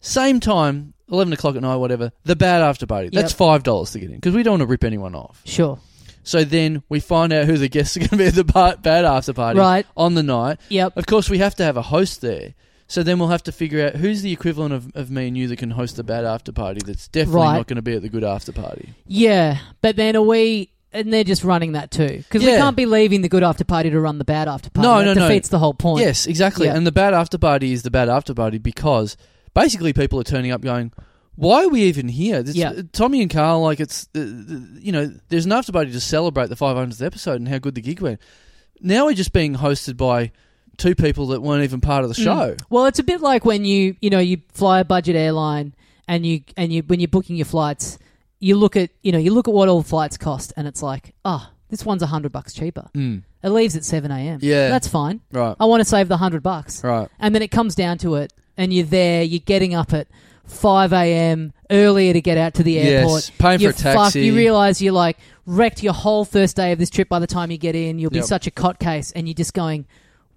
B: same time, eleven o'clock at night, whatever. The bad after party. That's
A: Yep.
B: five dollars to get in because we don't want to rip anyone off.
A: Sure.
B: So then we find out who the guests are going to be at the ba- bad after party
A: Right.
B: on the night.
A: Yep.
B: Of course, we have to have a host there. So then we'll have to figure out who's the equivalent of, of me and you that can host the bad after party. That's definitely
A: Right.
B: not going to be at the good after party.
A: Yeah. But then are we? And they're just running that too because we
B: Yeah.
A: can't be leaving the good after party to run the bad after party.
B: No,
A: that
B: no, no.
A: defeats the whole point.
B: Yes, exactly.
A: Yeah.
B: And the bad after party is the bad after party because basically people are turning up going, why are we even here? This,
A: Yeah.
B: Tommy and Carl, like it's, uh, you know, there's an after party to celebrate the 500th episode and how good the gig went. Now we're just being hosted by two people that weren't even part of
A: Mm.
B: the show.
A: Well, it's a bit like when you you know you fly a budget airline and you and you when you're booking your flights, you look at you know you look at what all flights cost and it's like ah oh, this one's a hundred bucks cheaper.
B: Mm.
A: It leaves at seven a.m.
B: Yeah.
A: that's fine.
B: Right.
A: I want to save the hundred bucks,
B: Right.
A: and then it comes down to it, and you're there. You're getting up at five a.m. earlier to get out to the
B: Yes,
A: airport.
B: paying for
A: You're
B: a taxi.
A: fucked. You realize you're like wrecked your whole first day of this trip. By the time you get in, you'll be
B: Yep.
A: such a cot case, and you're just going.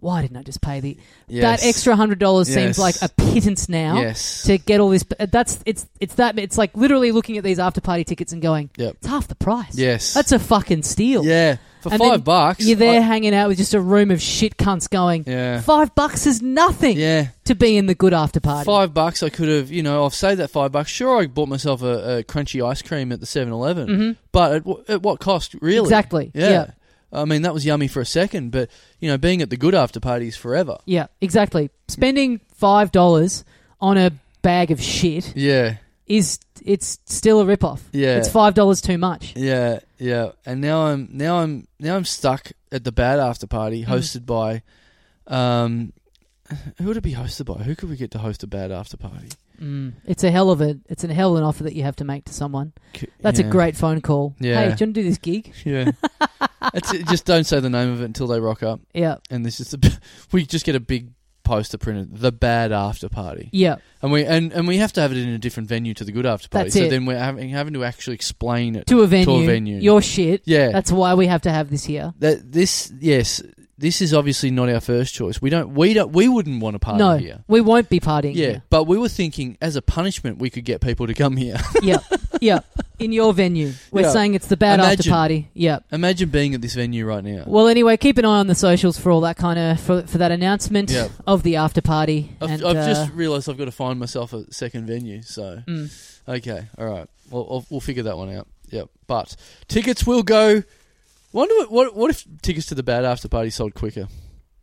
A: Why didn't I just pay the
B: Yes.
A: that extra hundred dollars
B: Yes.
A: seems like a pittance now
B: Yes.
A: to get all this. But that's it's it's that it's like literally looking at these after party tickets and going,
B: Yep.
A: it's half the price.
B: Yes.
A: that's a fucking steal.
B: yeah. For
A: And then
B: five bucks.
A: You're there
B: I-
A: hanging out with just a room of shit cunts going.
B: Yeah.
A: Five bucks is nothing
B: yeah.
A: to be in the good after party.
B: Five bucks, I could have, you know, I've saved that five bucks. Sure, I bought myself a, a crunchy ice cream at the 7 11 but at, wh- at what cost, really?
A: Exactly,
B: Yeah.
A: Mm-hmm. yeah.
B: I mean, that was yummy for a second, but, you know, being at the good after party is forever.
A: Yeah, exactly. Spending five dollars on a bag of shit
B: Yeah,
A: is it's still a ripoff.
B: Yeah.
A: It's five dollars too much.
B: yeah, yeah. And now I'm, now I'm, now I'm stuck at the bad after party
A: Mm-hmm.
B: hosted by, um, who would it be hosted by? Who could we get to host a bad after party?
A: Mm. It's a hell of a it's a hell of an offer that you have to make to someone.
B: C-
A: That's
B: yeah.
A: a great phone call.
B: Yeah.
A: Hey, do you want to do this gig?
B: Yeah. That's it. Just don't say the name of it until they rock up.
A: Yeah.
B: and this is the we just get a big poster printed the bad after party
A: Yeah.
B: and we and, and we have to have it in a different venue to the good after party
A: That's
B: so
A: it.
B: then we're having having to actually explain it
A: To a venue.
B: venue.
A: Your shit.
B: yeah
A: That's why we have to have this here.
B: that this yes this is obviously not our first choice we don't we don't we wouldn't want to party
A: no.
B: here
A: We won't be partying
B: yeah,
A: here.
B: but we were thinking as a punishment we could get people to come here
A: yeah. Yeah. In your venue. We're
B: Yeah.
A: saying it's the bad after
B: Imagine.
A: party. Yeah.
B: imagine being at this venue right now
A: Well, anyway, keep an eye on the socials for all that kind of for, for that announcement
B: Yeah.
A: of the after party.
B: I've,
A: and,
B: I've
A: uh,
B: just realised I've got to find myself a second venue. So,
A: Mm.
B: okay, all right, well, I'll, we'll figure that one out. Yep, but tickets will go. Wonder what, what what if tickets to the bad after party sold quicker?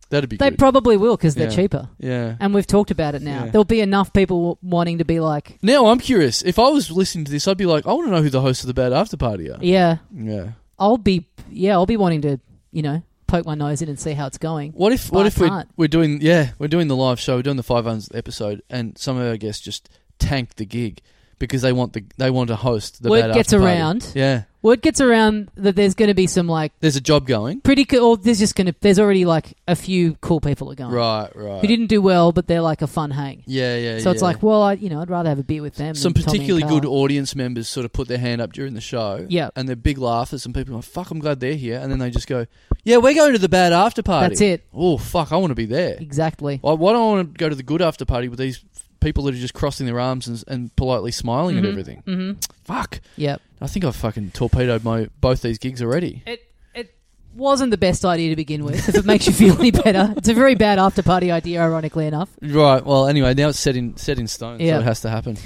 B: That'd be
A: they
B: good.
A: probably will because they're
B: Yeah.
A: cheaper,
B: yeah.
A: and we've talked about it now.
B: Yeah.
A: There'll be enough people w- wanting to be like,
B: Now I'm curious. If I was listening to this, I'd be like, I want to know who the host of the bad after party are.
A: yeah,
B: Yeah.
A: I'll be, yeah, I'll be wanting to, you know, poke my nose in and see how it's going.
B: What if
A: But
B: what if
A: I
B: we're,
A: can't.
B: we're doing yeah we're doing the live show we're doing the 500th episode and some of our guests just tank the gig because they want the they want to host the
A: Word
B: bad
A: gets
B: after party.
A: around.
B: yeah
A: Word gets around that there's going to be some like
B: There's a job going.
A: pretty cool. Or there's just going to there's already like a few cool people that are going
B: Right, right.
A: Oh. who didn't do well, but they're like a fun hang.
B: yeah, yeah.
A: So it's
B: yeah.
A: like, well, I you know I'd rather have a beer with them.
B: some
A: than Tommy and
B: particularly
A: Carl.
B: good audience members sort of put their hand up during the show.
A: Yeah.
B: And they're big laughers and people are like, fuck, I'm glad they're here. And then they just go, yeah, we're going to the bad after party.
A: That's it.
B: Oh, fuck, I want to be there.
A: Exactly.
B: Why, why do I want to go to the good after party with these people that are just crossing their arms and, and politely smiling at everything?
A: Mm-hmm.
B: Fuck.
A: Yep.
B: I think I've fucking torpedoed my both these gigs already.
A: It it wasn't the best idea to begin with. If it makes you feel any better, it's a very bad after party idea. Ironically enough.
B: Right. Well, anyway, now it's set in set in stone,
A: Yeah.
B: so it has to happen.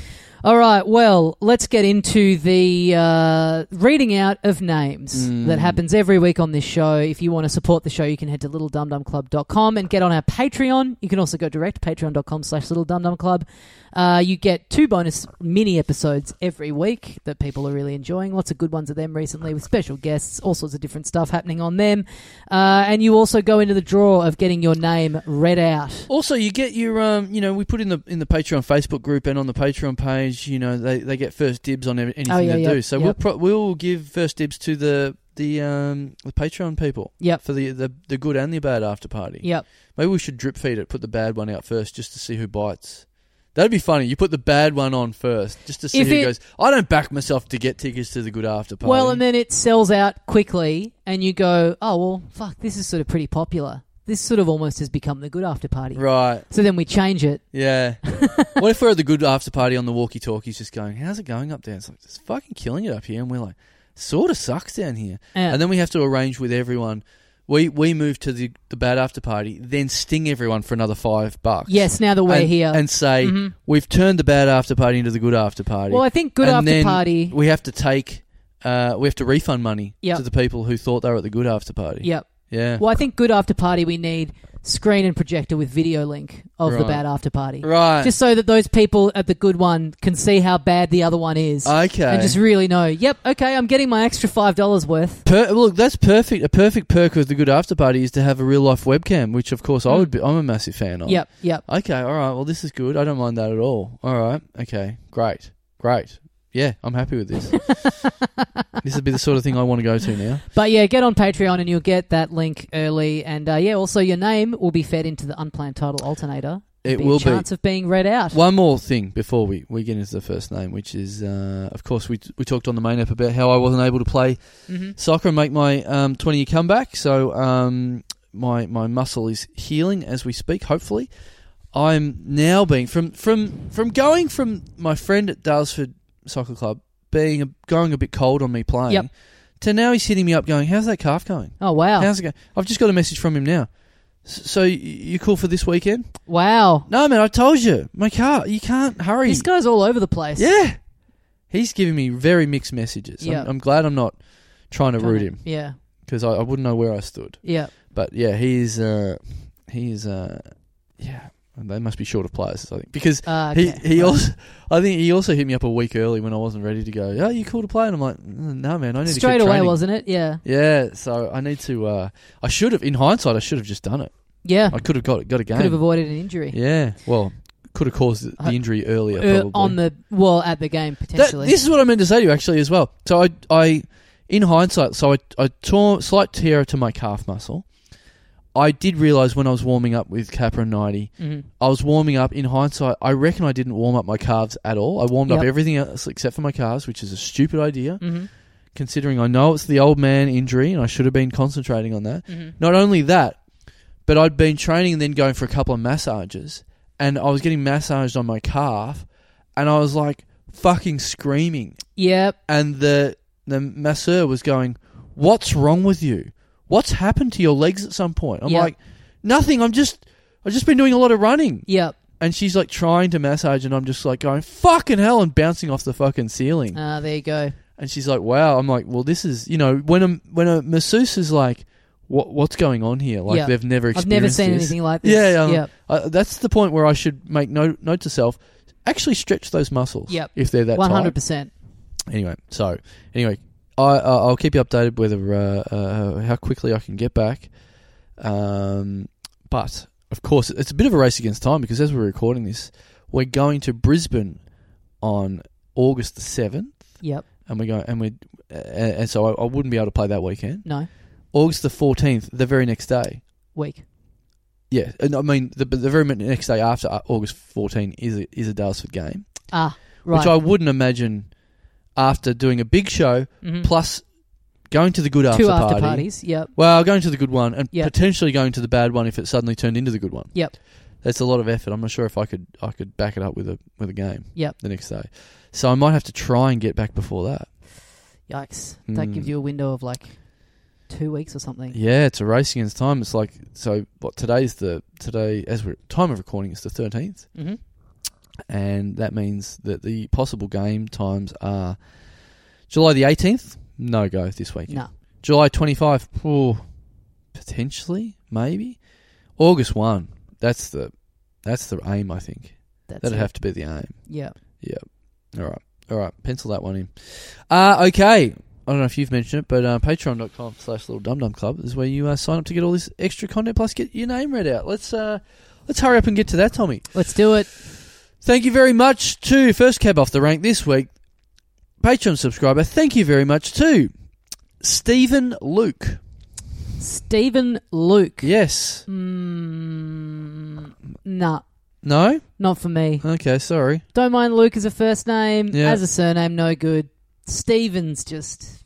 A: All right. Well, let's get into the uh, reading out of names
B: Mm.
A: that happens every week on this show. If you want to support the show, you can head to littledumdumclub.com and get on our Patreon. You can also go direct to patreon.com slash littledumdumclub. Uh, you get two bonus mini episodes every week that people are really enjoying. Lots of good ones of them recently with special guests, all sorts of different stuff happening on them. Uh, and you also go into the draw of getting your name read out.
B: Also, you get your um, you know, we put in the in the Patreon Facebook group and on the Patreon page, you know, they, they get first dibs on ev- anything
A: Oh, yeah,
B: they
A: yep,
B: do. So we'll
A: yep.
B: pro- we'll give first dibs to the the um the Patreon people.
A: Yep.
B: For the, the the good and the bad after party.
A: Yep.
B: Maybe we should drip feed it. Put the bad one out first, just to see who bites. That'd be funny. You put the bad one on first, just to see
A: If
B: who
A: it-
B: goes. I don't back myself to get tickets to the good after party.
A: Well, and then it sells out quickly, and you go, oh, well, fuck, this is sort of pretty popular. This sort of almost has become the good after party.
B: right,
A: So then we change it.
B: yeah. what if we're at the good after party on the walkie talkies, just going, "How's it going up there?" It's like it's fucking killing it up here, and we're like, sort of sucks down here.
A: Yeah.
B: And then we have to arrange with everyone. We we move to the the bad after party, then sting everyone for another five bucks.
A: yes, now that we're
B: and,
A: here.
B: and say
A: Mhm.
B: we've turned the bad after party into the good after party.
A: well, I think good
B: And
A: after
B: then
A: party.
B: We have to take. Uh, we have to refund money
A: Yep.
B: to the people who thought they were at the good after party.
A: Yep.
B: Yeah.
A: Well, I think good after party, we need screen and projector with video link of the
B: Right.
A: bad after party.
B: Right.
A: Just so that those people at the good one can see how bad the other one is.
B: okay.
A: And just really know, yep, okay, I'm getting my extra $5 worth.
B: Per- look, that's perfect. A perfect perk of the good after party is to have a real life webcam, which of course I would be. I'm a massive fan of.
A: Mm. Yep, yep.
B: Okay. All right. Well, this is good. I don't mind that at all. All right. Okay. Great. Great. Yeah, I'm happy with this. this would be the sort of thing I want to go to now.
A: But yeah, get on Patreon and you'll get that link early. And uh, yeah, also your name will be fed into the unplanned title alternator.
B: It
A: Be
B: will
A: a chance of being read out.
B: One more thing before we, we get into the first name, which is, uh, of course, we, we talked on the main app about how I wasn't able to play
A: hmm
B: soccer and make my um, 20 year comeback. So um, my, my muscle is healing as we speak, hopefully. I'm now being, from, from, from going from my friend at Dalesford Soccer Club being a, going a bit cold on me playing
A: Yep.
B: to now he's hitting me up going, How's that calf going?
A: Oh wow,
B: How's it going? I've just got a message from him now. S- So y- you cool for this weekend?
A: wow!
B: No, man, I told you. My car, you can't hurry.
A: This guy's all over the place.
B: yeah. He's giving me very mixed messages.
A: Yeah.
B: I'm, I'm glad I'm not trying to
A: Kinda-
B: root him
A: Yeah,
B: because I, I wouldn't know where I stood.
A: yeah.
B: But yeah, he's, uh, he's, uh, yeah, they must be short of players, I think. Because
A: Uh, okay.
B: he, he also, I think he also hit me up a week early when I wasn't ready to go. Oh, you cool to play? And I'm like, "Mm, no, man, I need to
A: straight
B: keep
A: away,
B: training."
A: wasn't it? Yeah,
B: Yeah, so I need to. Uh, I should have, in hindsight, I should have just done it.
A: yeah.
B: I could have got got a game.
A: Could have avoided an injury
B: Yeah. Well, could have caused the, the
A: I-
B: injury earlier,
A: Er,
B: probably.
A: on the well at the game
B: That-
A: potentially.
B: this is what I meant to say to you, actually, as well. So I, I in hindsight, so I, I tore slight tear to my calf muscle. I did realise when I was warming up with Capra 90,
A: Mhm.
B: I was warming up. In hindsight, I reckon I didn't warm up my calves at all. I warmed up
A: Yep.
B: everything else except for my calves, which is a stupid idea,
A: Mhm.
B: considering I know it's the old man injury and I should have been concentrating on that.
A: Mhm.
B: Not only that, but I'd been training and then going for a couple of massages, and I was getting massaged on my calf, and I was like fucking screaming,
A: Yep.
B: and the the masseur was going, "What's wrong with you? What's happened to your legs at some point?" I'm
A: Yeah.
B: like, "Nothing. I'm just." I've just been doing a lot of running,
A: Yep.
B: and she's like trying to massage, and I'm just like going fucking hell and bouncing off the fucking ceiling.
A: Ah, there you go.
B: And she's like, "Wow." I'm like, "Well, this is you know when a when a masseuse is like, what what's going on here? Like
A: Yeah.
B: they've never
A: I've
B: experienced
A: never seen
B: this.
A: anything like this.
B: Yeah, yeah.
A: Yep.
B: Uh, that's the point where I should make note note to self. Actually, stretch those muscles.
A: Yep.
B: If they're that
A: One hundred
B: tight.
A: percent.
B: Anyway, so anyway, I uh, I'll keep you updated whether uh, uh, how quickly I can get back. Um, but of course, it's a bit of a race against time because as we're recording this, we're going to Brisbane on August the seventh
A: Yep.
B: and we go and we uh, and so I, I wouldn't be able to play that weekend.
A: No,
B: August the fourteenth, the very next day.
A: week.
B: Yeah, and I mean the the very next day after uh, August fourteen is a, is a Dalesford game,
A: Ah, right.
B: which I wouldn't imagine after doing a big show
A: Mhm.
B: plus going to the good after
A: two
B: party.
A: after parties. Yep.
B: Well, going to the good one and
A: Yeah.
B: potentially going to the bad one if it suddenly turned into the good one.
A: Yep.
B: That's a lot of effort. I'm not sure if I could I could back it up with a with a game.
A: Yep.
B: The next day, so I might have to try and get back before that.
A: Yikes. That
B: Mm.
A: gives you a window of like two weeks or something.
B: Yeah, it's a race against time. It's like so. What today's the today as we're time of recording is the thirteenth,
A: Mm-hmm.
B: and that means that the possible game times are July the eighteenth. No go this weekend.
A: No.
B: July twenty five. Oh, potentially, maybe. August one. That's the that's the aim. I think
A: That's
B: that'd
A: it.
B: have to be the aim.
A: Yeah.
B: All right. All right. Pencil that one in. Uh, okay. I don't know if you've mentioned it, but uh, patreon.com slash little dum dum club is where you uh, sign up to get all this extra content plus get your name read out. Let's uh, let's hurry up and get to that, Tommy.
A: Let's do it.
B: Thank you very much to first cab off the rank this week, Patreon subscriber. Thank you very much to Stephen Luke.
A: Stephen Luke.
B: Yes.
A: Mm, nah,
B: No.
A: not for me.
B: Okay. Sorry.
A: Don't mind Luke as a first name.
B: Yeah.
A: As a surname, no good. Stevens just,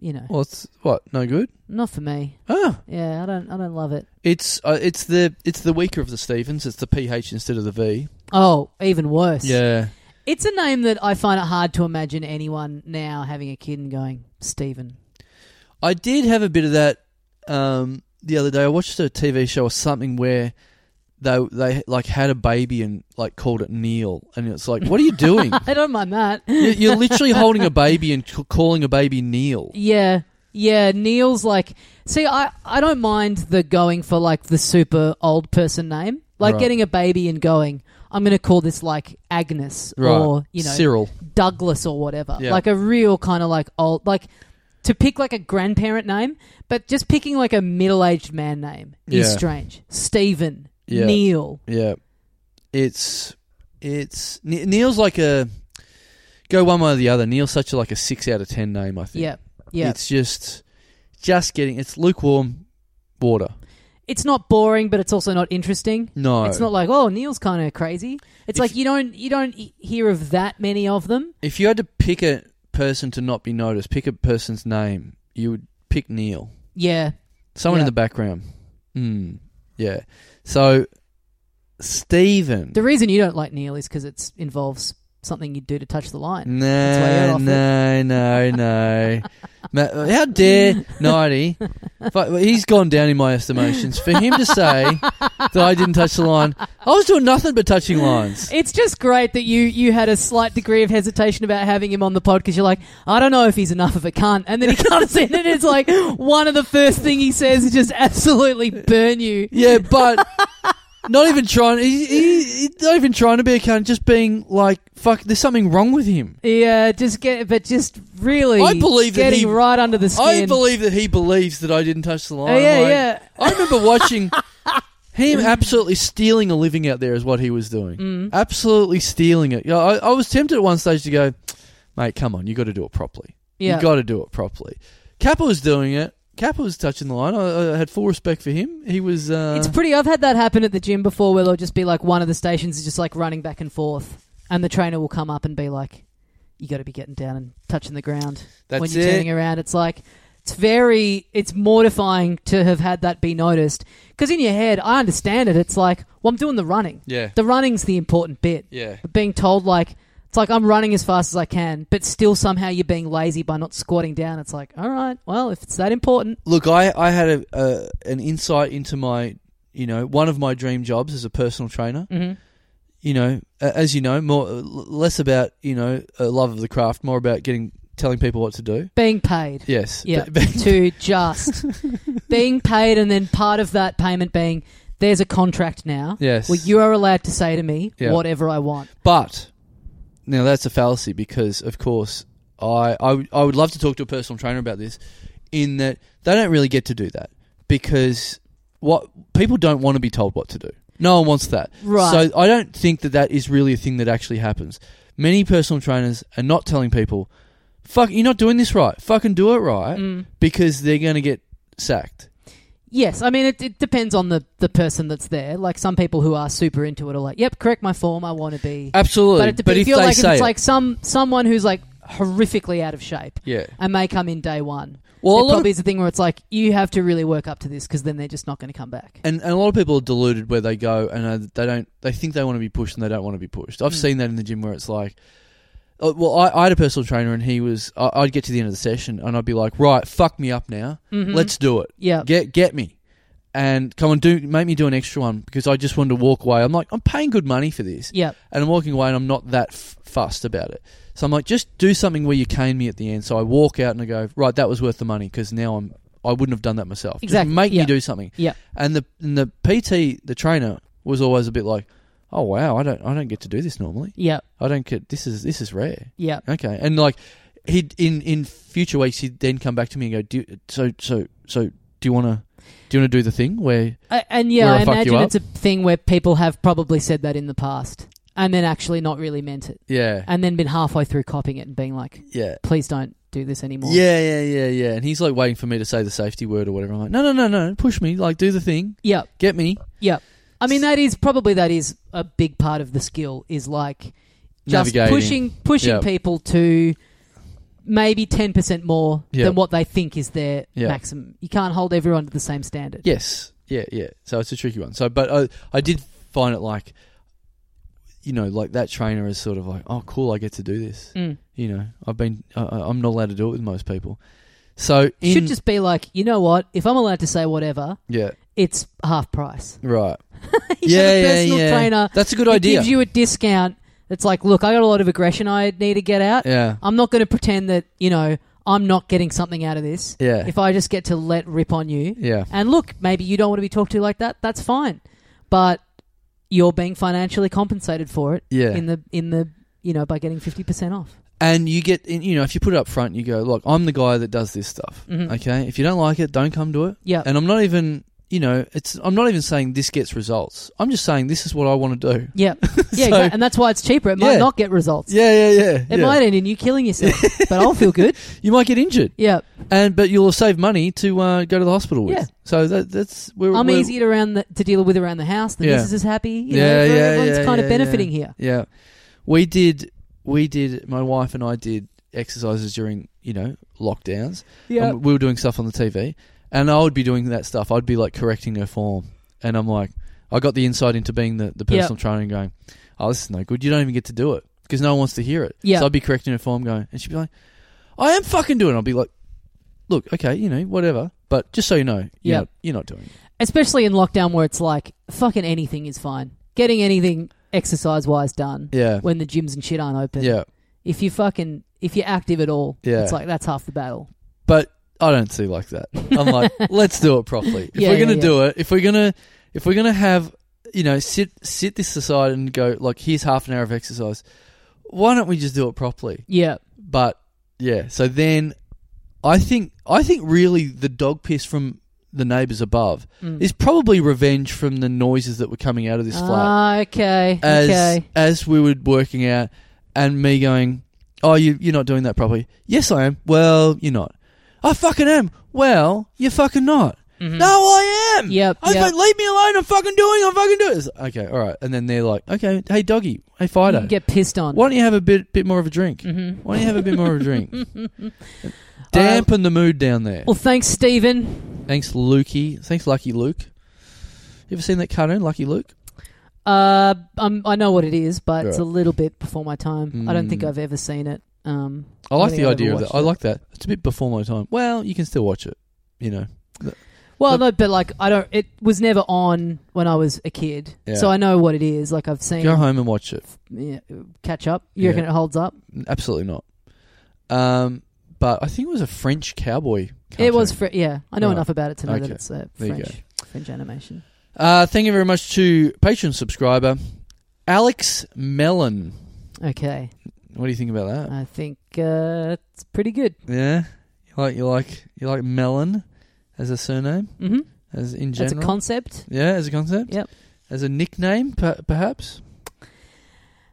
A: you know,
B: Well, it's what? No good.
A: not for me.
B: Oh,
A: Yeah, I don't, I don't love it.
B: it's uh, it's the it's the weaker of the Stevens. It's the PH instead of the V.
A: Oh, even worse.
B: Yeah.
A: It's a name that I find it hard to imagine anyone now having a kid and going Stephen.
B: I did have a bit of that um, the other day. I watched a TV show or something where they they like had a baby and like called it Neil, and it's like, what are you doing?
A: I don't mind that.
B: You- You're literally holding a baby and c- calling a baby Neil.
A: Yeah. Yeah, Neil's like see, I, I don't mind the going for like the super old person name. Like
B: Right.
A: getting a baby and going, I'm gonna call this like Agnes or you know
B: Cyril.
A: Douglas or whatever.
B: Yeah.
A: Like a real kind of like old like to pick like a grandparent name, but just picking like a middle aged man name is
B: Yeah.
A: strange. Stephen,
B: Yeah.
A: Neil.
B: Yeah, it's it's Ne- Neil's like a go one way or the other. Neil's such a, like a six out of ten name. I think.
A: Yeah. Yeah. It's,
B: It's just just getting it's lukewarm water.
A: not boring, but it's also not interesting.
B: No,
A: It's not like oh Neil's kind of crazy. It's
B: If-
A: like you don't you don't he- hear of that many of them.
B: If you had to pick a person to not be noticed, pick a person's name, you would pick Neil.
A: Yeah,
B: Someone
A: Yeah.
B: in the background. Mm, yeah. So, Stephen.
A: the reason you don't like Neil is because it involves something you do to touch the line. why you're
B: no,
A: off
B: no, no, no. Ma- How dare Nighty? Fu- He's gone down in my estimations. For him to say that I didn't touch the line, I was doing nothing but touching lines.
A: It's just great that you you had a slight degree of hesitation about having him on the pod because you're like, I don't know if he's enough of a cunt, and then he comes in and it's like one of the first thing he says is just absolutely burn you.
B: Yeah, but not even trying. He, he, he- not even trying to be a cunt. Just being like, fuck. There's something wrong with him.
A: Yeah, uh, just get, but just really,
B: I believe that
A: getting
B: he-
A: right under the skin.
B: I believe that he believes that I didn't touch the line.
A: Oh, yeah,
B: I'm like-
A: yeah.
B: I remember watching him absolutely stealing a living out there is what he was doing.
A: Mm.
B: Absolutely stealing it. You know, I, I was tempted at one stage to go, mate, come on, you got to do it properly.
A: Yeah.
B: You got to do it properly. Kappa was doing it. Kappa was touching the line. I, I had full respect for him. He was. Uh,
A: It's pretty. I've had that happen at the gym before, where they'll just be like one of the stations is just like running back and forth, and the trainer will come up and be like, "You got to be getting down and touching the ground
B: That's
A: when you're
B: it.
A: turning around." It's like it's very, it's mortifying to have had that be noticed because in your head, I understand it. It's like, well, I'm doing the running.
B: Yeah.
A: the running's the important bit.
B: Yeah.
A: But being told like. It's like I'm running as fast as I can, but still somehow you're being lazy by not squatting down. It's like, all right, well, if it's that important,
B: look, I, I had a, a an insight into my, you know, one of my dream jobs as a personal trainer.
A: Mhm.
B: You know, a- as you know, more l- less about you know a love of the craft, more about getting telling people what to do.
A: being paid.
B: Yes.
A: Yeah,
B: But- but-
A: to just being paid, and then part of that payment being there's a contract now.
B: Yes.
A: Where you are allowed to say to me
B: Yeah.
A: whatever I want.
B: But now that's a fallacy because, of course, I, I would- I would love to talk to a personal trainer about this. In that they don't really get to do that because what people don't want to be told what to do. No one wants that.
A: Right.
B: So I don't think that that is really a thing that actually happens. Many personal trainers are not telling people fuck, you're not doing this right. Fucking do it right
A: Mm.
B: because they're going to get sacked.
A: Yes, I mean it, it depends on the, the person that's there. Like some people who are super into it are like, "Yep, correct my form. I want to be."
B: Absolutely.
A: But,
B: But,
A: it, but
B: if,
A: if you're
B: they
A: like, if
B: say
A: it's
B: it-
A: like some someone who's like horrifically out of shape,
B: Yeah.
A: and may come in day one.
B: Well,
A: Well,
B: a lot
A: it
B: of-
A: probably is a thing where it's like you have to really work up to this because then they're just not going to come back.
B: and, and a lot of people are deluded where they go and uh, they don't they think they want to be pushed and they don't want to be pushed. I've seen that in the gym where it's like, oh, well, I, I had a personal trainer and he was I, I'd get to the end of the session and I'd be like, right, fuck me up now, let's do it,
A: Yeah.
B: get get me, and come on, do make me do an extra one because I just wanted to walk away. I'm like, I'm paying good money for this,
A: Yep.
B: and I'm walking away and I'm not that f- fussed about it. So I'm like, just do something where you cane me at the end. So I walk out and I go, right, that was worth the money because now I'm I wouldn't have done that myself.
A: Exactly,
B: Just make
A: yeah.
B: me do something.
A: Yeah.
B: And the and the PT, the trainer, was always a bit like, oh wow, I don't I don't get to do this normally.
A: Yep.
B: I don't get this is this is rare.
A: Yep.
B: Okay, and like he'd in in future weeks he'd then come back to me and go, do you- so so so do you want to do you want to do the thing where
A: A- and yeah,
B: Where I
A: I
B: fucked
A: imagine
B: you up.
A: it's a thing where people have probably said that in the past and then actually not really meant it,
B: yeah
A: and then been halfway through copying it and being like,
B: yeah.
A: "Please don't do this anymore."
B: Yeah, yeah, yeah, yeah. And he's like waiting for me to say the safety word or whatever. I'm like, no, no, no, no. Push me. Like, do the thing.
A: Yep.
B: Get me.
A: Yep. I mean, that is probably that is a big part of the skill is like just
B: Navigating.
A: pushing pushing
B: Yep.
A: people to maybe ten percent more
B: Yep.
A: than what they think is their
B: Yep.
A: maximum. You can't hold everyone to the same standard.
B: Yes. Yeah, yeah. So it's a tricky one. So, but I, I did find it like, you know, like that trainer is sort of like, oh, cool, I get to do this.
A: Mm.
B: You know, I've been, I, I- I'm not allowed to do it with most people. So in
A: Should just be like, you know what? If I'm allowed to say whatever,
B: yeah,
A: it's half price.
B: right.
A: You
B: yeah,
A: have a
B: yeah,
A: personal
B: yeah.
A: trainer
B: That's a good
A: who
B: idea.
A: gives you a discount. It's like, look, I got a lot of aggression I need to get out.
B: yeah,
A: I'm not going to pretend that you know I'm not getting something out of this.
B: Yeah.
A: If I just get to let rip on you,
B: yeah,
A: And look, maybe you don't want to be talked to like that. That's fine, but you're being financially compensated for it
B: yeah.
A: in the in the you know by getting fifty percent off.
B: and you get, you know, if you put it up front, you go, look, I'm the guy that does this stuff.
A: Mhm.
B: Okay, if you don't like it, don't come to it.
A: Yeah,
B: And I'm not even, you know, it's I'm not even saying this gets results. I'm just saying this is what I want to do.
A: yeah, yeah.
B: So-
A: exactly. And that's why it's cheaper. It might
B: Yeah.
A: not get results.
B: Yeah, yeah, yeah.
A: It
B: yeah.
A: might end in you killing yourself, but I'll feel good.
B: You might get injured,
A: Yeah,
B: and but you'll save money to uh, go to the hospital with.
A: Yeah.
B: So that, that's we're,
A: I'm
B: we're-
A: easier to around the, to deal with around the house. The
B: Yeah.
A: missus is happy. You know,
B: Yeah, yeah,
A: everyone's
B: yeah,
A: kind of
B: yeah,
A: benefiting here.
B: Yeah, we did. We did. My wife and I did exercises during you know lockdowns.
A: Yeah,
B: And we were doing stuff on the TV, and I would be doing that stuff. I'd be like correcting her form, and I'm like, I got the insight into being the, the
A: Yeah.
B: personal trainer and going, oh, this is no good. You don't even get to do it because no one wants to hear it.
A: Yeah.
B: So I'd be correcting her form, going, and she'd be like, I am fucking doing. it. I'll be like, look, okay, you know, whatever, but just so you know, you're
A: Yeah.
B: not, you're not doing. It.
A: especially in lockdown where it's like fucking anything is fine. Getting anything exercise wise done
B: Yeah.
A: when the gyms and shit aren't open.
B: Yeah.
A: if you fucking if you're active at all,
B: Yeah.
A: it's like that's half the battle.
B: but I don't see like that. I'm like, let's do it properly. If
A: Yeah,
B: we're
A: yeah,
B: gonna
A: yeah.
B: do it, if we're gonna, if we're gonna have, you know, sit sit this aside and go like, here's half an hour of exercise. Why don't we just do it properly?
A: Yeah,
B: But yeah, so then I think I think really the dog piss from the neighbours above
A: Mm.
B: is probably revenge from the noises that were coming out of this flat
A: Ah, okay,
B: as
A: okay.
B: as we were working out, and me going, "Oh, you you're not doing that properly." Yes, I am. Well, you're not. I fucking am. Well, you're fucking not. No, I am.
A: Yep,
B: I was
A: yep.
B: like, leave me alone. I'm fucking doing. I'm fucking doing. It's like, okay, all right. And then they're like, okay, hey doggy, hey Fido,
A: You get Mm-hmm. pissed on.
B: why don't you have a bit bit more of a drink? Why don't you have a bit more of a drink? Dampen the mood down there.
A: Well, thanks, Stephen.
B: Thanks, Lukey. Thanks, Lucky Luke. You ever seen that cartoon, Lucky Luke?
A: Uh, I'm, I know what it is, but it's
B: Yeah.
A: a little bit before my time. I don't think
B: Mm.
A: I've ever seen it. Um,
B: I
A: don't
B: like
A: think
B: the
A: I've
B: idea
A: ever
B: of that.
A: watched
B: I
A: it.
B: like that. It's a bit before my time. Well, you can still watch it, you know.
A: Well,
B: Look-
A: no, but like I don't. It was never on when I was a kid,
B: Yeah.
A: so I know what it is. Like I've seen.
B: Go home and watch it.
A: Yeah, catch up. You
B: Yeah.
A: reckon it holds up?
B: Absolutely not. Um, but I think it was a French cowboy.
A: It was.
B: cartoon.
A: Fr- yeah, I know
B: Right.
A: enough about it to know that
B: Okay.
A: it's a
B: There you
A: French French animation.
B: Uh, thank you very much to Patreon subscriber Alex Mellon.
A: Okay,
B: What do you think about that?
A: I think uh, it's pretty good.
B: yeah, you like you like you like Mellon as a surname,
A: hmm
B: as in general.
A: That's a concept.
B: yeah, as a concept.
A: Yep.
B: As a nickname, per- perhaps.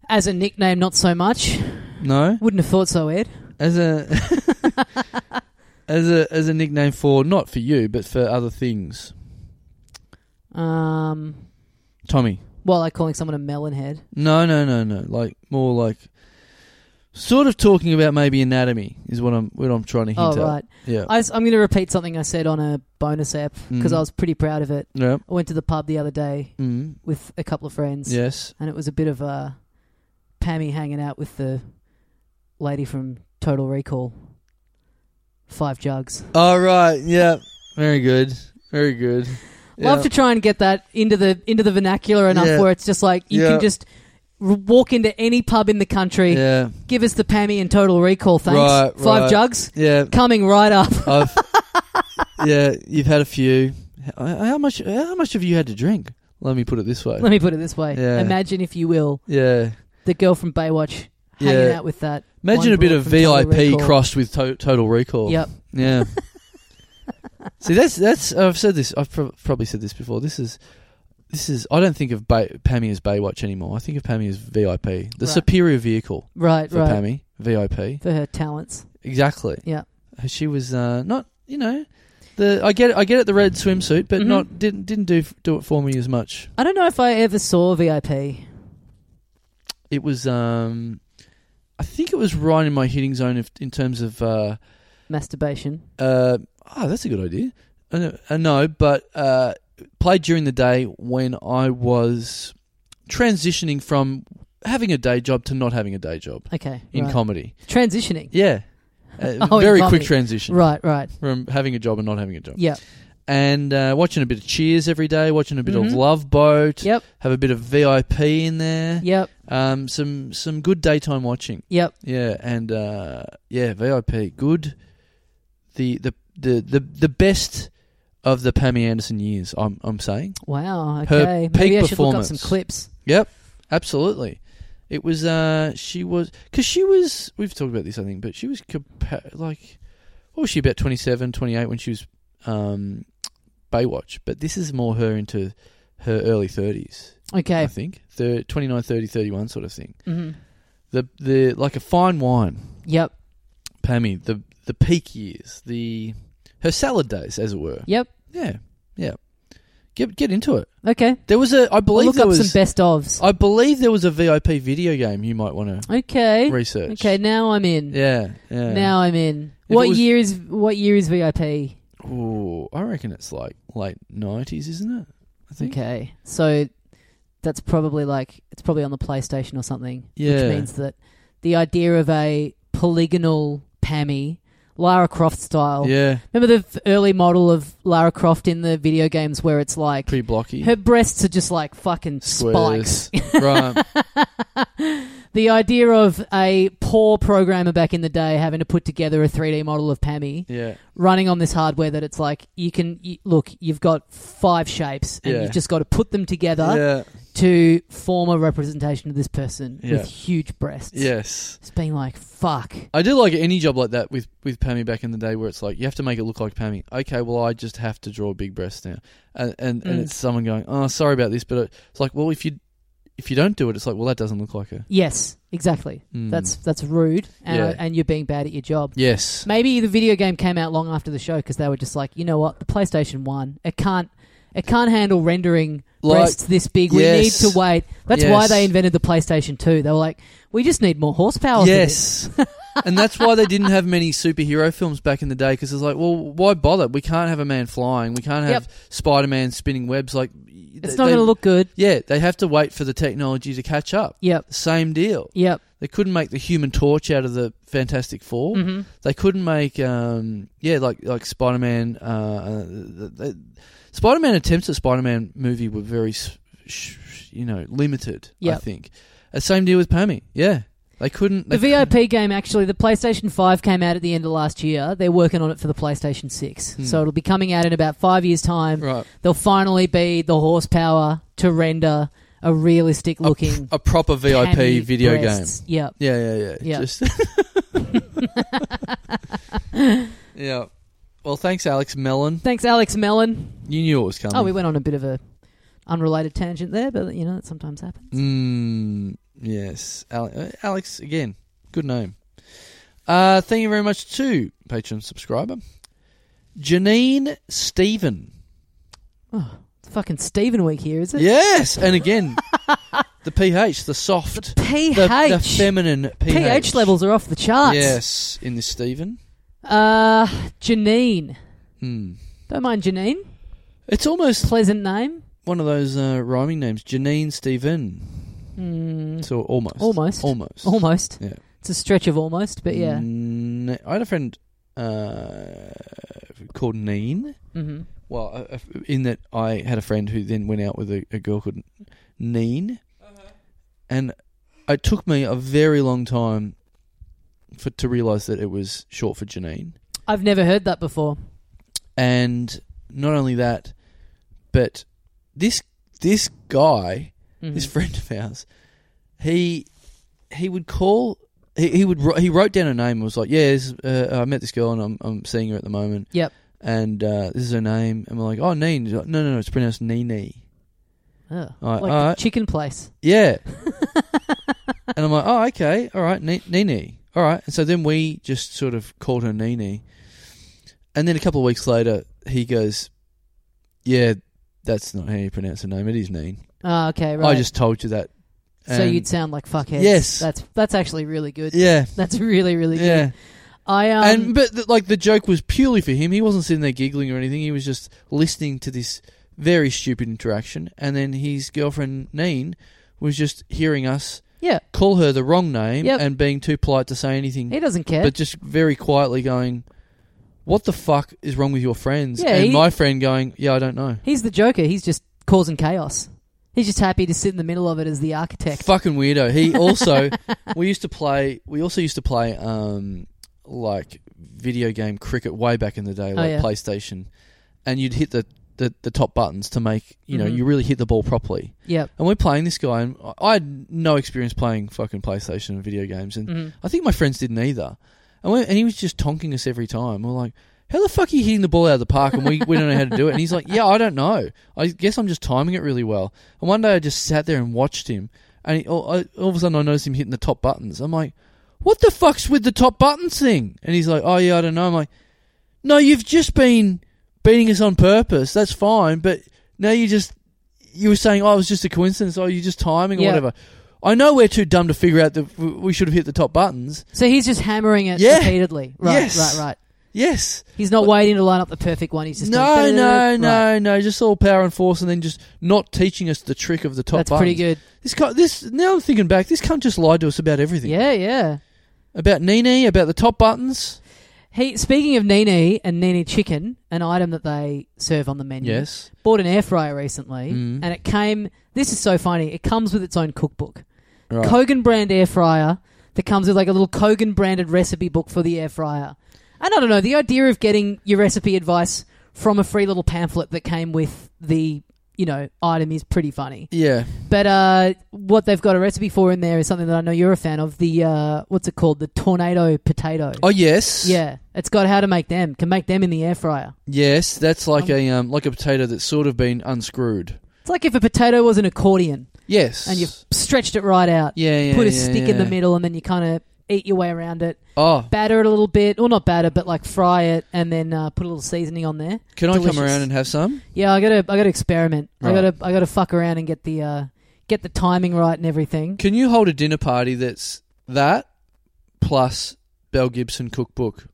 A: As a nickname, not so much.
B: No.
A: Wouldn't have thought so, Ed.
B: as a as a as a nickname for not for you, but for other things.
A: Um,
B: Tommy.
A: well, like calling someone a melon head.
B: No, no, no, no. Like more like sort of talking about maybe anatomy is what I'm what I'm trying to hint
A: oh,
B: at.
A: right.
B: Yeah.
A: I, am going to repeat something I said on a bonus app because
B: Mm.
A: I was pretty proud of it.
B: yeah.
A: I went to the pub the other day
B: Mm.
A: with a couple of friends,
B: Yes.
A: and it was a bit of uh, Pammy hanging out with the lady from Total Recall. Five jugs.
B: All right. Yeah. Very good. Very good.
A: Love
B: Yeah.
A: to try and get that into the into the vernacular enough
B: Yeah.
A: where it's just like you
B: Yeah.
A: can just r- walk into any pub in the country.
B: Yeah.
A: Give us the Pammy and Total Recall, thanks.
B: Right,
A: Five
B: right.
A: jugs
B: Yeah.
A: coming right up.
B: I've, yeah. You've had a few. How how much? How much have you had to drink? Let me put it this way.
A: Let me put it this way:
B: Yeah.
A: Imagine, if you will,
B: yeah.
A: the girl from Baywatch hanging
B: Yeah.
A: out with that.
B: Imagine
A: one
B: a bit
A: broad
B: of
A: from Total
B: VIP
A: Recall.
B: crossed with to- Total Recall.
A: Yep.
B: Yeah. See, that's that's. I've said this. I've prob probably said this before. This is, this is. I don't think of ba- Pammy as Baywatch anymore. I think of Pammy as VIP, the
A: Right.
B: superior vehicle
A: Right,
B: for
A: right.
B: Pammy. VIP,
A: For her talents.
B: exactly.
A: Yeah.
B: She was uh, not. You know, the I get I get it the red swimsuit, but
A: Mhm.
B: not didn't didn't do do it for me as much.
A: I don't know if I ever saw VIP.
B: It was. um I think it was right in my hitting zone if, in terms of. Uh,
A: Masturbation.
B: uh, oh, that's a good idea. I know, I know but uh, played during the day when I was transitioning from having a day job to not having a day job
A: Okay.
B: in
A: right.
B: comedy.
A: Transitioning.
B: Yeah. Uh,
A: Oh, in
B: very quick
A: comedy.
B: transition
A: Right, right.
B: from having a job and not having a job.
A: Yeah.
B: And uh, watching a bit of Cheers every day, watching a bit of
A: Mhm.
B: Love Boat,
A: Yep.
B: have a bit of VIP in there,
A: Yep.
B: um, some some good daytime watching.
A: Yep.
B: Yeah, and uh, yeah, VIP good. The the the the the best of the Pammy Anderson years. I'm I'm saying.
A: Wow.
B: Her
A: Okay.
B: peak
A: Maybe I should look up some
B: performance.
A: clips.
B: Yep, absolutely. It was uh she was because she was we've talked about this I think but she was compa- like what was she about 27, 28 when she was um Baywatch but this is more her into her early thirties I
A: Okay.
B: think Thir 29, 30, 31 sort of thing
A: hmm
B: the the like a fine wine
A: Yep.
B: Pammy, the the peak years, the her salad days, as it were.
A: Yep.
B: Yeah, yeah. Get get into it.
A: Okay.
B: There was a, I
A: I'll
B: believe
A: look
B: there
A: up
B: was,
A: some best ofs.
B: I believe there was a VIP video game you might want to
A: Okay.
B: research.
A: Okay. Now I'm in.
B: Yeah, yeah.
A: Now I'm in.
B: it
A: What
B: was-
A: year is what year is VIP?
B: Ooh, I reckon it's like late nineties, isn't it? I think.
A: Okay, so that's probably like it's probably on the PlayStation or something,
B: Yeah.
A: which means that the idea of a polygonal Pammy, Lara Croft style.
B: Yeah,
A: Remember the f- early model of Lara Croft in the video games where it's like
B: pretty blocky.
A: her breasts are just like fucking spikes.
B: Squares. right.
A: The idea of a poor programmer back in the day having to put together a 3D model of Pammy
B: Yeah.
A: running on this hardware that it's like you can you, look, you've got five shapes and
B: Yeah.
A: you've just got to put them together
B: Yeah.
A: to form a representation of this person
B: Yeah.
A: with huge breasts.
B: Yes.
A: It's being like, fuck.
B: I do like any job like that with with Pammy back in the day, where it's like you have to make it look like Pammy. Okay, well I just have to draw big breasts now, and and, and
A: Mm.
B: it's someone going, oh sorry about this, but it's like well if you if you don't do it, it's like well that doesn't look like her.
A: Yes, exactly.
B: Mm.
A: That's that's rude, and,
B: Yeah.
A: and you're being bad at your job.
B: yes,
A: Maybe the video game came out long after the show because they were just like, you know what, the PlayStation One, it can't, it can't handle rendering
B: Like-
A: breasts this big.
B: Yes.
A: We need to wait. That's why
B: Yes.
A: they invented the PlayStation Two. They were like, we just need more horsepower. for this.
B: yes, and that's why they didn't have many superhero films back in the day because it's like well why bother? We can't have a man flying, we can't have
A: Yep.
B: Spider Man spinning webs. Like
A: it's not going to look good.
B: Yeah, they have to wait for the technology to catch up.
A: Yep,
B: Same deal.
A: yep.
B: They couldn't make the Human Torch out of the Fantastic 4
A: hmm
B: They couldn't make, um, yeah, like like Spider Man. Uh, uh, Spider Man attempts at Spider Man movie were very, s- sh- you know, limited. I
A: Yep.
B: think. Uh, same deal with Pammy. Yeah, they couldn't.
A: The
B: They
A: VIP game, actually, the PlayStation 5 came out at the end of last year. They're working on it for the PlayStation 6.
B: Hmm.
A: So it'll be coming out in about five years' time.
B: right
A: There'll finally be the horsepower to render a realistic looking.
B: a proper VIP
A: Pammy
B: video game.
A: breasts. Yep.
B: Yeah, yeah, yeah.
A: Yeah.
B: Just yeah. Well, thanks, Alex Mellon.
A: Thanks, Alex Mellon.
B: You knew it was coming.
A: oh, we went on a bit of a unrelated tangent there, but you know, that sometimes happens.
B: Mm, yes, Ale- uh, Alex again. Good name. Uh, thank you very much to Patreon subscriber Janine Stephen.
A: It's fucking Stephen week here, is it?
B: Yes, and again, the pH, the soft,
A: pH.
B: the, the feminine pH.
A: pH levels are off the charts.
B: Yes, in this Stephen.
A: Uh, Janine.
B: Hmm.
A: Don't mind Janine.
B: It's almost
A: Pleasant name.
B: one of those uh, rhyming names, Janine Stephen.
A: Mm,
B: So almost,
A: Almost.
B: almost,
A: almost.
B: Yeah. Mm.
A: It's a stretch of almost, but yeah.
B: N- I had a friend uh, called Neen.
A: hmm
B: Well, a- a f- in that I had a friend who then went out with a, a girl called Neen, and it took me a very long time for to realise that it was short for Janine.
A: I've never heard that before.
B: And not only that, but this this guy,
A: Mhm.
B: this friend of ours, he he would call. He, he would wr- he wrote down a name and was like, "Yeah, this, is- uh, I met this girl and I'm I'm seeing her at the moment."
A: Yep.
B: and uh, this is her name, and we're like, oh, Neen. She's like, no, no, no, it's pronounced Nini.
A: Ugh.
B: Alright,
A: like
B: alright.
A: the chicken place.
B: Yeah. and I'm like, oh, okay, all right, Ni- Nini. All right. And so then we just sort of called her Nini. And then a couple of weeks later, he goes, yeah, that's not how you pronounce her name. It is Neen.
A: Ah, okay, right.
B: I just told you that.
A: so
B: And-
A: you'd sound like fuckheads.
B: Yes.
A: That's that's actually really good.
B: Yeah.
A: That's really really good.
B: Yeah.
A: I um
B: and but th- like the joke was purely for him. He wasn't sitting there giggling or anything. He was just listening to this very stupid interaction. And then his girlfriend Neen was just hearing us
A: yeah,
B: call her the wrong name
A: Yep.
B: and being too polite to say anything,
A: he doesn't care.
B: but just very quietly going, "What the fuck is wrong with your friends?"
A: Yeah,
B: and
A: he-
B: my friend going, "Yeah, I don't know."
A: He's the Joker. He's just causing chaos. He's just happy to sit in the middle of it as the architect.
B: Fucking weirdo. He also we used to play. We also used to play um, like video game cricket way back in the day, like
A: Oh, yeah.
B: PlayStation, and you'd hit the, the the top buttons to make you know
A: Mhm.
B: you really hit the ball properly.
A: Yep.
B: And we're playing this guy, and I- I had no experience playing fucking PlayStation and video games, and
A: Mhm.
B: I think my friends didn't either. And, we, and he was just tonking us every time. We're like, how the fuck are you hitting the ball out of the park? And we, we don't know how to do it. And he's like, yeah, I don't know. I guess I'm just timing it really well. And one day I just sat there and watched him. And he, all, I, all of a sudden I noticed him hitting the top buttons. I'm like, what the fuck's with the top buttons thing? And he's like, oh, yeah, I don't know. I'm like, no, you've just been beating us on purpose. That's fine. But now you just, you were saying, oh, it was just a coincidence. Oh, you're just timing or
A: Yeah.
B: whatever. I know we're too dumb to figure out that w- we should have hit the top buttons.
A: So he's just hammering it
B: Yeah.
A: repeatedly. Right,
B: Yes.
A: right, right.
B: Yes.
A: He's not waiting to line up the perfect one. He's just
B: No,
A: going,
B: no,
A: "Right."
B: no, no. Just all power and force, and then just not teaching us the trick of the top.
A: That's pretty good.
B: buttons. This cunt, this now I'm thinking back. This cunt just lied to us about everything.
A: Yeah, yeah.
B: About Nini, about the top buttons.
A: He speaking of Nini and Nini chicken, an item that they serve on the menu.
B: Yes.
A: Bought an air fryer recently,
B: Mm.
A: and it came. This is so funny. It comes with its own cookbook.
B: Right.
A: Kogan brand air fryer that comes with like a little Kogan branded recipe book for the air fryer. And I don't know, the idea of getting your recipe advice from a free little pamphlet that came with the, you know, item is pretty funny.
B: yeah.
A: But uh, what they've got a recipe for in there is something that I know you're a fan of, the uh, what's it called? The tornado potato.
B: Oh yes.
A: Yeah. It's got how to make them. Can make them in the air fryer.
B: Yes. That's like a um like a potato that's sort of been unscrewed.
A: It's like if a potato was an accordion
B: Yes.
A: and you've stretched it right out,
B: yeah, yeah,
A: put a
B: yeah,
A: stick in the
B: yeah.
A: middle and then you kinda eat your way around it.
B: Oh,
A: batter it a little bit, or not batter, but like fry it, and then uh, put a little seasoning on there.
B: can I
A: Delicious.
B: come around and have some?
A: Yeah, I gotta, I gotta experiment. I
B: Right.
A: gotta, I gotta fuck around and get the, uh, get the timing right and everything.
B: Can you hold a dinner party that's that plus Bell Gibson cookbook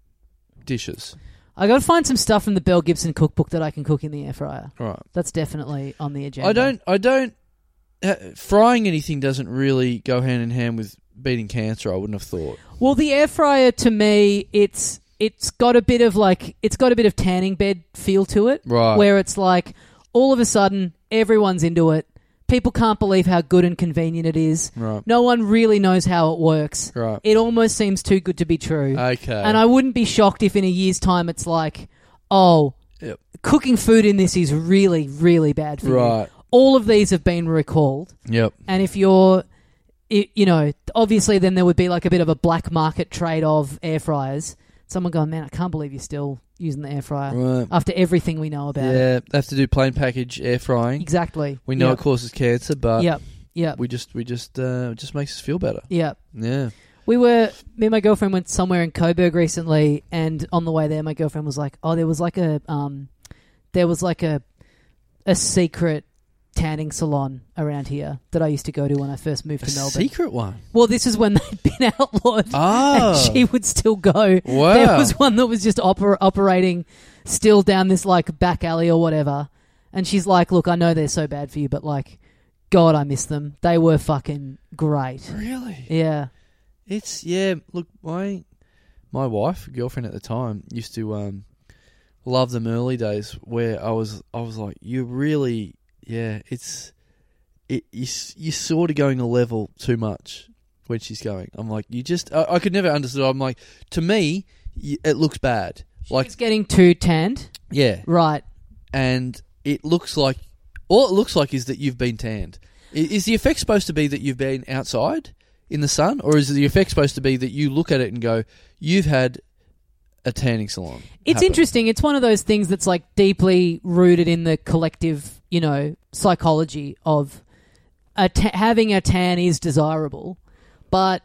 B: dishes?
A: I gotta find some stuff from the Bell Gibson cookbook that I can cook in the air fryer.
B: All right.
A: That's definitely on the agenda.
B: I don't. I don't. Uh, frying anything doesn't really go hand in hand with beating cancer. I wouldn't have thought.
A: Well, the air fryer to me, it's, it's got a bit of like, it's got a bit of tanning bed feel to it.
B: Right.
A: where it's like all of a sudden everyone's into it. People can't believe how good and convenient it is.
B: Right.
A: No one really knows how it works.
B: Right.
A: It almost seems too good to be true.
B: Okay.
A: and I wouldn't be shocked if in a year's time it's like, oh,
B: Yep.
A: cooking food in this is really, really bad for you.
B: Right.
A: All of these have been recalled.
B: Yep.
A: And if you're, i you know, obviously then there would be like a bit of a black market trade of air fryers. Someone going, man, I can't believe you're still using the air fryer
B: Right.
A: after everything we know about it.
B: Yeah. They have to do plain package air frying.
A: Exactly.
B: We know
A: Yep.
B: it causes cancer, but
A: Yep. Yep.
B: we just we just uh, it just makes us feel better.
A: Yep.
B: Yeah.
A: We were me and my girlfriend went somewhere in Coburg recently, and on the way there, my girlfriend was like, "Oh, there was like a um, there was like a a secret tanning salon around here that I used to go to when I first moved to Melbourne."
B: Secret one.
A: Well, this is when they'd been outlawed.
B: Oh.
A: And she would still go.
B: Wow.
A: There was one that was just oper- operating still down this like back alley or whatever. And she's like, look, I know they're so bad for you, but like, God, I miss them. They were fucking great.
B: Really?
A: Yeah.
B: It's yeah. Look, my my wife, girlfriend at the time, used to um, love them early days where I was I was like, you really, yeah. It's it you s- you sort of going a level too much when she's going. I'm like, you just I, I could never understand. I'm like, to me, y it looks bad. Like
A: It's getting too tanned.
B: yeah,
A: Right.
B: and it looks like all it looks like is that you've been tanned. I- Is the effect supposed to be that you've been outside in the sun, or is the effect supposed to be that you look at it and go, "You've had a tanning salon"?
A: It's
B: happen."
A: interesting. It's one of those things that's like deeply rooted in the collective, you know, psychology of a ta- having a tan is desirable. But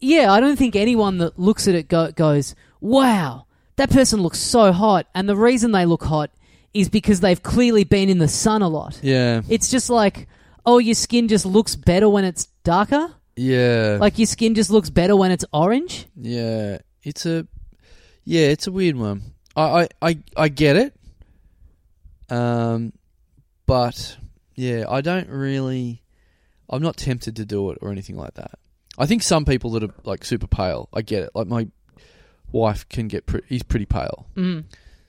A: yeah, I don't think anyone that looks at it go- goes, wow, that person looks so hot. And the reason they look hot is because they've clearly been in the sun a lot.
B: Yeah,
A: It's just like, oh, your skin just looks better when it's darker.
B: yeah,
A: Like your skin just looks better when it's orange.
B: yeah. It's a yeah, it's a weird one. I I I, I get it, um, but yeah, I don't really. I'm not tempted to do it or anything like that. I think some people that are like super pale, I get it. Like my wife can get pre- he's pretty pale.
A: Mm.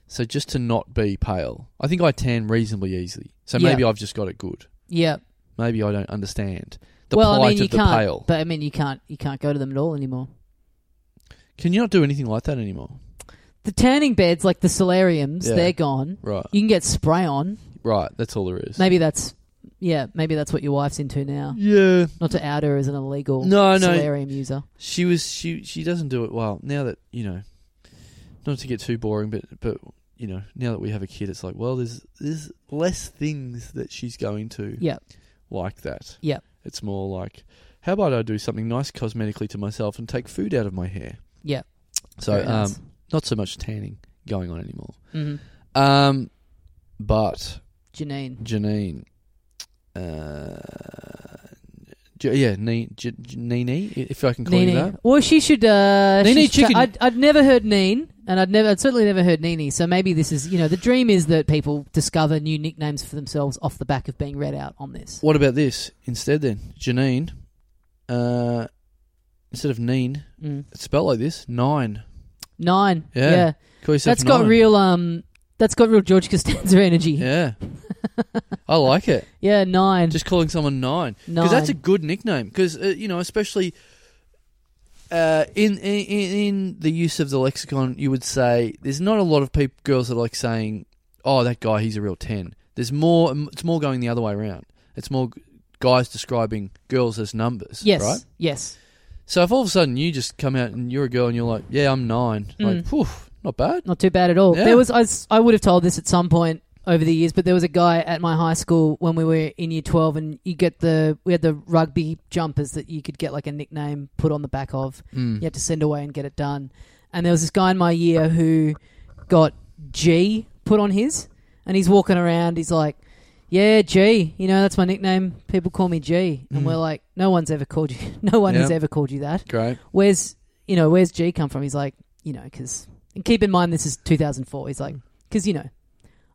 B: So just to not be pale, I think I tan reasonably easily. So maybe
A: Yeah.
B: I've just got it good.
A: Yeah.
B: Maybe I don't understand the
A: well,
B: plight
A: I mean, you
B: of the
A: can't,
B: pale.
A: But I mean, you can't you can't go to them at all anymore.
B: Can you not do anything like that anymore?
A: The tanning beds, like the solariums,
B: Yeah.
A: they're gone.
B: Right,
A: You can get spray on.
B: right. That's all there is.
A: Maybe that's yeah. Maybe that's what your wife's into now.
B: Yeah,
A: Not to out her as an illegal
B: No, no.
A: solarium user.
B: she was. She she doesn't do it well now that you know. Not to get too boring, but but you know now that we have a kid, it's like well, there's there's less things that she's going to
A: Yeah.
B: like that.
A: Yeah.
B: it's more like how about I do something nice cosmetically to myself and take food out of my hair.
A: Yeah.
B: so
A: Very
B: um,
A: nice.
B: not so much tanning going on anymore.
A: hmm
B: Um, but
A: Janine.
B: Janine. Uh, J- yeah, Ni- J- J- Nini, if I can call you that.
A: Nene. Well, she should. Uh,
B: Nene
A: she should-
B: chicken.
A: I'd, I'd never heard Neen, and I'd never, I'd certainly never heard Nini. So maybe this is, you know, the dream is that people discover new nicknames for themselves off the back of being read out on this.
B: What about this instead then? Janine, uh, instead of Neen,
A: Mm.
B: it's spelled like this. Nine.
A: Nine.
B: Yeah.
A: yeah.
B: Call yourself
A: That's got
B: Nine.
A: real um that's got real George Costanza energy. Yeah,
B: Yeah. I like it.
A: nine.
B: Just calling someone Nine.
A: nine.
B: Because that's a good nickname. Because, uh, you know, especially uh, in, in in the use of the lexicon, you would say there's not a lot of peop girls that like saying, oh, that guy, he's a real 10. There's more, it's more going the other way around. It's more g- guys describing girls as numbers.
A: yes.
B: Right?
A: Yes.
B: So if all of a sudden you just come out and you're a girl and you're like, yeah, I'm nine,
A: Mm.
B: like, whew, not bad.
A: Not too bad at all.
B: Yeah.
A: There was I, s- I would have told this at some point over the years, but there was a guy at my high school when we were in year 12 and you get the we had the rugby jumpers that you could get like a nickname put on the back of.
B: Mm.
A: You had to send away and get it done. And there was this guy in my year who got G put on his, and he's walking around. He's like, "Yeah, G. You know, that's my nickname. People call me G." And
B: Mm.
A: we're like, "No one's ever called you. No one has
B: Yeah.
A: ever called you that.
B: Great.
A: Where's you know, where's G come from?" He's like, "You know, because and keep in mind this is 2004. He's
B: Mm.
A: like, because you know,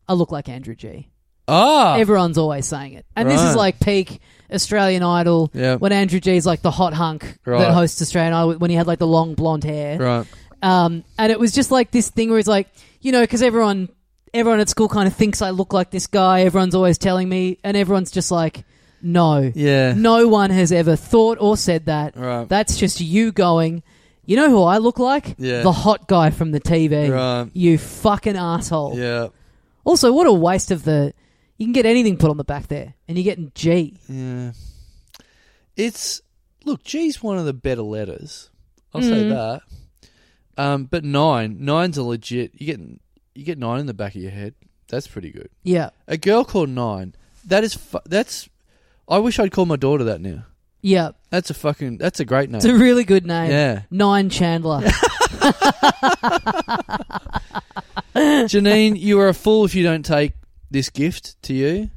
A: I look like Andrew G.
B: Ah.
A: Everyone's always saying it, and this is
B: Right.
A: like peak Australian Idol."
B: yeah.
A: When Andrew G's like the hot hunk
B: Right.
A: that hosts Australian Idol, when he had like the long blonde hair,
B: Right.
A: um, and it was just like this thing where it's like, you know, because everyone, everyone at school kind of thinks I look like this guy. Everyone's always telling me, and everyone's just like, no,
B: Yeah.
A: no one has ever thought or said that.
B: Right.
A: That's just you going. You know who I look like?
B: Yeah.
A: The hot guy from the TV.
B: Right.
A: You fucking asshole.
B: Yeah.
A: Also, what a waste of the. You can get anything put on the back there, and you're getting G.
B: Yeah. It's look, G's one of the better letters. I'll say
A: Mm.
B: that. Um, but nine, nine's a legit. You get you get nine in the back of your head. That's pretty good.
A: Yeah.
B: A girl called nine. That is. Fu- that's. I wish I'd call my daughter that now.
A: Yeah,
B: That's a fucking. That's a great name.
A: it's a really good name.
B: Yeah.
A: Nine Chandler.
B: Janine, you are a fool if you don't take this gift to you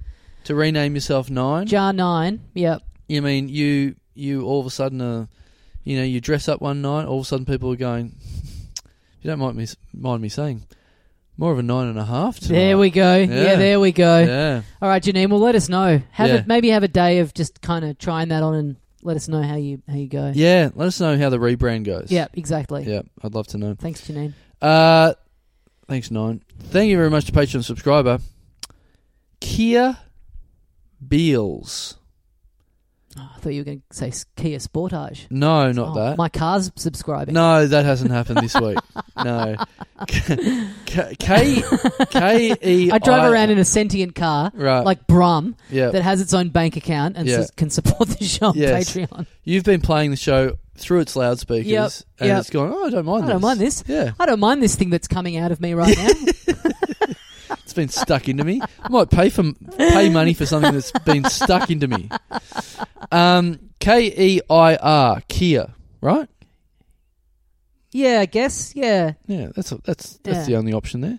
B: to rename yourself Nine.
A: Jar Nine. Yep.
B: you mean you you all of a sudden uh, you know you dress up one night all of a sudden people are going you don't mind me mind me saying more of a nine and a half tonight.
A: There we go. Yeah,
B: Yeah.
A: there we go.
B: yeah
A: All right, Janine. Well, let us know. Have
B: Yeah.
A: it. Maybe have a day of just kind of trying that on, and let us know how you how you go.
B: yeah let us know how the rebrand goes
A: Yeah, exactly.
B: yeah I'd love to know
A: Thanks, Janine.
B: uh thanks nine thank you very much to Patreon subscriber Kia Beals
A: Oh, I thought you were going to say s- Kia Sportage.
B: no not
A: Oh,
B: that
A: My car's subscribing.
B: no that hasn't happened this week no K K K E
A: I drive around in a sentient car,
B: Right.
A: like Brum,
B: yeah
A: that has its own bank account and
B: Uh, Yeah.
A: s- can support the show on
B: Yes.
A: Patreon.
B: You've been playing the show through its loudspeakers,
A: Yep,
B: and
A: yep.
B: it's gone. Oh, I don't mind.
A: I
B: this.
A: don't mind this.
B: Yeah,
A: I don't mind this thing that's coming out of me right now.
B: it's been stuck into me. I might pay for pay money for something that's been stuck into me. Um, K E I R Kia, right?
A: yeah, I guess. Yeah.
B: Yeah, that's that's that's
A: Yeah.
B: the only option there.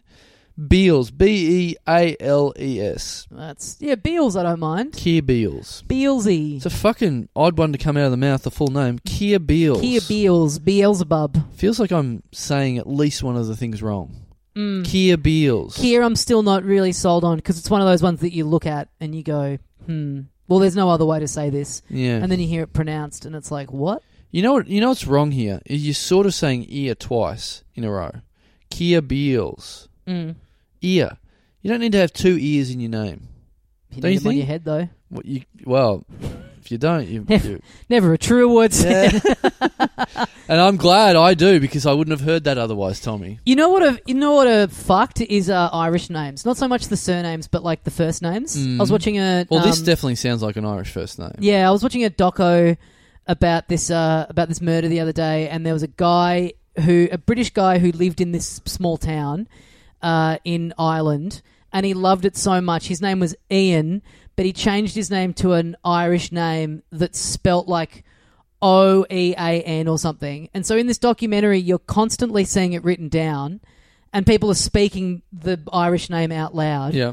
B: Beals, B E A L E S,
A: That's yeah, Beals I don't mind.
B: Kia Beals.
A: Bealsy.
B: It's a fucking odd one to come out of the mouth. The full name, Kia Beals.
A: Kia Beals, Beelzebub.
B: Feels like I'm saying at least one of the things wrong.
A: Mm.
B: Kia Beals.
A: Kia I'm still not really sold on because it's one of those ones that you look at and you go, hmm, well there's no other way to say this.
B: Yeah.
A: And then you hear it pronounced and it's like, what?
B: You know what? You know what's wrong here is you're sort of saying ear twice in a row. Kia Beals
A: Mm.
B: ear. You don't need to have two ears in your name.
A: You
B: Don't
A: need
B: you
A: them on
B: think?
A: your head though.
B: What you? Well, if you don't, you. you
A: Never a truer word said.
B: yeah. and I'm glad I do because I wouldn't have heard that otherwise, Tommy.
A: You know what? A, you know what? A fucked is uh, Irish names. Not so much the surnames, but like the first names. I was
B: Mm.
A: watching a.
B: Well, this
A: um,
B: definitely sounds like an Irish first name.
A: Yeah, I was watching a doco about this uh, about this murder the other day, and there was a guy who a British guy who lived in this small town uh, in Ireland, and he loved it so much. His name was Ian, but he changed his name to an Irish name that's spelt like. O E A N or something. And so in this documentary, you're constantly seeing it written down, and people are speaking the Irish name out loud
B: Yeah.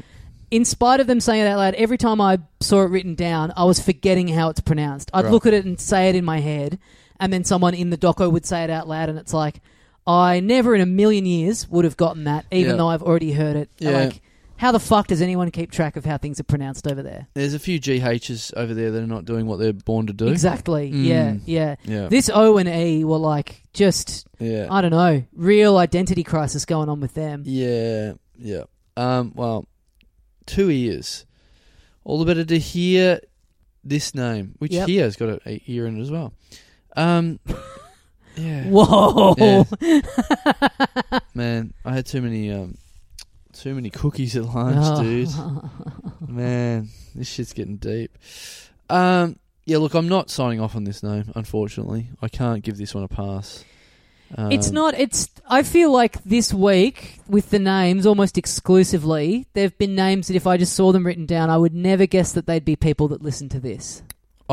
A: in spite of them saying it out loud, every time I saw it written down, I was forgetting how it's pronounced. I'd
B: Right.
A: look at it and say it in my head, and then someone in the doco would say it out loud, and it's like, I never in a million years would have gotten that, even
B: Yeah.
A: though I've already heard it.
B: Yeah.
A: Like, how the fuck does anyone keep track of how things are pronounced over there?
B: There's a few GHs over there that are not doing what they're born to do.
A: Exactly.
B: Mm.
A: Yeah, yeah.
B: Yeah.
A: This O and E were like just,
B: yeah.
A: I don't know, real identity crisis going on with them.
B: Yeah, yeah. Um, well, two ears. All the better to hear this name, which
A: Yep.
B: here has got a, a ear in it as well. Um, yeah,
A: Whoa!
B: man, I had too many, um, too many cookies at lunch, dude. Man, this shit's getting deep. Um, yeah, look, I'm not signing off on this name, unfortunately. I can't give this one a pass. Um,
A: It's not. It's. I feel like this week with the names almost exclusively, there have been names that if I just saw them written down, I would never guess that they'd be people that listen to this.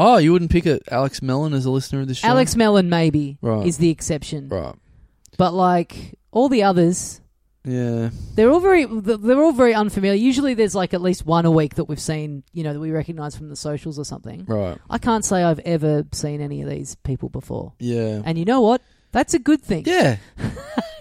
B: Oh, you wouldn't pick a Alex Mellon as a listener of this show.
A: Alex Mellon maybe
B: Right.
A: is the exception,
B: right?
A: but like all the others,
B: Yeah.
A: they're all very they're all very unfamiliar. Usually, there's like at least one a week that we've seen, you know, that we recognise from the socials or something.
B: Right.
A: I can't say I've ever seen any of these people before,
B: Yeah.
A: and you know what? That's a good thing.
B: Yeah.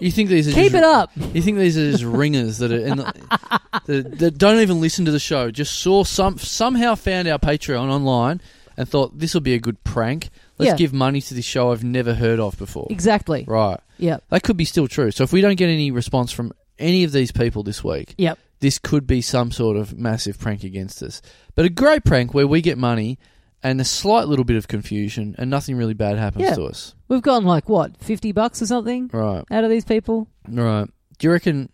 B: You think these are
A: Keep
B: just,
A: it up.
B: You think these are just ringers that are in the, that, that don't even listen to the show. Just saw some somehow found our Patreon online and thought this will be a good prank. Let's
A: Yeah.
B: give money to this show I've never heard of before.
A: Exactly.
B: Right.
A: Yep.
B: That could be still true. So if we don't get any response from any of these people this week,
A: Yep.
B: this could be some sort of massive prank against us. But a great prank where we get money and a slight little bit of confusion and nothing really bad happens
A: Yeah.
B: to us.
A: We've gotten like what fifty bucks or something
B: Right.
A: out of these people.
B: All right. Do you reckon?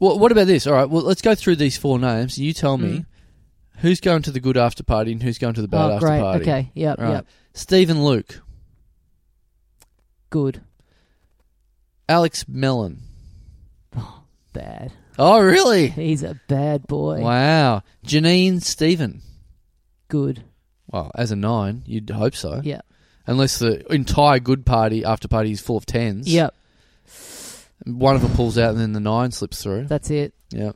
B: Well, what about this? All right. Well, let's go through these four names. You tell me
A: Mm.
B: who's going to the good after party and who's going to the bad
A: oh,
B: after
A: great.
B: party.
A: Okay. Yep.
B: All right.
A: Yep.
B: Steve and Luke,
A: Good.
B: Alex Mellon.
A: Bad.
B: Oh, really?
A: He's a bad boy.
B: Wow. Janine Stephen.
A: Good.
B: Well, as a nine, you'd hope so.
A: Yeah.
B: Unless the entire good party after party is full of tens.
A: Yep.
B: One of them pulls out and then the nine slips through.
A: That's it.
B: Yeah.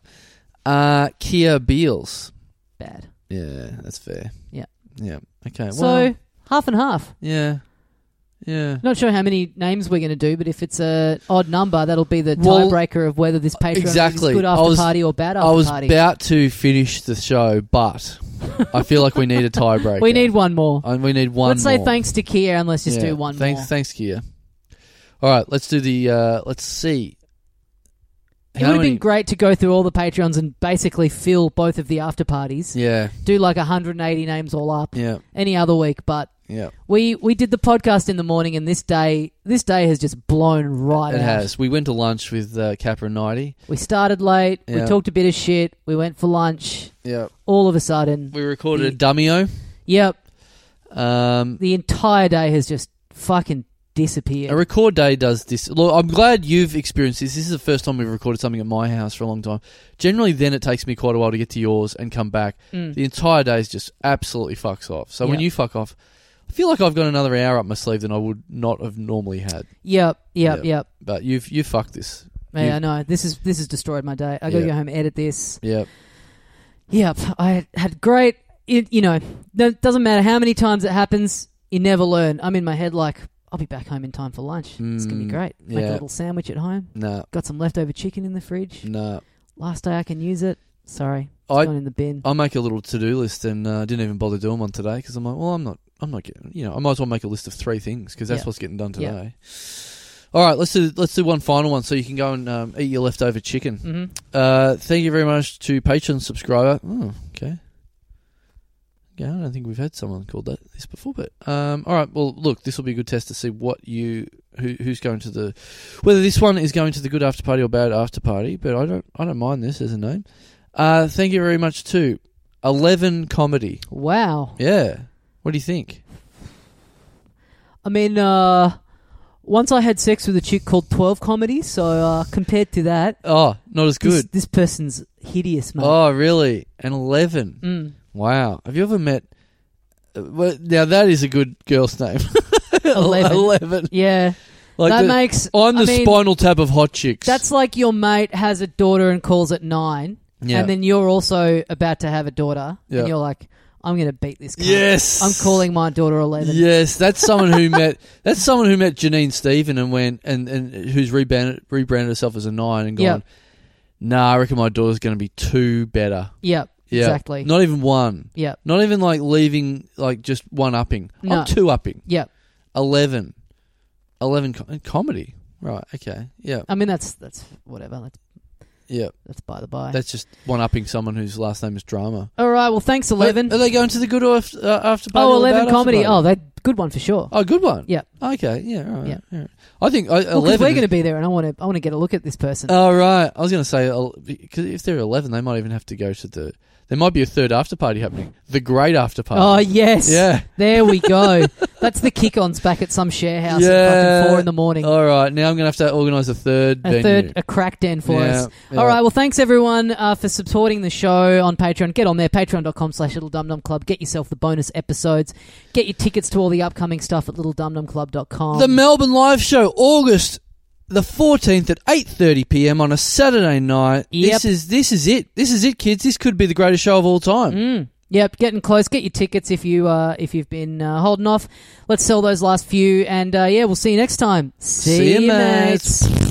B: Uh, Kia Beals.
A: Bad.
B: Yeah, that's fair.
A: Yeah.
B: Yeah. Okay. well,
A: so half and half.
B: yeah. Yeah.
A: Not sure how many names we're going to do, but if it's a odd number, that'll be the
B: Well,
A: tiebreaker of whether this Patreon
B: exactly.
A: is good
B: I
A: after
B: was-
A: party or bad after
B: I was
A: party.
B: about to finish the show, but I feel like we need a tiebreaker.
A: we need one more.
B: And we need one.
A: Let's say
B: more.
A: thanks to Kier and let's just
B: Yeah.
A: do one
B: Thanks,
A: more.
B: thanks, Kia. All right, let's do the. Uh, let's see.
A: It would have been great to go through all the Patreons and basically fill both of the after parties.
B: Yeah,
A: Do like 180 names all up
B: yeah,
A: any other week, but
B: yeah.
A: we we did the podcast in the morning and this day this day has just blown right
B: it
A: out.
B: has. We went to lunch with uh, Capra and Nighty.
A: We started late,
B: Yeah.
A: we talked a bit of shit, we went for lunch.
B: Yeah,
A: All of a sudden,
B: we recorded a
A: The-
B: dummyo.
A: yep,
B: Um,
A: the entire day has just fucking disappeared.
B: a record day does this. Look, I'm glad you've experienced this. This is the first time we've recorded something at my house for a long time. Generally, then it takes me quite a while to get to yours and come back.
A: Mm.
B: The entire day is just absolutely fucks off. So when
A: Yeah.
B: you fuck off, I feel like I've got another hour up my sleeve than I would not have normally had.
A: Yep, yep,
B: Yeah.
A: yep.
B: But you've you fucked this.
A: Yeah,
B: You-
A: I know. This is this has destroyed my day. I got to
B: Yeah.
A: go home edit this.
B: Yeah.
A: Yep, I had great. It, you know, no- doesn't matter how many times it happens, you never learn. I'm in my head like, I'll be back home in time for lunch. it's gonna
B: Mm,
A: be great. Make
B: yeah.
A: a little sandwich at home.
B: No.
A: Got some leftover chicken in the fridge.
B: No.
A: Last day I can use it. Sorry, it's
B: I
A: gone in the bin.
B: I make a little to do list and uh, didn't even bother doing one today because I'm like, well, I'm not. I'm not getting. You know, I might as well make a list of three things because that's
A: Yeah.
B: what's getting done
A: Yeah.
B: today. All right, let's do let's do one final one so you can go and um, eat your leftover chicken.
A: hmm
B: Uh, thank you very much to Patreon subscriber. Oh, okay. Yeah, I don't think we've had someone called that this before, but um, all right. Well, look, this will be a good test to see what you who who's going to the whether this one is going to the good after party or bad after party. But I don't I don't mind this as a name. Uh, thank you very much to Eleven Comedy.
A: Wow.
B: Yeah, what do you think?
A: I mean, uh, once I had sex with a chick called Twelve Comedy. So uh, compared to that,
B: Oh, not as
A: this,
B: good.
A: this person's hideous, mate.
B: Oh, really? An eleven.
A: Mm.
B: Wow. Have you ever met? uh, well, Now that is a good girl's name.
A: Eleven.
B: Eleven.
A: Yeah,
B: Like
A: that
B: the- Oh,
A: makes.
B: I'm the
A: I mean,
B: spinal tap of hot chicks.
A: That's like your mate has a daughter and calls at nine,
B: yeah.
A: and then you're also about to have a daughter,
B: Yeah.
A: and you're like, "I'm going to beat this." Cunt.
B: yes.
A: I'm calling my daughter eleven.
B: Yes, that's someone who met. That's someone who met Janine Stephen and went and and who's rebranded rebranded herself as a nine and gone.
A: Yeah.
B: Nah, I reckon my daughter's going to be two better.
A: Yep,
B: Yeah.
A: exactly.
B: Not even one.
A: yep,
B: Not even like leaving like just one upping.
A: No.
B: I'm two upping.
A: yep.
B: Eleven. Eleven com- comedy. Right. Okay. Yeah.
A: I mean, that's that's whatever. That's
B: Yeah.
A: that's by the by.
B: That's just one upping someone whose last name is drama.
A: All right. Well, thanks, eleven.
B: Are, are they going to the good or after, uh, after party?
A: oh,
B: or the
A: 11
B: bad
A: comedy.
B: After
A: Oh,
B: party?
A: that good one for sure.
B: oh, good one.
A: Yeah.
B: Okay. Yeah. All right.
A: Yeah.
B: all right. I think uh,
A: Well, 'cause
B: eleven.
A: we're going to be there, and I want to I want to get a look at this person.
B: Oh right. I was going to say uh, because if they're eleven, they might even have to go to the. There might be a third after party happening. The great after
A: oh
B: party.
A: yes.
B: yeah.
A: There we go. that's the kick-ons back at some share house at
B: Yeah.
A: fucking four in the morning.
B: All right. Now I'm going to have to organise a third.
A: a
B: venue.
A: third a crack den for
B: Yeah,
A: us.
B: yeah.
A: All right. Well, thanks everyone uh, for supporting the show on Patreon. Get on there, patreon.com slash Little Dum Dum Club. Get yourself the bonus episodes. Get your tickets to all the upcoming stuff at littledumdumclub.com.
B: The Melbourne live show, August the fourteenth at eight thirty p.m. on a Saturday night.
A: Yep.
B: This is this is it. This is it, kids. This could be the greatest show of all time.
A: Mm. Yep, getting close. Get your tickets if you uh, if you've been uh, holding off. Let's sell those last few, and uh, yeah, we'll see you next time. See,
B: See ya,
A: you,
B: mates.
A: mates.